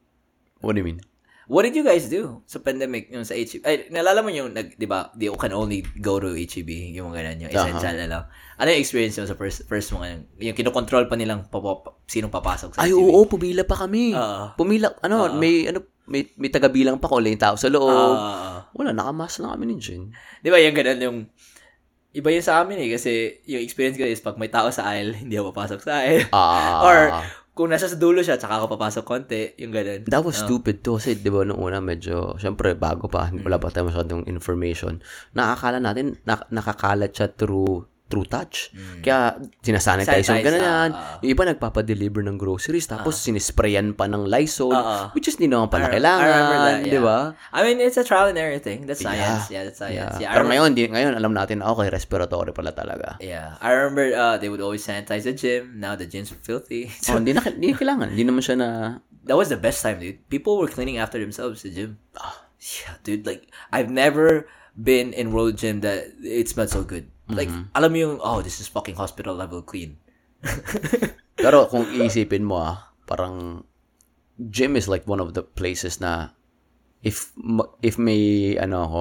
Speaker 2: What do you mean?
Speaker 1: What did you guys do sa pandemic yung sa HEB? Ay, nalala mo yung, nag, di ba, you can only go to HEB, yung mga ganun, yung essential
Speaker 2: Uh-huh.
Speaker 1: na lang. Ano yung experience mo sa first, first mong, ano, yung kinokontrol pa nilang papa, pa- sinong papasok sa E
Speaker 2: Ay,
Speaker 1: HEB?
Speaker 2: oo, pumila pa kami.
Speaker 1: Ah.
Speaker 2: pumila, ano, may, ano, may, may tagabilang pa ko, yung tao sa loob.
Speaker 1: Ah.
Speaker 2: Wala, nakamas lang kami ni Jin.
Speaker 1: Di ba yung ganun yung iba yun sa amin eh kasi yung experience ko is pag may tao sa aisle, hindi ako papasok sa aisle.
Speaker 2: Ah.
Speaker 1: Or kung nasa sa dulo siya, tsaka ako papasok konti, yung ganun.
Speaker 2: That was stupid too. Kasi, di ba, nung una, medyo, syempre, bago pa, wala pa tayo masyadong information. Nakakala natin, nak- nakakalat siya through through touch. Kaya sinasanitize yung
Speaker 1: Hmm. Sanitize,
Speaker 2: ganun
Speaker 1: ah,
Speaker 2: yan.
Speaker 1: ah.
Speaker 2: Yung iba nagpapadeliver ng groceries tapos sinisprayan pa ng Lysol
Speaker 1: Ah, ah.
Speaker 2: which is hindi naman pala
Speaker 1: I- I remember
Speaker 2: kailangan,
Speaker 1: that, yeah.
Speaker 2: di ba?
Speaker 1: I mean, it's a trial and error thing. That's science. Yeah, that's science. Yeah. I
Speaker 2: Pero
Speaker 1: rem-
Speaker 2: ngayon, di, ngayon alam natin na okay, respiratory pala talaga.
Speaker 1: yeah. I remember uh, they would always sanitize the gym. Now the gyms are filthy.
Speaker 2: Oh, hindi na hindi kailangan. Hindi naman siya na
Speaker 1: that was the best time, dude. People were cleaning after themselves the gym.
Speaker 2: Ah.
Speaker 1: Yeah, dude. Like I've never been in World Gym that it smelled so good. Like
Speaker 2: Mm-hmm.
Speaker 1: alam mo yung oh this is fucking hospital level clean.
Speaker 2: Pero kung iisipin mo ah, parang gym is like one of the places na if ma- if may ano ako,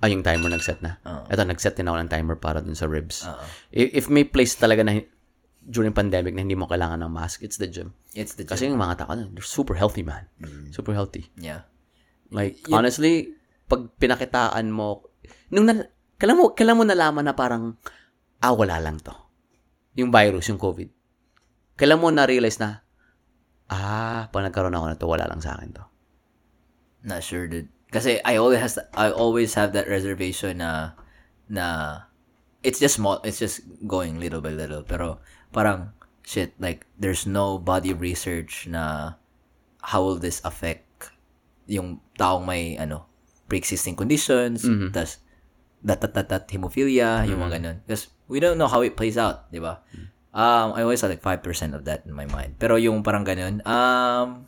Speaker 2: ay yung timer nagset na. Ito nagset din ako ng timer para dun sa ribs. I- If may place talaga na hi- during pandemic na hindi mo kailangan ng mask, it's the gym.
Speaker 1: It's the gym.
Speaker 2: Kasi yung mga tao, they're super healthy man. Super healthy.
Speaker 1: yeah.
Speaker 2: Like honestly, pag pinakitaan mo nung na, kailan mo kailan mo nalaman na parang ah wala lang to. Yung virus, yung COVID. Kailan mo na-realize na ah, pag nagkaroon ako na to, wala lang sa akin to.
Speaker 1: Not sure, dude. Kasi I always has I always have that reservation na na it's just small it's just going little by little pero parang shit like there's no body research na how will this affect yung taong may ano pre-existing conditions tas dat dat dat, dat hemophilia yung mga ganun because we don't know how it plays out di ba um I always have like 5% of that in my mind pero yung parang ganun um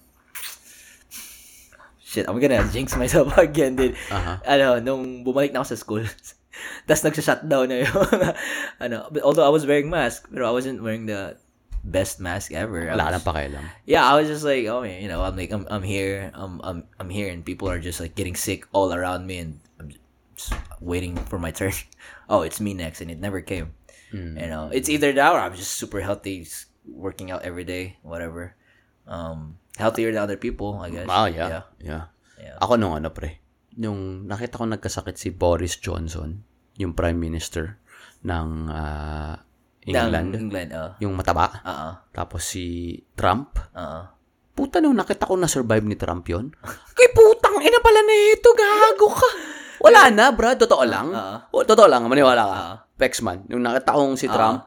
Speaker 1: shit, I'm gonna jinx myself again, dude.
Speaker 2: Aha.
Speaker 1: Ano, nung bumalik na ako sa school, tas nagsha-shutdown na yung, ano, but although I was wearing mask, pero I wasn't wearing the best mask ever. I
Speaker 2: Wala
Speaker 1: was-
Speaker 2: lang pakialam.
Speaker 1: Yeah, I was just like, oh man, you know, I'm like, I'm, I'm here, I'm, I'm, I'm here, and people are just like getting sick all around me, and I'm just waiting for my turn. Oh, it's me next, and it never came.
Speaker 2: Hmm.
Speaker 1: You know, it's either that or I'm just super healthy, s- working out every day, whatever. Um, healthier than other people, I guess.
Speaker 2: Ah, yeah. Yeah.
Speaker 1: Yeah.
Speaker 2: Ako nung ano, pre. Nung nakita ko nagkasakit si Boris Johnson, yung Prime Minister ng ah,
Speaker 1: England.
Speaker 2: England,
Speaker 1: England, oh. Uh-uh,
Speaker 2: yung mataba.
Speaker 1: Oo.
Speaker 2: Tapos si Trump,
Speaker 1: Oo.
Speaker 2: Puta nung nakita ko na-survive ni Trump yun. Kay putang ina pala na ito, gago ka. Wala na, bro. Totoo lang.
Speaker 1: Uh-uh,
Speaker 2: O, totoo lang, maniwala ka. Pexman, nung nakita kong si Trump,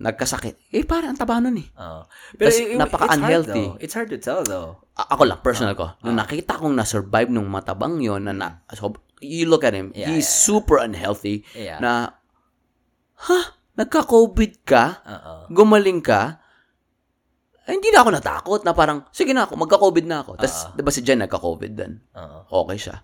Speaker 2: nagkasakit. Ah. Eh, parang ang taba nun eh.
Speaker 1: Oo.
Speaker 2: Pero
Speaker 1: Tapos
Speaker 2: it-
Speaker 1: uh-uh. napaka-unhealthy.
Speaker 2: it's
Speaker 1: It's hard
Speaker 2: hard, though.
Speaker 1: to tell though.
Speaker 2: A- ako lang, personal ko. Nung nakita kong na-survive nung matabang yon na, na so, you look at him,
Speaker 1: Yeah,
Speaker 2: he's
Speaker 1: yeah,
Speaker 2: super unhealthy.
Speaker 1: Yeah.
Speaker 2: Na, ha? Nagka-COVID ka?
Speaker 1: Oo.
Speaker 2: gumaling ka, eh, hindi na ako natakot na parang, sige na ako, magka-COVID na ako. Tapos, di ba si Jen nagka-COVID din?
Speaker 1: Oo.
Speaker 2: Okay siya.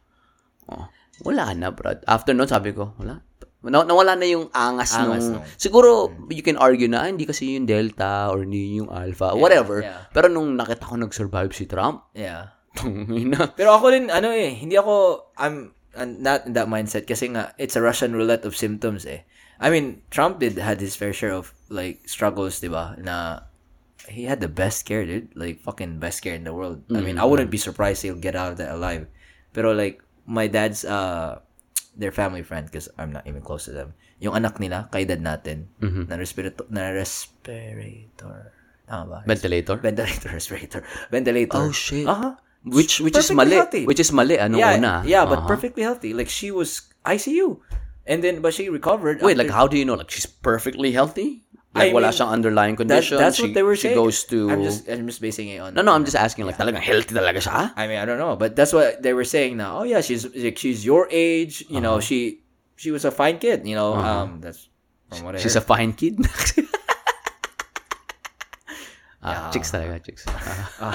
Speaker 2: Oh, wala na, bro. After nun, sabi ko, wala. Na, nawala na yung angas,
Speaker 1: Angas
Speaker 2: nung,
Speaker 1: nung- Hmm.
Speaker 2: siguro, you can argue na, "Ah, hindi kasi yung Delta or hindi yung Alpha, whatever.
Speaker 1: yeah.
Speaker 2: Pero nung nakita ko nag-survive si Trump,
Speaker 1: Yeah.
Speaker 2: tangina.
Speaker 1: Pero ako rin ano eh, hindi ako I'm, I'm not in that mindset kasi nga it's a Russian roulette of symptoms eh. I mean, Trump did had his fair share of like struggles, 'di ba? Na he had the best care, dude. Like fucking best care in the world. I mean, I wouldn't be surprised he'll get out of that alive. Pero like my dad's uh their family friend because I'm not even close to them. Yung anak nila, kay dad natin, na respirator, na respirator. Tama ba?
Speaker 2: Ventilator?
Speaker 1: ventilator, respirator. Ventilator.
Speaker 2: Oh, shit.
Speaker 1: Aha.
Speaker 2: Which, which is
Speaker 1: Perfectly
Speaker 2: mali.
Speaker 1: healthy.
Speaker 2: Which is mali, ano
Speaker 1: yeah,
Speaker 2: una. Uh-huh.
Speaker 1: Yeah, but
Speaker 2: Aha.
Speaker 1: perfectly healthy. Like she was ICU, and then but she recovered.
Speaker 2: Wait, like
Speaker 1: after-
Speaker 2: how do you know? Like she's perfectly healthy? Like
Speaker 1: I
Speaker 2: wala
Speaker 1: mean,
Speaker 2: siyang underlying
Speaker 1: that,
Speaker 2: condition?
Speaker 1: that's
Speaker 2: she,
Speaker 1: what they were
Speaker 2: she
Speaker 1: saying.
Speaker 2: goes to...
Speaker 1: I'm just I'm just basing it on.
Speaker 2: no, no, I'm just asking. Like talagang healthy talaga siya?
Speaker 1: I mean, I don't know, but that's what they were saying. Now, oh yeah, she's like she's your age. You know,
Speaker 2: Uh-huh.
Speaker 1: she she was a fine kid. You know, um, that's from what I
Speaker 2: She's
Speaker 1: heard.
Speaker 2: a fine kid? ah, chicks talaga, chicks. Ah.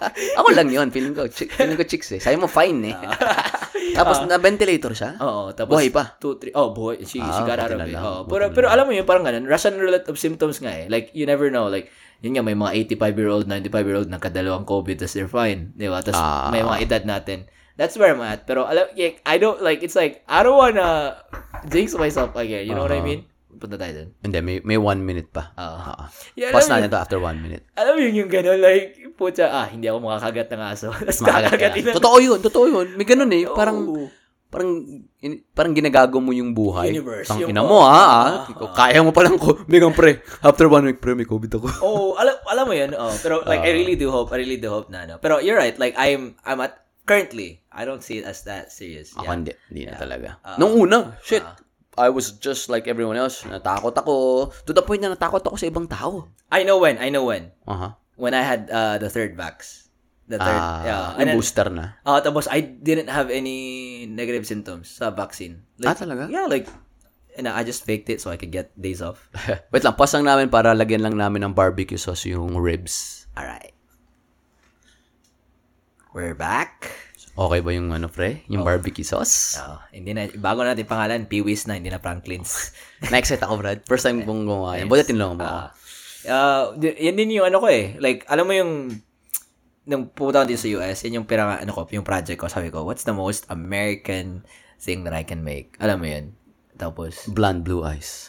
Speaker 2: Ako lang yun, feeling ko. Chick, feeling ko chicks eh. Sabi mo fine eh.
Speaker 1: Ah.
Speaker 2: Tapos na-ventilator siya?
Speaker 1: Oo, tapos
Speaker 2: Buhay pa?
Speaker 1: Two, three, oh, buhay. She, she
Speaker 2: Ah,
Speaker 1: got out
Speaker 2: buti
Speaker 1: of
Speaker 2: na
Speaker 1: it.
Speaker 2: lang,
Speaker 1: Oo,
Speaker 2: buti
Speaker 1: pero,
Speaker 2: na
Speaker 1: pero alam mo yun, parang ganun. Russian roulette of symptoms nga eh. Like, you never know. Like, yun nga, may mga 85-year-old, 95-year-old na kadalawang COVID, tas they're fine. Di ba? Tas
Speaker 2: Ah.
Speaker 1: may mga edad natin. That's where I'm at. Pero alam, like, I don't, like, it's like, I don't wanna jinx myself again. You know what I mean?
Speaker 2: Uh-huh.
Speaker 1: Punta tayo dun.
Speaker 2: Hindi, may, may one minute pa.
Speaker 1: Ah.
Speaker 2: Ah.
Speaker 1: Yeah,
Speaker 2: Pause
Speaker 1: alam
Speaker 2: natin to after one minute.
Speaker 1: Alam mo yun yung gano'n, like, putya, ah, hindi ako makakagat ng aso. Tapos
Speaker 2: Makagat ka
Speaker 1: kakagatin
Speaker 2: na.
Speaker 1: na.
Speaker 2: Totoo yun, totoo yun. May ganun
Speaker 1: Oh.
Speaker 2: eh. Parang,
Speaker 1: Oo.
Speaker 2: parang in- parang ginagago mo yung buhay.
Speaker 1: Universe,
Speaker 2: Tang
Speaker 1: yung- oh.
Speaker 2: ina mo ha, ha? Kaya mo palang ko. Bigang pre, after one week pre, may COVID ako.
Speaker 1: Oh, alam alam mo 'yun. Oh, pero like
Speaker 2: Ah.
Speaker 1: I really do hope, I really do hope na ano. Pero you're right. Like I'm I'm at currently, I don't see it as that serious.
Speaker 2: Ako
Speaker 1: Yeah. Ah.
Speaker 2: hindi, hindi na talaga. Nung una, shit, I was just like everyone else. Natakot ako. To the point na natakot ako sa ibang tao.
Speaker 1: I know when. I know when.
Speaker 2: Aha.
Speaker 1: When I had uh, the third vax. The
Speaker 2: Ah,
Speaker 1: third. yeah. And
Speaker 2: yung
Speaker 1: then,
Speaker 2: booster na.
Speaker 1: uh, tapos I didn't have any negative symptoms sa vaccine.
Speaker 2: Ah,
Speaker 1: Like,
Speaker 2: talaga?
Speaker 1: Yeah, like, and I just faked it so I could get days off.
Speaker 2: Wait lang, pasang namin para lagyan lang namin ng barbecue sauce yung ribs.
Speaker 1: Alright. We're back.
Speaker 2: Okay ba yung ano, pre? Yung barbecue sauce?
Speaker 1: Oh, hindi na, bago natin pangalan, Peewees na, hindi na Franklin's.
Speaker 2: Na-excite ako, Brad. First time kong gumawa. Yes. Buti tinulungan mo ako.
Speaker 1: Ah, di- yan din yung ano ko eh. Like, alam mo yung nung pumunta ko dito sa US, yan yung pirang, ano ko, yung project ko. Sabi ko, what's the most American thing that I can make? Alam mo yun. Tapos,
Speaker 2: Blonde blue eyes.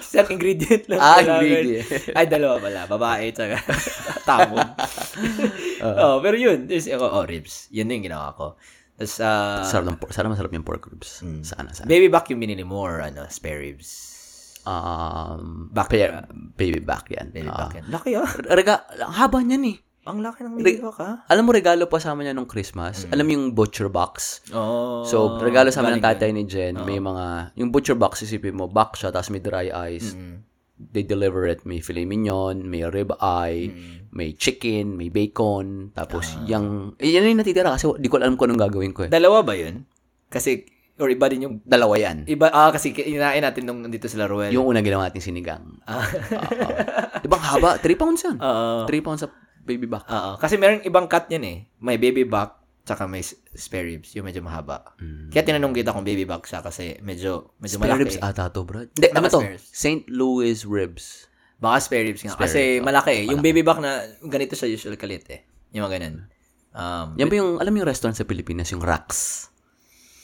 Speaker 1: isang ingredient lang.
Speaker 2: Ah,
Speaker 1: kailangan.
Speaker 2: ingredient.
Speaker 1: Ay, dalawa pala. Babae, tsaka tamon. oh, pero yun. Is, oh, oh, ribs. Yun din yung ginawa ko. Tapos, ah, Mm.
Speaker 2: Sarap ng por- sana masarap yung pork ribs. Sana, sana.
Speaker 1: baby back yung binili mo or ano, spare ribs.
Speaker 2: Um,
Speaker 1: Back-
Speaker 2: pa- baby back yan.
Speaker 1: Baby
Speaker 2: Ah.
Speaker 1: back yan. Laki ah.
Speaker 2: Rega- ang haba niyan eh.
Speaker 1: Ang laki ng baby back ah.
Speaker 2: Alam mo, regalo pa sa amin niya nung Christmas. Alam mo yung butcher box?
Speaker 1: Oh.
Speaker 2: So, regalo sa amin ng tatay ni Jen, may mga, yung butcher box, isipin mo, box siya, tapos may dry ice. They deliver it. May filet mignon, may rib eye, may chicken, may bacon, tapos
Speaker 1: Ah.
Speaker 2: yung, eh, yan yung natitira kasi di ko alam kung anong gagawin ko eh.
Speaker 1: Dalawa ba yun? Kasi, or iba din yung,
Speaker 2: Dalawa yan.
Speaker 1: iba, ah, kasi inain natin nung dito sa Laruel.
Speaker 2: Yung una ginawa natin sinigang. Ah. Di ba ang haba? 3 pounds yan.
Speaker 1: Oo.
Speaker 2: 3 pounds sa baby back.
Speaker 1: Oo. Kasi meron ibang cut yan eh. May baby back, tsaka may s- spare ribs. Yung medyo mahaba. Kaya tinanong kita kung baby back siya kasi medyo, medyo
Speaker 2: Spare
Speaker 1: malaki.
Speaker 2: ribs ata to, bro. Hindi,
Speaker 1: Baka
Speaker 2: ano to?
Speaker 1: spare ribs.
Speaker 2: St. Louis ribs.
Speaker 1: Baka spare ribs nga.
Speaker 2: Spare
Speaker 1: kasi
Speaker 2: ribs, oh.
Speaker 1: malaki eh. Yung baby back na, ganito siya usual kalit eh. Yung mga ganun. Um,
Speaker 2: Yan ba yung, alam mo yung restaurant sa Pilipinas, yung Rax?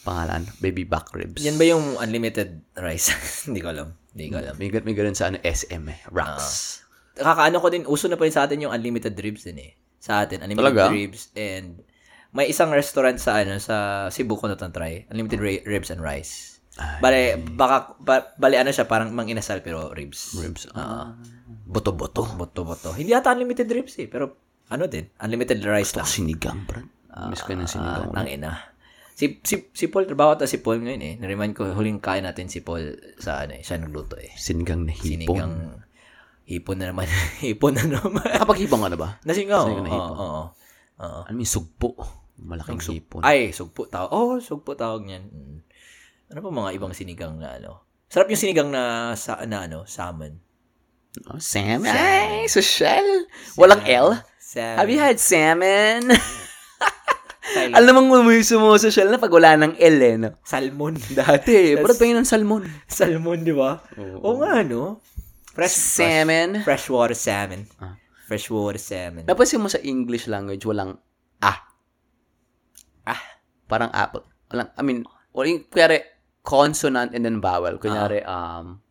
Speaker 2: Pangalan, baby back ribs.
Speaker 1: yan ba yung unlimited rice? Hindi ko alam. Hindi ko alam.
Speaker 2: May, gan- may ganun sa ano, SM eh, Rax.
Speaker 1: Ah. kakaano ko din, uso na pa rin sa atin yung unlimited ribs din eh. Sa atin, unlimited
Speaker 2: Talaga?
Speaker 1: ribs and may isang restaurant sa ano sa Cebu ko natang try, unlimited ri- ribs and rice. Bale, baka, ba, bale ano siya, parang mang inasal pero ribs.
Speaker 2: ribs.
Speaker 1: Oh,
Speaker 2: Ah. Boto-boto.
Speaker 1: Boto-boto. Hindi ata unlimited ribs eh, pero ano din, unlimited rice lang.
Speaker 2: Ah, Sinigang, bro.
Speaker 1: Ah.
Speaker 2: Miss ko na sinigang.
Speaker 1: Ang ina. Si, si, si Paul, trabaho ata si Paul ngayon eh. Nariman ko, huling kain natin si Paul sa ano eh, siya nagluto eh.
Speaker 2: sinigang na hipon.
Speaker 1: Sinigang, hipon na naman. hipon na naman.
Speaker 2: Nakapaghibang ka na ano ba?
Speaker 1: Nasingaw.
Speaker 2: Nasingaw na
Speaker 1: Oo,
Speaker 2: hipon.
Speaker 1: oo, oo.
Speaker 2: Ano yung sugpo? Malaking hipon.
Speaker 1: Ay, sugpo tawag. Oh, sugpo tawag niyan. Mm. Ano pa mga ibang sinigang na ano? Sarap yung sinigang na sa na ano, salmon.
Speaker 2: Oh, salmon. Ay, social. Walang L.
Speaker 1: Salmon.
Speaker 2: Have you had salmon?
Speaker 1: Salmon.
Speaker 2: Alam mo may sumusosyal na pag wala ng L eh, no?
Speaker 1: salmon?
Speaker 2: Dati, parang pangin ng salmon.
Speaker 1: salmon, di ba? Oo nga, no? Fresh,
Speaker 2: Salmon.
Speaker 1: fresh- freshwater salmon.
Speaker 2: Ah.
Speaker 1: Freshwater salmon.
Speaker 2: Napansin mo sa English language, walang ah.
Speaker 1: Ah.
Speaker 2: Parang apple. Walang, I mean, walang, kunyari, consonant and then vowel. Kunyari, um,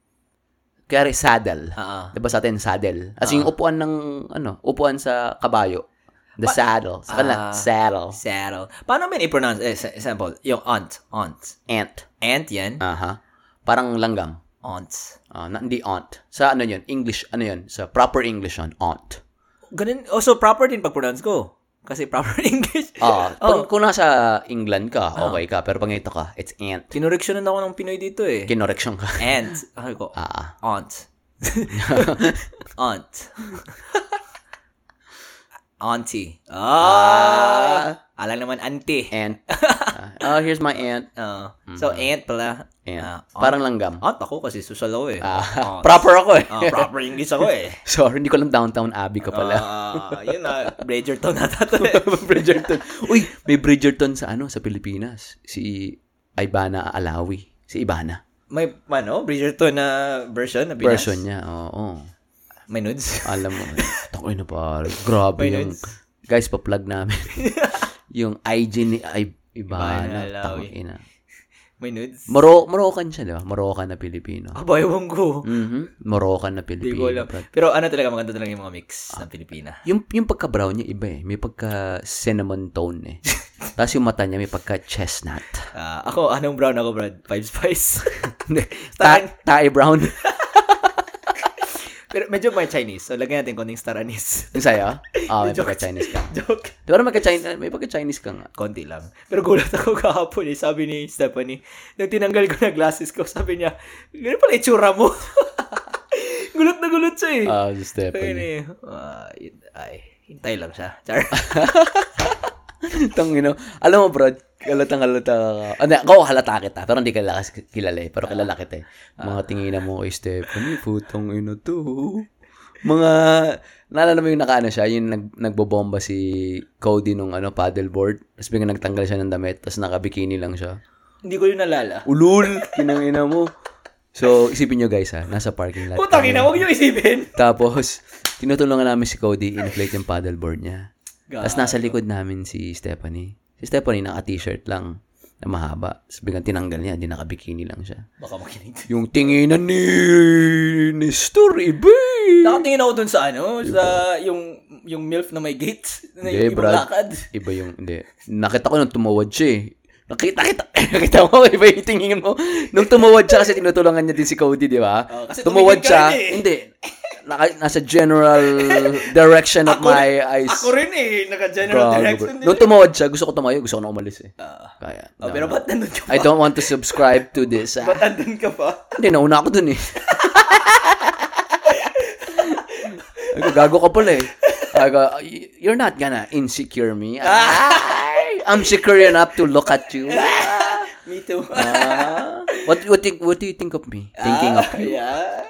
Speaker 2: kunyari, saddle.
Speaker 1: Ah, ah.
Speaker 2: Diba sa atin, saddle. As in, yung upuan ng, ano, upuan sa kabayo. The saddle. Sa kanila,
Speaker 1: Ah.
Speaker 2: saddle.
Speaker 1: Saddle. Paano man i-pronounce? Eh, sa- example, yung aunt. Aunt.
Speaker 2: Ant.
Speaker 1: Aunt yan.
Speaker 2: Aha. Parang langgam.
Speaker 1: Aunt.
Speaker 2: Ah, na, hindi aunt. Sa ano yun, English, ano yun, sa proper English yun, aunt.
Speaker 1: Ganun. Oh, so proper din pag-pronounce ko. Kasi proper English.
Speaker 2: Ah,
Speaker 1: Oh. Ah.
Speaker 2: pag, kung nasa England ka, okay ka, pero pag ito ka, it's aunt.
Speaker 1: Tinoreksyonan ako ng Pinoy dito eh.
Speaker 2: Kinoreksyon ka.
Speaker 1: Aunt. Sabi ko,
Speaker 2: Ah,
Speaker 1: aunt. aunt. Auntie. Ah! Alam naman, auntie.
Speaker 2: aunt. Ah, oh, here's my aunt.
Speaker 1: Oo.
Speaker 2: Mm-hmm.
Speaker 1: So, aunt pala.
Speaker 2: Aunt.
Speaker 1: Ah, aunt.
Speaker 2: Parang langgam.
Speaker 1: Aunt ako kasi susal ako eh.
Speaker 2: Ah,
Speaker 1: Aunt.
Speaker 2: proper ako eh.
Speaker 1: Ah, proper English ako eh.
Speaker 2: Sorry, hindi ko alam downtown Abbey ka pala.
Speaker 1: Ah, yun na. eh. Bridgerton natatuloy.
Speaker 2: Bridgerton. Uy, may Bridgerton sa ano, sa Pilipinas. Si Ibana Alawi. Si Ibana.
Speaker 1: May, ano, Bridgerton na version na Pinas.
Speaker 2: Person niya, oo.
Speaker 1: May nudes.
Speaker 2: Alam mo, takoy na pare. Grabe
Speaker 1: May
Speaker 2: yung,
Speaker 1: nudes.
Speaker 2: guys, pa-plug namin. yung IG ni Ay, Ibana.
Speaker 1: Ibana Alawi.
Speaker 2: Takoy na.
Speaker 1: May nudes.
Speaker 2: Moro, Moroccan siya, di ba? Moroccan na Pilipino.
Speaker 1: Aba, ewan ko.
Speaker 2: Mhm. Moroccan na
Speaker 1: Ah. Hindi
Speaker 2: Pilipino.
Speaker 1: ko alam.
Speaker 2: brad. Ah.
Speaker 1: Pero ano talaga, maganda talaga yung mga mix ng Pilipina.
Speaker 2: Yung, yung pagka-brown niya iba eh. May pagka-cinnamon tone eh. Tapos yung mata niya may pagka-chestnut.
Speaker 1: Ah, ako, anong brown ako, Brad? Five Spice.
Speaker 2: Ta- tae brown.
Speaker 1: Pero medyo may Chinese. So, lagyan natin konting star anise.
Speaker 2: Yung sa'yo? Ah, may
Speaker 1: Joke.
Speaker 2: pagka-Chinese ka.
Speaker 1: Joke.
Speaker 2: Di ba na magka-Chinese? May pagka-Chinese ka nga.
Speaker 1: konti lang. Pero gulat ako kahapon eh. Sabi ni Stephanie, nung tinanggal ko na glasses ko, sabi niya, ganun pala itsura mo. gulat na gulat siya eh.
Speaker 2: Ah, just
Speaker 1: Ayun eh.
Speaker 2: Stephanie.
Speaker 1: Ah, yun, ay, hintay lang siya. Char.
Speaker 2: Tangino. Alam mo, bro, halatang halata ka. Ano, ako halata kita. Pero hindi kilala, kilala eh. Pero kilala kita eh. Mga tinginan mo kay Stephanie, putong ino to. Mga, naalala mo yung nakaano siya, yung nag, nagbobomba si Cody nung ano, paddleboard. Tapos biglang nagtanggal siya ng damit, tapos nakabikini lang siya.
Speaker 1: Hindi ko yun nalala.
Speaker 2: Ulul! Kinangina mo. So, isipin nyo guys ha, nasa parking lot.
Speaker 1: Putang ina, huwag niyo isipin.
Speaker 2: Tapos, tinutulungan namin si Cody inflate yung paddleboard niya. Tapos nasa likod namin si Stephanie. Si Stephanie naka-t-shirt lang na mahaba. Tapos biglang tinanggal niya, di naka-bikini lang siya.
Speaker 1: Baka makinig.
Speaker 2: Yung tinginan ni Nestor Ibe!
Speaker 1: Nakatingin ako dun sa ano, sa yung yung MILF na may gates. Na
Speaker 2: Hindi,
Speaker 1: yung ibang
Speaker 2: Brad.
Speaker 1: lakad.
Speaker 2: Iba yung, hindi. Nakita ko nung tumawad siya eh. Nakita, kita, nakita mo, iba yung tingin mo. Nung tumawad siya kasi tinutulungan niya din si Cody, di ba?
Speaker 1: Oo, Oh, kasi tumingin
Speaker 2: tumawad
Speaker 1: ka
Speaker 2: siya,
Speaker 1: rin eh.
Speaker 2: hindi. Naka, nasa general direction of my eyes.
Speaker 1: Ako rin eh, naka-general
Speaker 2: Grabe,
Speaker 1: direction
Speaker 2: bro.
Speaker 1: din.
Speaker 2: Nung tumawad siya, gusto ko tumayo, gusto ko na umalis eh.
Speaker 1: Ah.
Speaker 2: Kaya.
Speaker 1: eh. Oh, pero ba't nandun ka pa?
Speaker 2: I don't want to subscribe to this. ah.
Speaker 1: Ba't nandun ka pa?
Speaker 2: Hindi, nauna ako dun eh. Ay, gago ka pala eh. Ay, ga- you're not gonna insecure me. Ay, I'm secure enough to look at you.
Speaker 1: Me too.
Speaker 2: Ah, what, what, think, what do you think of me? Thinking of
Speaker 1: Ah.
Speaker 2: you.
Speaker 1: Yeah.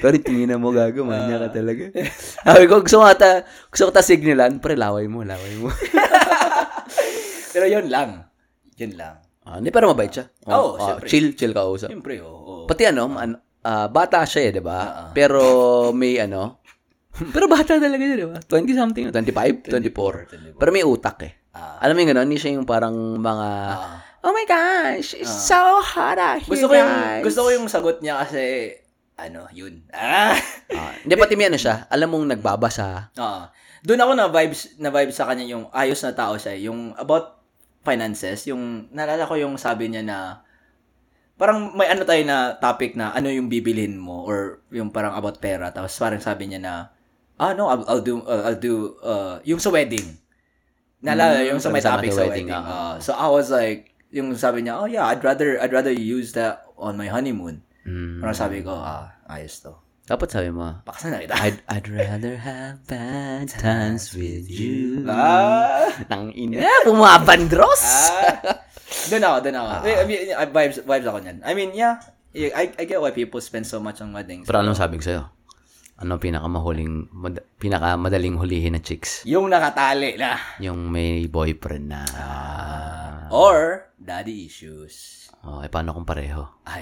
Speaker 2: Pero tingin mo gago, manya
Speaker 1: Ah.
Speaker 2: ka talaga. Sabi ko, gusto ko ata, gusto ko ta signalan, pre, laway mo, laway mo.
Speaker 1: Pero yun lang. Yun lang.
Speaker 2: Ah, Hindi, pero mabait siya.
Speaker 1: Oo,
Speaker 2: ah,
Speaker 1: Oh, syempre.
Speaker 2: Chill, chill ka usap.
Speaker 1: Siyempre, oo. Oh,
Speaker 2: Pati ano, man, ah, bata siya eh, di ba? Pero may ano, pero bata talaga siya, di ba? 20 something, 25, 24. Pero may utak eh.
Speaker 1: Ah,
Speaker 2: Alam mo yung gano'n, hindi siya yung parang mga, oh my gosh, it's so hot out here,
Speaker 1: Ah. Gusto ko yung,
Speaker 2: guys."
Speaker 1: gusto ko yung sagot niya kasi, ano, yun. Ah!
Speaker 2: Ah, hindi, pati may ano siya, alam mong nagbabasa.
Speaker 1: Oo. Doon Ah, ako na vibes na vibes sa kanya yung ayos na tao siya, eh. yung about finances, yung naalala ko yung sabi niya na parang may ano tayo na topic na ano yung bibilhin mo or yung parang about pera tapos parang sabi niya na ah no I'll, I'll do uh, I'll do uh, yung sa wedding. Naalala
Speaker 2: Mm,
Speaker 1: yung sa may
Speaker 2: sabi sa
Speaker 1: topic
Speaker 2: akin,
Speaker 1: sa
Speaker 2: wedding,
Speaker 1: wedding.
Speaker 2: ah.
Speaker 1: Ah, so I was like yung sabi niya, "Oh yeah, I'd rather I'd rather you use that on my honeymoon."
Speaker 2: Mm.
Speaker 1: Parang sabi ko, "Ah, ayos to."
Speaker 2: Dapat sabi mo,
Speaker 1: Pakasana kita.
Speaker 2: I'd, I'd rather have bad times with you.
Speaker 1: Ah!
Speaker 2: Nang ina, bumabandros!
Speaker 1: Ah, doon ako, doon ako. Eh, I mean, I- vibes, vibes ako niyan. I mean, yeah, yeah, I, I get why people spend so much on weddings.
Speaker 2: Pero anong sabi ko sa'yo? Ano pinakamahuling, mad, pinakamadaling hulihin na chicks?
Speaker 1: Yung nakatali na.
Speaker 2: Yung may boyfriend na. ah,
Speaker 1: Or, daddy issues.
Speaker 2: Oh, eh, paano kung pareho?
Speaker 1: Ay,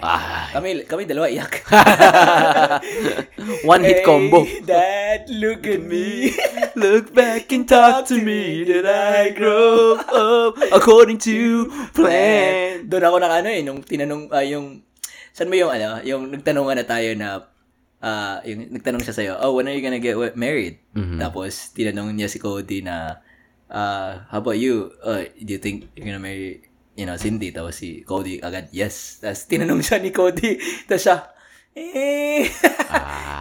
Speaker 1: Kami, kami dalawa iyak.
Speaker 2: One hit combo.
Speaker 1: Hey, dad, look at me.
Speaker 2: Look back and talk to me that I grow up according to plan.
Speaker 1: Doon ako naka ano eh, nung tinanong, ah, yung, saan mo yung ano, yung nagtanongan na tayo na, ah, yung nagtanong siya sa'yo, oh, when are you gonna get we- married?
Speaker 2: Mhm.
Speaker 1: Tapos, tinanong niya si Cody na, ah, how about you? Uh, do you think you're gonna marry, you know, Cindy? Tapos si Cody agad, yes. Tapos tinanong siya ni Cody, tapos siya, eh, eh.
Speaker 2: Ah,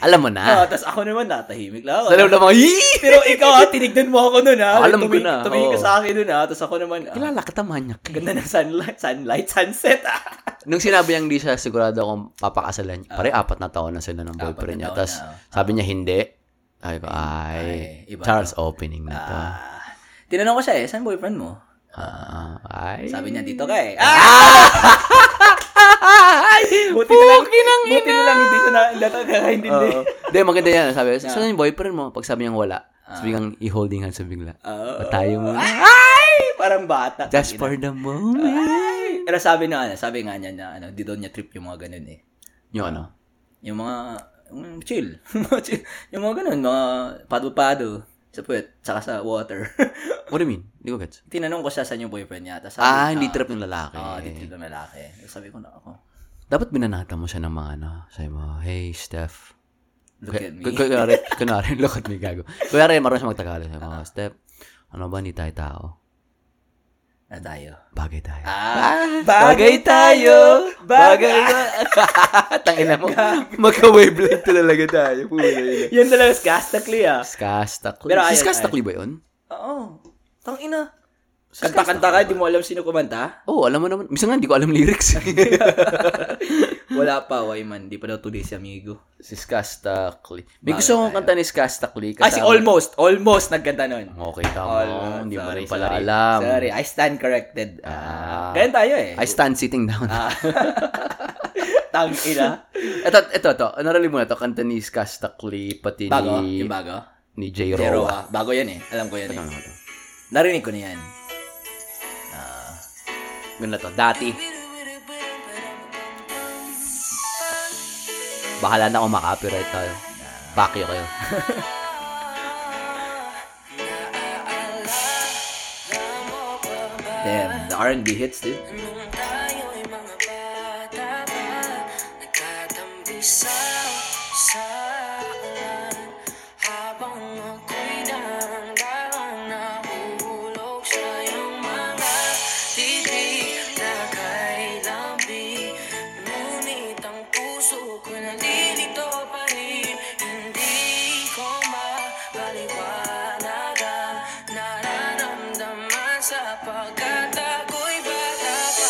Speaker 2: Alam mo
Speaker 1: Ah,
Speaker 2: na.
Speaker 1: tapos ako naman natahimik lang. ako.
Speaker 2: Alam na mga, "Hii!"
Speaker 1: Pero ikaw ha, tinignan mo ako nun ha.
Speaker 2: Alam ko
Speaker 1: Tuming-
Speaker 2: na,
Speaker 1: Tumingin ka
Speaker 2: oo.
Speaker 1: sa akin nun ha. Tapos ako naman, ah,
Speaker 2: Kilala ka tamanyak eh.
Speaker 1: ganda ng sunlight, sunlight sunset ah.
Speaker 2: Nung sinabi niyang hindi siya sigurado kung papakasalan niya, pare apat na taon na sila ng
Speaker 1: na
Speaker 2: boyfriend niya.
Speaker 1: taon
Speaker 2: Tapos
Speaker 1: na, Ah.
Speaker 2: sabi niya hindi. Sabi ko, ay,
Speaker 1: Ay, iba
Speaker 2: Charles opening na to.
Speaker 1: Ah. Tinanong ko siya eh, saan boyfriend mo?
Speaker 2: Ah, ay.
Speaker 1: Sabi niya, dito ka eh. Ah! buti na lang, buti na lang hindi siya na, nakakaintindi.
Speaker 2: Oo. Hindi, maganda yan. Sabi,
Speaker 1: Ah.
Speaker 2: saan yung boyfriend mo? Pag sabi niyang wala, sabi kang i-holding hands sa bigla.
Speaker 1: Oo.
Speaker 2: O tayo muna.
Speaker 1: Ay! Ah, Parang bata.
Speaker 2: Just for
Speaker 1: Ah.
Speaker 2: the moment.
Speaker 1: Ay! Pero sabi na, ano, sabi nga niya na, ano, di daw niya trip yung mga ganun eh.
Speaker 2: Yung ano?
Speaker 1: Yung mga, mm, chill. Mga chill. yung mga ganun, mga pado-pado. Sa puwet, saka sa water.
Speaker 2: What do you mean? Hindi ko gets.
Speaker 1: Tinanong ko siya saan yung boyfriend niya. Tapos sabi,
Speaker 2: Ah, hindi trip ng lalaki.
Speaker 1: Oo, Ah, di trip na malaki. Sabi ko na ako,
Speaker 2: Dapat binanata mo siya ng mga ano. Sabi mo, hey, Steph.
Speaker 1: look at me.
Speaker 2: K- kunwari, kunwari, look at me, gago. Kunwari, marunong siya magtagalog. Sabi mo, Steph, ano ba, hindi tayo tao?
Speaker 1: Ano tayo?
Speaker 2: Bagay tayo.
Speaker 1: Ah,
Speaker 4: Bagay tayo! Bagay tayo!
Speaker 2: Tangin na mo. Magka-wavelength talaga tayo. Puna yun.
Speaker 4: Yan talaga, skastakli ah.
Speaker 2: Skastakli.
Speaker 4: Pero
Speaker 2: Si
Speaker 4: ayun,
Speaker 2: Skastakli ba yun?
Speaker 4: Oo. Tangina. Kanta-kanta ka, di mo alam sino kumanta?
Speaker 2: Oo, oh, alam mo naman. Minsan nga, hindi ko alam lyrics.
Speaker 4: Wala pa, Wayman. Di pa daw today si amigo.
Speaker 2: si Skastakli. May gusto akong kanta ni Skastakli.
Speaker 4: Ah, si Almost. Almost nagkanta nun.
Speaker 2: Okay, tama.
Speaker 4: Almost.
Speaker 2: Hindi Oh, mo
Speaker 4: Sorry,
Speaker 2: rin pala
Speaker 4: sorry.
Speaker 2: alam.
Speaker 4: Sorry, I stand corrected.
Speaker 2: Ah.
Speaker 4: Ganyan tayo eh.
Speaker 2: I stand sitting down.
Speaker 4: Tangina.
Speaker 2: Ito, ito, ito. Narinig mo na ito. Kanta ni Skastakli, pati
Speaker 1: bago.
Speaker 2: ni,
Speaker 1: Yung bago.
Speaker 2: ni J.
Speaker 1: Pero, ah,
Speaker 2: Roa.
Speaker 1: bago yan eh. Alam ko yan eh.
Speaker 2: Ano to?
Speaker 1: Narinig ko na yan.
Speaker 2: Ganun na to. Dati. Bahala na kung maka-copyright tayo. Pakyo kayo.
Speaker 1: Damn, the R&B hits, dude.
Speaker 6: Sapagkat ako'y bata pa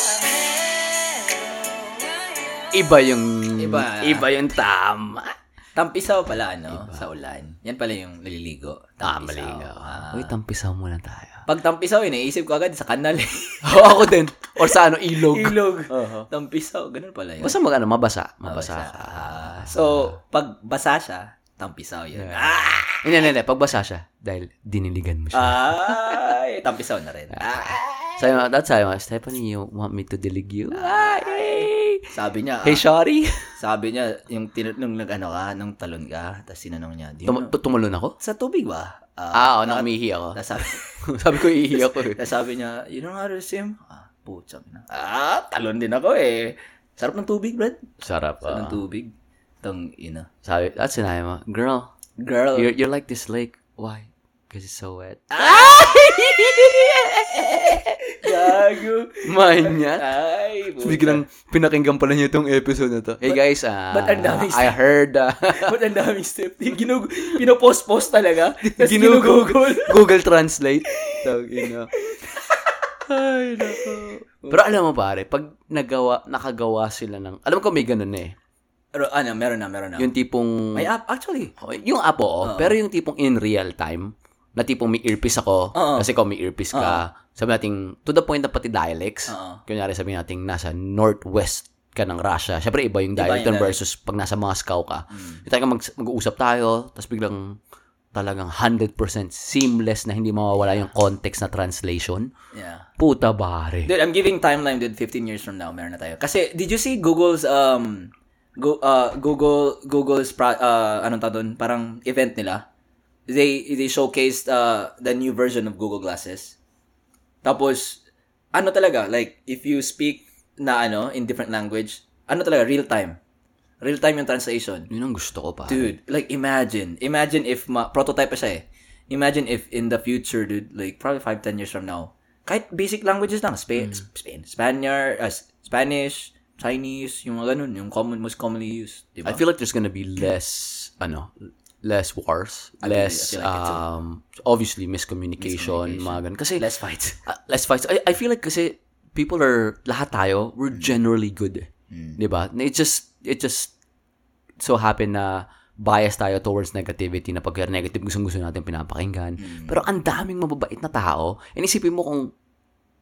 Speaker 6: Pero ngayon
Speaker 2: Iba yung...
Speaker 1: Iba.
Speaker 2: Iba yung tama.
Speaker 1: Tampisaw pala, ano? Sa ulan. Yan pala yung naliligo.
Speaker 2: Ah,
Speaker 1: Tampisaw.
Speaker 2: mali ka.
Speaker 1: Ah.
Speaker 2: Uy, tampisaw muna tayo.
Speaker 1: Pag tampisaw, iniisip ko agad sa kanal eh. Uh-huh.
Speaker 2: Oo, ako din. Or sa ano, ilog.
Speaker 4: Ilog.
Speaker 1: tampisaw, ganun pala yun.
Speaker 2: Basta mag ano, mabasa.
Speaker 1: Mabasa.
Speaker 2: Mabasa.
Speaker 1: Ah, so, pag basa siya, tampisaw yun. Ah!
Speaker 2: Hindi, hindi, hindi. Pagbasa siya. Dahil diniligan mo siya.
Speaker 1: Ay, tampisaw na rin. Ah!
Speaker 2: Sabi mo, that's sabi mo, Stephanie, you want me to dilig you? Ay!
Speaker 1: Sabi niya,
Speaker 2: Hey, sorry.
Speaker 1: sabi niya, yung tin- nung nag-ano ka, nung talon ka, tapos tinanong niya, di mo,
Speaker 2: Tum- tumalon ako?
Speaker 1: sa tubig ba?
Speaker 2: Ah, oo, nang umihi ako.
Speaker 1: Tapos sabi,
Speaker 2: Sabi ko, iihi ako eh.
Speaker 1: tapos sabi niya, you know how to swim? Ah, putang na. Ah, talon din ako eh. Sarap ng tubig, Brad.
Speaker 2: Sarap.
Speaker 1: Sarap ng
Speaker 2: ah.
Speaker 1: tubig. Tang ina.
Speaker 2: Sabi, that's sinabi mo, girl,
Speaker 1: Girl.
Speaker 2: you're, you're like this lake. Why? Because it's so wet.
Speaker 4: Gago.
Speaker 2: Manya.
Speaker 4: Ay, puta.
Speaker 2: Biglang pinakinggan pala niya itong episode na to. Hey guys, ah,
Speaker 4: Ba't ang daming
Speaker 2: I heard, ah,
Speaker 4: Ba't ang daming step? Ginug pinopost-post talaga. Tapos
Speaker 2: Ginugugol.
Speaker 4: ginugugol.
Speaker 2: Google Translate. Tawag ina. Ay, nako. Pero alam mo pare, pag nagawa, nakagawa sila ng, alam ko may ganun eh.
Speaker 1: Pero ano, meron na, meron na.
Speaker 2: Yung tipong,
Speaker 1: May app, actually.
Speaker 2: Oh, yung app, oo. Pero yung tipong in real time, na tipong may earpiece ako, kasi kung may earpiece ka, sabi natin, to the point na pati dialects,
Speaker 1: Oo.
Speaker 2: kunyari sabi natin, nasa northwest ka ng Russia, syempre iba yung dialect
Speaker 1: yung Mm.
Speaker 2: nun versus pag nasa Moscow ka. Yung talagang mag- mag-uusap tayo, tapos biglang talagang 100% seamless na hindi mawawala yung context na translation.
Speaker 1: Yeah.
Speaker 2: Puta bare.
Speaker 1: Dude, I'm giving timeline, dude. 15 years from now, meron na tayo. Kasi, did you see Google's, um, go, uh, Google, Google's, pro, uh, anong tawag doon? Parang event nila. They, they showcased, uh, the new version of Google Glasses. Tapos, ano talaga, like, if you speak na, ano, in different language, ano talaga, real time. Real time yung translation.
Speaker 2: Yun ang gusto ko, pare.
Speaker 1: Dude, like imagine, imagine if ma- prototype pa siya eh. Imagine if in the future, dude, like probably 5 10 years from now, kahit basic languages lang,
Speaker 2: Mm.
Speaker 1: Spain, Spain, Spaniard, uh, S- Spanish, Chinese, yung mga ganun, yung common most commonly used, di ba?
Speaker 2: I feel like there's gonna be less, ano, less wars, less,
Speaker 1: feel like it too.
Speaker 2: um, obviously, miscommunication, mga ganun. Kasi,
Speaker 1: Less fights.
Speaker 2: ah, less fights. I, I feel like kasi, people are, lahat tayo, we're
Speaker 1: Mm.
Speaker 2: generally good. Di ba? Na It just, it just so happen na bias tayo towards negativity na pagka negative gustong gusto natin pinapakinggan.
Speaker 1: Mm.
Speaker 2: Pero ang daming mababait na tao. And isipin mo kung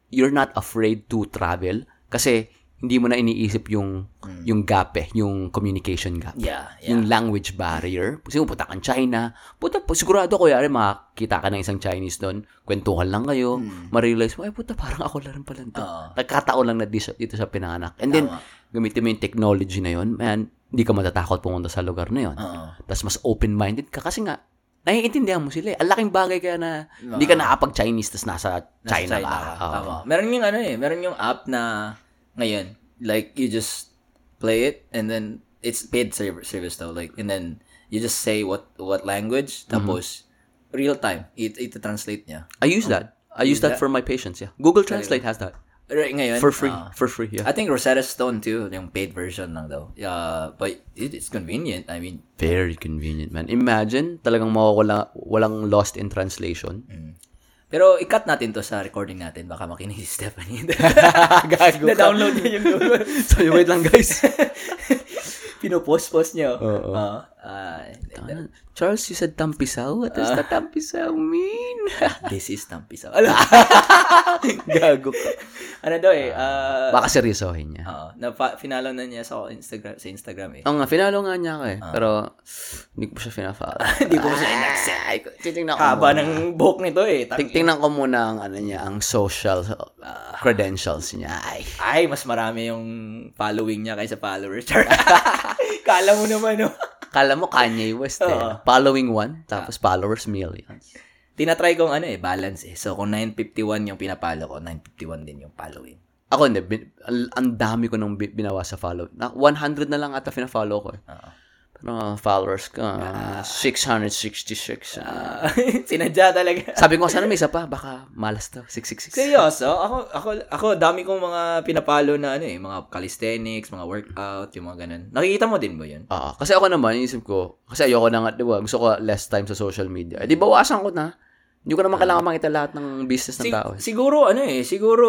Speaker 2: you're not afraid to travel kasi hindi mo na iniisip yung
Speaker 1: Mm.
Speaker 2: yung gap eh, yung communication gap
Speaker 1: Yeah, yeah.
Speaker 2: yung language barrier. Kasi pupunta kang China. Puta, pu- sigurado ko yari makakita ka ng isang Chinese doon. Kwentuhan lang kayo. Ma-realize mo, ay puta, parang ako lang rin pala to.
Speaker 1: Oo.
Speaker 2: Nagkataon lang na di sa- dito sa Pinanak. And then, gamitin mo yung technology na yun, man, hindi ka matatakot pumunta sa lugar na yun.
Speaker 1: Oo.
Speaker 2: Tapos mas open-minded ka kasi nga, naiintindihan mo sila eh. Ang laking bagay kaya na hindi ka nakapag-Chinese tapos nasa,
Speaker 1: Nasa
Speaker 2: China, ka. Oo.
Speaker 1: Tama. Meron yung ano eh, meron yung app na ngayon, like you just play it and then it's paid serv- service though, like and then you just
Speaker 2: Mm-hmm.
Speaker 1: say what what language tapos real time it it translate niya.
Speaker 2: I use that. I use that for my patients, yeah. Google Translate has that.
Speaker 1: Right, ngayon.
Speaker 2: For free.
Speaker 1: ah,
Speaker 2: for free, yeah.
Speaker 1: I think Rosetta Stone too, yung paid version lang daw. Uh, but it, it's convenient. I mean,
Speaker 2: Very convenient, man. Imagine, talagang mawawala, walang lost in translation.
Speaker 1: Mm. pero ikat natin to sa recording natin. Baka makinig si Stephanie.
Speaker 2: Ah, Gago ka.
Speaker 1: Na-download niya yung Google.
Speaker 2: so, wait lang, guys.
Speaker 1: Pinopost-post niya.
Speaker 2: Oo.
Speaker 1: Ah, ah,
Speaker 2: Tama. Charles, you said tampisaw. What does the tampisaw mean?
Speaker 1: this is Tampisa. Alam,
Speaker 2: Gago ka.
Speaker 1: ano daw eh. ah,
Speaker 2: Baka seryosohin niya.
Speaker 1: oo, napa- finalo na niya sa Instagram, sa Instagram eh.
Speaker 2: Oo nga, finalo nga niya ako eh. Pero, hindi ko pa siya finafalo.
Speaker 1: Ah. Hindi Ah, ko siya in-accept.
Speaker 2: Titingnan ko
Speaker 1: Haba
Speaker 2: muna.
Speaker 1: ng buhok nito eh. Tang-
Speaker 2: Titingnan ko muna ang, ano niya, ang social uh, credentials niya. Ay.
Speaker 1: Ay, mas marami yung following niya kaysa followers. Char. Kala mo naman, oh. no?
Speaker 2: Kala mo Kanye West eh.
Speaker 1: Oo. Ah.
Speaker 2: Following one, tapos followers millions.
Speaker 1: Tinatry kong ano eh, balance eh. So, kung 951 yung pinapalo ko, 951 din yung following.
Speaker 2: Ako hindi, bin, al- ang dami ko nang bi- binawa sa follow. Na, 100 na lang ata fina-follow ko eh.
Speaker 1: Oo.
Speaker 2: Pero uh, followers ko, uh, 666.
Speaker 1: Ah,
Speaker 2: ah.
Speaker 1: sinadya talaga.
Speaker 2: sabi ko, sana may isa pa, baka malas to, 666.
Speaker 1: Seryoso, ako, ako, ako, dami kong mga pinapalo na ano eh, mga calisthenics, mga workout, yung mga ganun. Nakikita mo din ba yun?
Speaker 2: Ah, kasi ako naman, inisip ko, kasi ayoko na nga, di ba, gusto ko less time sa social media. Eh, di bawasan ko na. Hindi ko naman kailangan makita lahat ng business ng
Speaker 1: Sig-
Speaker 2: tao. eh.
Speaker 1: Siguro, ano eh, siguro,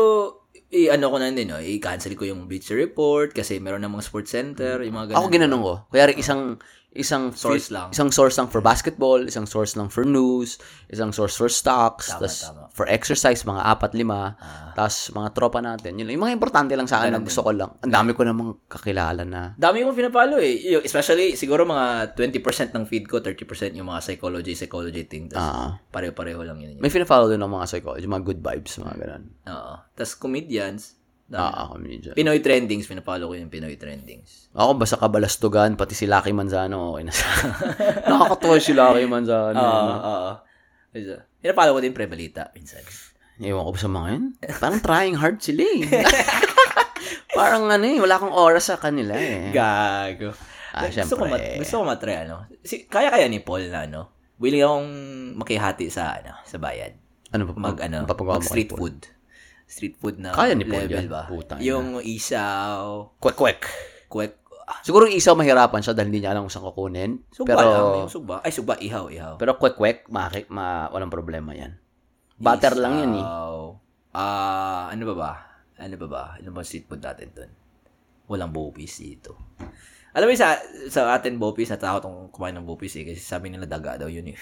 Speaker 1: i-ano ko na din, no? i-cancel ko yung Bleacher Report kasi meron namang sports center, yung mga ganun.
Speaker 2: Ako ginanong ko. Kaya isang isang
Speaker 1: Source
Speaker 2: fi-
Speaker 1: lang.
Speaker 2: Isang source lang for basketball, isang source lang for news, isang source for stocks,
Speaker 1: Tama,
Speaker 2: tas
Speaker 1: tama. Ah.
Speaker 2: for exercise mga apat lima, tas mga tropa natin. Yun lang. Yung mga importante lang sa akin na gusto ko lang. Ang dami ko namang kakilala na
Speaker 1: Dami kong pinapalo eh. Yung- Especially, siguro mga 20% ng feed ko, 30% yung mga psychology, psychology thing. Tas
Speaker 2: Ah.
Speaker 1: pareho-pareho lang yun. yun.
Speaker 2: may fina-follow din ng mga psychology, mga good vibes, mga ganun.
Speaker 1: Oo. Tapos comedians, Hmm. dami.
Speaker 2: Ah, ako medyo.
Speaker 1: Pinoy Trendings, pinapalo ko yung Pinoy Trendings.
Speaker 2: Ako basta kabalastugan, pati si Lucky Manzano, okay na sa akin. Nakakatuwa si Lucky Manzano.
Speaker 1: Oo,
Speaker 2: ah.
Speaker 1: oo. Isa. Pinapalo ko din Prebalita minsan.
Speaker 2: Ewan ko ba sa mga yun? Parang trying hard sila eh. Parang ano eh, wala akong oras sa kanila eh.
Speaker 1: Gago.
Speaker 2: Ah,
Speaker 1: gusto, ko mat-
Speaker 2: syempre.
Speaker 1: gusto ko matry, ano. Si- kaya-kaya ni Paul na, ano. Willing akong makihati sa, ano, sa bayan.
Speaker 2: ano pa
Speaker 1: Mag, ano,
Speaker 2: papagawa
Speaker 1: mag
Speaker 2: mo kay
Speaker 1: street
Speaker 2: Paul?
Speaker 1: food. Street food na
Speaker 2: Kaya ni Paul
Speaker 1: level
Speaker 2: yan.
Speaker 1: ba?
Speaker 2: Putang ina.
Speaker 1: yung isaw,
Speaker 2: Kwek, kwek.
Speaker 1: kwek, ah,
Speaker 2: Siguro yung isaw mahirapan siya dahil hindi niya alam kung saan kukunin.
Speaker 1: suba
Speaker 2: pero,
Speaker 1: lang, yung suba. Ay, suba, ihaw, ihaw.
Speaker 2: pero kwek, kwek, maki, ma, walang problema yan. Butter lang yan eh.
Speaker 1: Isaw. Ah, ano ba ba? Ano ba ba? Ano ba street food natin dun? Walang bopis dito. Alam mo sa sa atin bopis, natakot akong kumain ng bopis eh. Kasi sabi nila daga daw yun eh.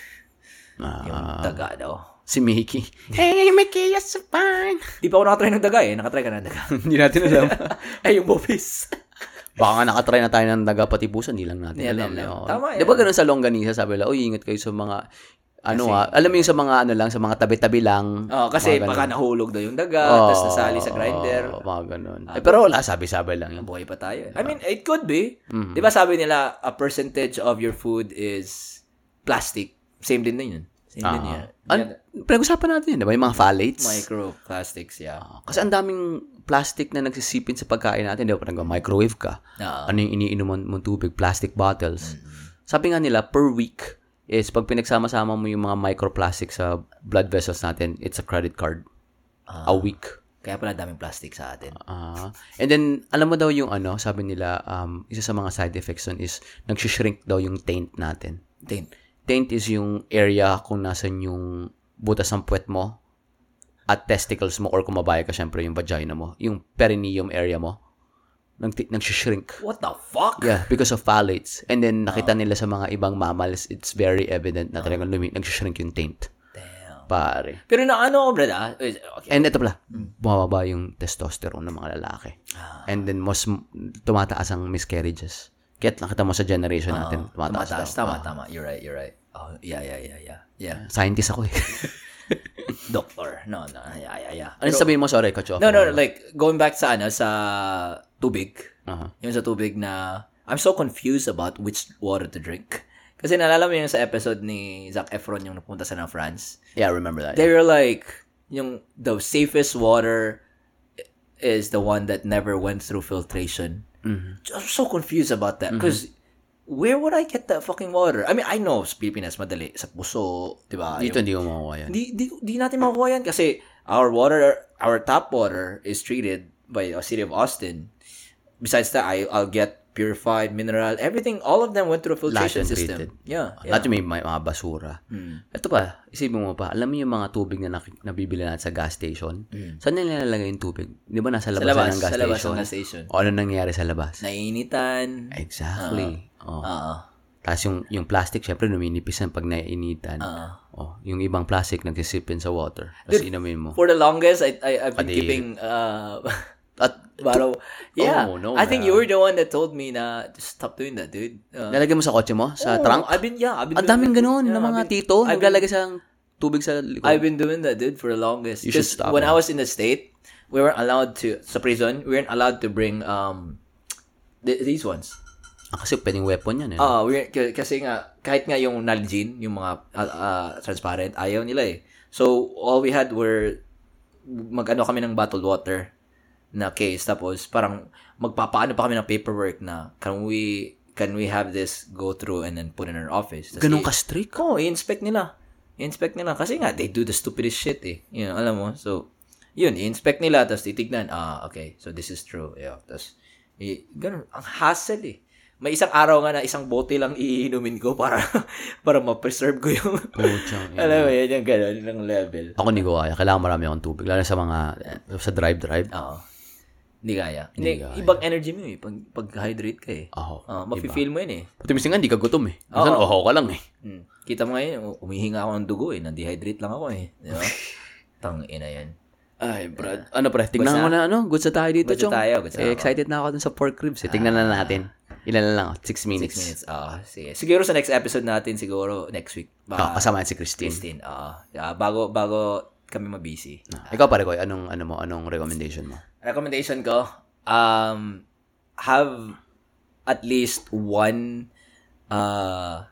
Speaker 1: Yung
Speaker 2: Ah,
Speaker 1: daga daw.
Speaker 2: si Mickey. Hey, Mickey, you're so fine.
Speaker 1: Di pa ako nakatry ng daga eh. Nakatry ka na ng daga.
Speaker 2: hindi natin alam.
Speaker 1: Ay, yung bopis.
Speaker 2: Baka nga nakatry na tayo ng daga pati puso, hindi lang natin
Speaker 1: Hindi
Speaker 2: alam.
Speaker 1: natin alam.
Speaker 2: no?
Speaker 1: Tama
Speaker 2: Di ba
Speaker 1: yan.
Speaker 2: ganun sa longganisa, sabi nila, uy, ingat kayo sa mga, ano ah, alam mo yung sa mga ano lang, sa mga tabi-tabi lang.
Speaker 1: Oh, kasi
Speaker 2: Mga ganun. Oh,
Speaker 1: baka nahulog daw yung daga, tapos nasali sa grinder. Ah.
Speaker 2: Oo, mga ganun. eh, pero wala, sabi-sabi lang yun.
Speaker 1: Buhay pa tayo. eh. I mean, it could be.
Speaker 2: Mhm.
Speaker 1: Di ba sabi nila, a percentage of your food is plastic. Same din na yun. Same din
Speaker 2: Ah.
Speaker 1: yan.
Speaker 2: An,
Speaker 1: Yan,
Speaker 2: pinag-usapan natin yun, di ba? Yung mga phthalates.
Speaker 1: Microplastics, yeah.
Speaker 2: Ah, kasi ang daming plastic na nagsisipin sa pagkain natin. Di ba? Pag microwave ka,
Speaker 1: Ah.
Speaker 2: ano yung iniinom mo- mong tubig? Plastic bottles. Sabi nga nila, per week is pag pinagsama-sama mo yung mga microplastic sa blood vessels natin, it's a credit card. a week.
Speaker 1: Kaya pala daming plastic sa atin.
Speaker 2: Ah. and then, alam mo daw yung ano, sabi nila, um, isa sa mga side effects nun is, nagsishrink daw yung taint natin.
Speaker 1: Taint.
Speaker 2: Taint is yung area kung nasan yung butas ng puwet mo at testicles mo or kumabaya ka syempre yung vagina mo, yung perineum area mo, nag nagsishrink.
Speaker 1: What the fuck?
Speaker 2: Yeah, because of phthalates. And then, nakita nila sa mga ibang mammals, it's very evident na talagang lumi, nagsishrink yung taint.
Speaker 1: Damn.
Speaker 2: Pare.
Speaker 1: Pero na ano ko, brad, ah? Wait, Okay.
Speaker 2: And ito pala,
Speaker 1: Mm.
Speaker 2: bumababa yung testosterone ng mga lalaki.
Speaker 1: Ah.
Speaker 2: And then, mas m- tumataas ang miscarriages. Kaya nakita mo sa generation natin, tumataas,
Speaker 1: Ah, Tumataas.
Speaker 2: daw.
Speaker 1: Tama, tama. You're right, you're right. Oh, yeah, yeah, yeah, yeah. Yeah.
Speaker 2: Scientist ako eh.
Speaker 1: Doctor. No, no. Yeah, yeah, yeah.
Speaker 2: ano sabihin mo? Sorry, Kacho.
Speaker 1: No, no, no. Like, going back sa ano, sa tubig.
Speaker 2: Aha.
Speaker 1: Yung sa tubig na, I'm so confused about which water to drink. Kasi naalala mo yung sa episode ni Zac Efron yung napunta sa ng France.
Speaker 2: Yeah, I remember that.
Speaker 1: They were like, yung the safest water i- is the one that never went through filtration. I'm so confused about that because
Speaker 4: where would I get that fucking water? I mean, I know, sa Pilipinas, madali. Sa puso, di ba?
Speaker 2: Dito hindi ko makuha yan.
Speaker 4: Di, di, di natin makuha yan kasi our water, our tap water is treated by the
Speaker 1: uh,
Speaker 4: city of Austin. Besides that, I, I'll get purified mineral, everything, all of them went through a filtration
Speaker 2: Lahat yan
Speaker 4: system.
Speaker 2: treated.
Speaker 4: Yeah. yeah.
Speaker 2: Lahat yung may, may mga basura. Ito pa, isipin mo pa, alam mo yung mga tubig na nak- nabibili natin sa gas station? Saan nila nilalagay yung tubig? Di ba nasa labas,
Speaker 1: labas,
Speaker 2: ng gas
Speaker 1: sa labas ng
Speaker 2: station?
Speaker 1: gas station.
Speaker 2: O ano nangyayari sa labas?
Speaker 1: Nainitan. Uh-uh,
Speaker 2: Exactly. Oo.
Speaker 1: Oo.
Speaker 2: Tapos yung, yung plastic, syempre numinipis yan pag naiinitan.
Speaker 1: Oo.
Speaker 2: Oh, yung ibang plastic nagsisipin sa water. Tapos inumin mo.
Speaker 1: For the longest, I, I, I've been
Speaker 2: Pati-
Speaker 1: keeping, uh,
Speaker 2: At
Speaker 1: bottle. Yeah.
Speaker 2: no,
Speaker 1: I think
Speaker 2: man.
Speaker 1: you were the one that told me na, just stop doing that, dude. Uh, oh,
Speaker 2: lalagay mo sa kotse mo? Sa trunk?
Speaker 1: I've been, yeah, I've been
Speaker 2: Ang daming ganun
Speaker 1: Yeah,
Speaker 2: ng mga
Speaker 1: I've been-
Speaker 2: tito.
Speaker 1: I've been-
Speaker 2: Naglalagay sa tubig sa likod.
Speaker 1: I've been doing that, dude, for the longest.
Speaker 2: You should
Speaker 1: 'Cause
Speaker 2: stop
Speaker 1: When I
Speaker 2: now.
Speaker 1: was in the state, we weren't allowed to. Sa prison, we weren't allowed to bring um th- these ones.
Speaker 2: Ah, kasi pwedeng weapon yan eh.
Speaker 1: Ah, we weren't- k- kasi nga kahit nga yung Nalgene, yung mga ah, ah, transparent, ayaw nila eh. So all we had were magano kami ng bottled water na case tapos parang magpapaano pa kami ng paperwork na can we can we have this go through and then put in our office. Tas
Speaker 2: Ganun
Speaker 1: i-
Speaker 2: ka strict?
Speaker 1: Oo, i-inspect nila. I-inspect nila. Kasi nga, they do the stupidest shit eh. You know, alam mo? So, yun, i-inspect nila, tapos titignan, ah, okay, so this is true. Yeah, tapos, i- ganun, ang hassle eh. May isang araw nga na isang bote lang iinumin ko para para ma-preserve ko yung
Speaker 2: Putsang ina.
Speaker 1: alam mo yun yung ganun ng level.
Speaker 2: Ako hindi ko kaya. Kailangan marami akong tubig. Lalo sa mga, eh, sa drive-drive.
Speaker 1: Oo. Hindi kaya.
Speaker 2: Hindi
Speaker 1: Hindi,
Speaker 2: kaya.
Speaker 1: ibang energy mo eh pag pag-hydrate ka eh.
Speaker 2: Oo.
Speaker 1: Ah, mafe-feel mo yun eh.
Speaker 2: Pati minsan nga, hindi ka gutom eh. Minsan, oh. ka lang eh.
Speaker 1: Mm. Kita mo ngayon, umihinga ako ng dugo eh. Na-dehydrate lang ako eh. Di ba? Tang ina yan.
Speaker 2: Ay, Brad. Ano pre, tignan
Speaker 1: Goods
Speaker 2: mo na ano. Goods na tayo dito,
Speaker 1: Goods na
Speaker 2: Chong.
Speaker 1: tayo, goods na
Speaker 2: eh,
Speaker 1: ako.
Speaker 2: excited na ako dun sa pork ribs eh. Tignan na natin. Ilan na lang, 6
Speaker 1: Six
Speaker 2: minutes.
Speaker 1: minutes. Ah, sige. Siguro sa next episode natin, siguro next week.
Speaker 2: Ah,
Speaker 1: Baka
Speaker 2: kasama yan si Christine.
Speaker 1: Christine. Ah, ah, bago, bago kami mabisi.
Speaker 2: Ah, Ikaw pare ko, anong ano mo, anong recommendation mo?
Speaker 1: Recommendation ko, um, have at least one uh,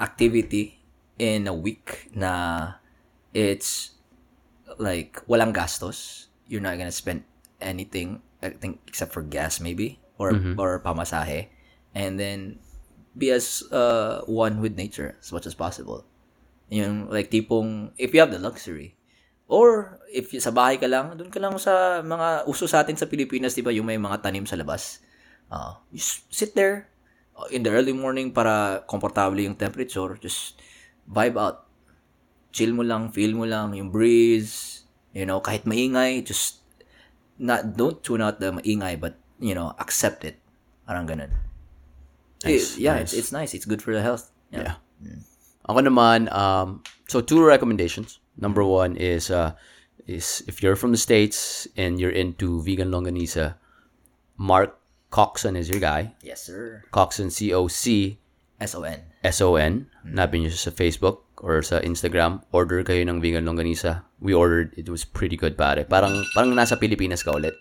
Speaker 1: activity in a week na it's like walang gastos. You're not gonna spend anything I think except for gas maybe or or pamasahe and then be as uh, one with nature as much as possible. Yung like tipong if you have the luxury or if y- sa bahay ka lang, doon ka lang sa mga uso sa atin sa Pilipinas, 'di ba, yung may mga tanim sa labas. Uh, you s- sit there uh, in the early morning para komportable yung temperature, just vibe out. Chill mo lang, feel mo lang yung breeze, you know, kahit maingay, just not don't tune out the maingay but, you know, accept it. Parang ganun.
Speaker 2: Nice,
Speaker 1: It- yeah,
Speaker 2: nice.
Speaker 1: It's, it's nice. It's good for the health. Yeah.
Speaker 2: Yeah. Ako naman, um, so two recommendations. Number one is, uh, is if you're from the States and you're into vegan longanisa, Mark Coxon is your guy.
Speaker 1: Yes, sir.
Speaker 2: Coxon, C-O-C,
Speaker 1: S-O-N.
Speaker 2: S-O-N. Hanapin nyo siya sa Facebook or sa Instagram. Order kayo ng vegan longganisa. We ordered. It was pretty good, pare. Parang, parang nasa Pilipinas ka ulit.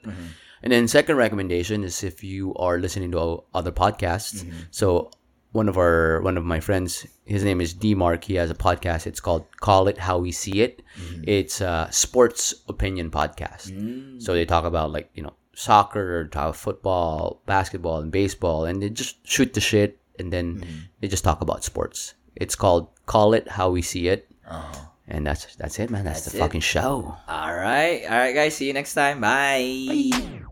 Speaker 2: And then second recommendation is if you are listening to other podcasts. So one of our one of my friends, his name is D Mark. He has a podcast. It's called Call It How We See It. It's a sports opinion podcast. So they talk about like you know soccer, talk about football, basketball, and baseball, and they just shoot the shit and then they just talk about sports. It's called Call It How We See It.
Speaker 1: Oh,
Speaker 2: And that's that's it, man. That's, the fucking show.
Speaker 1: All right. All right, guys. See you next time. Bye.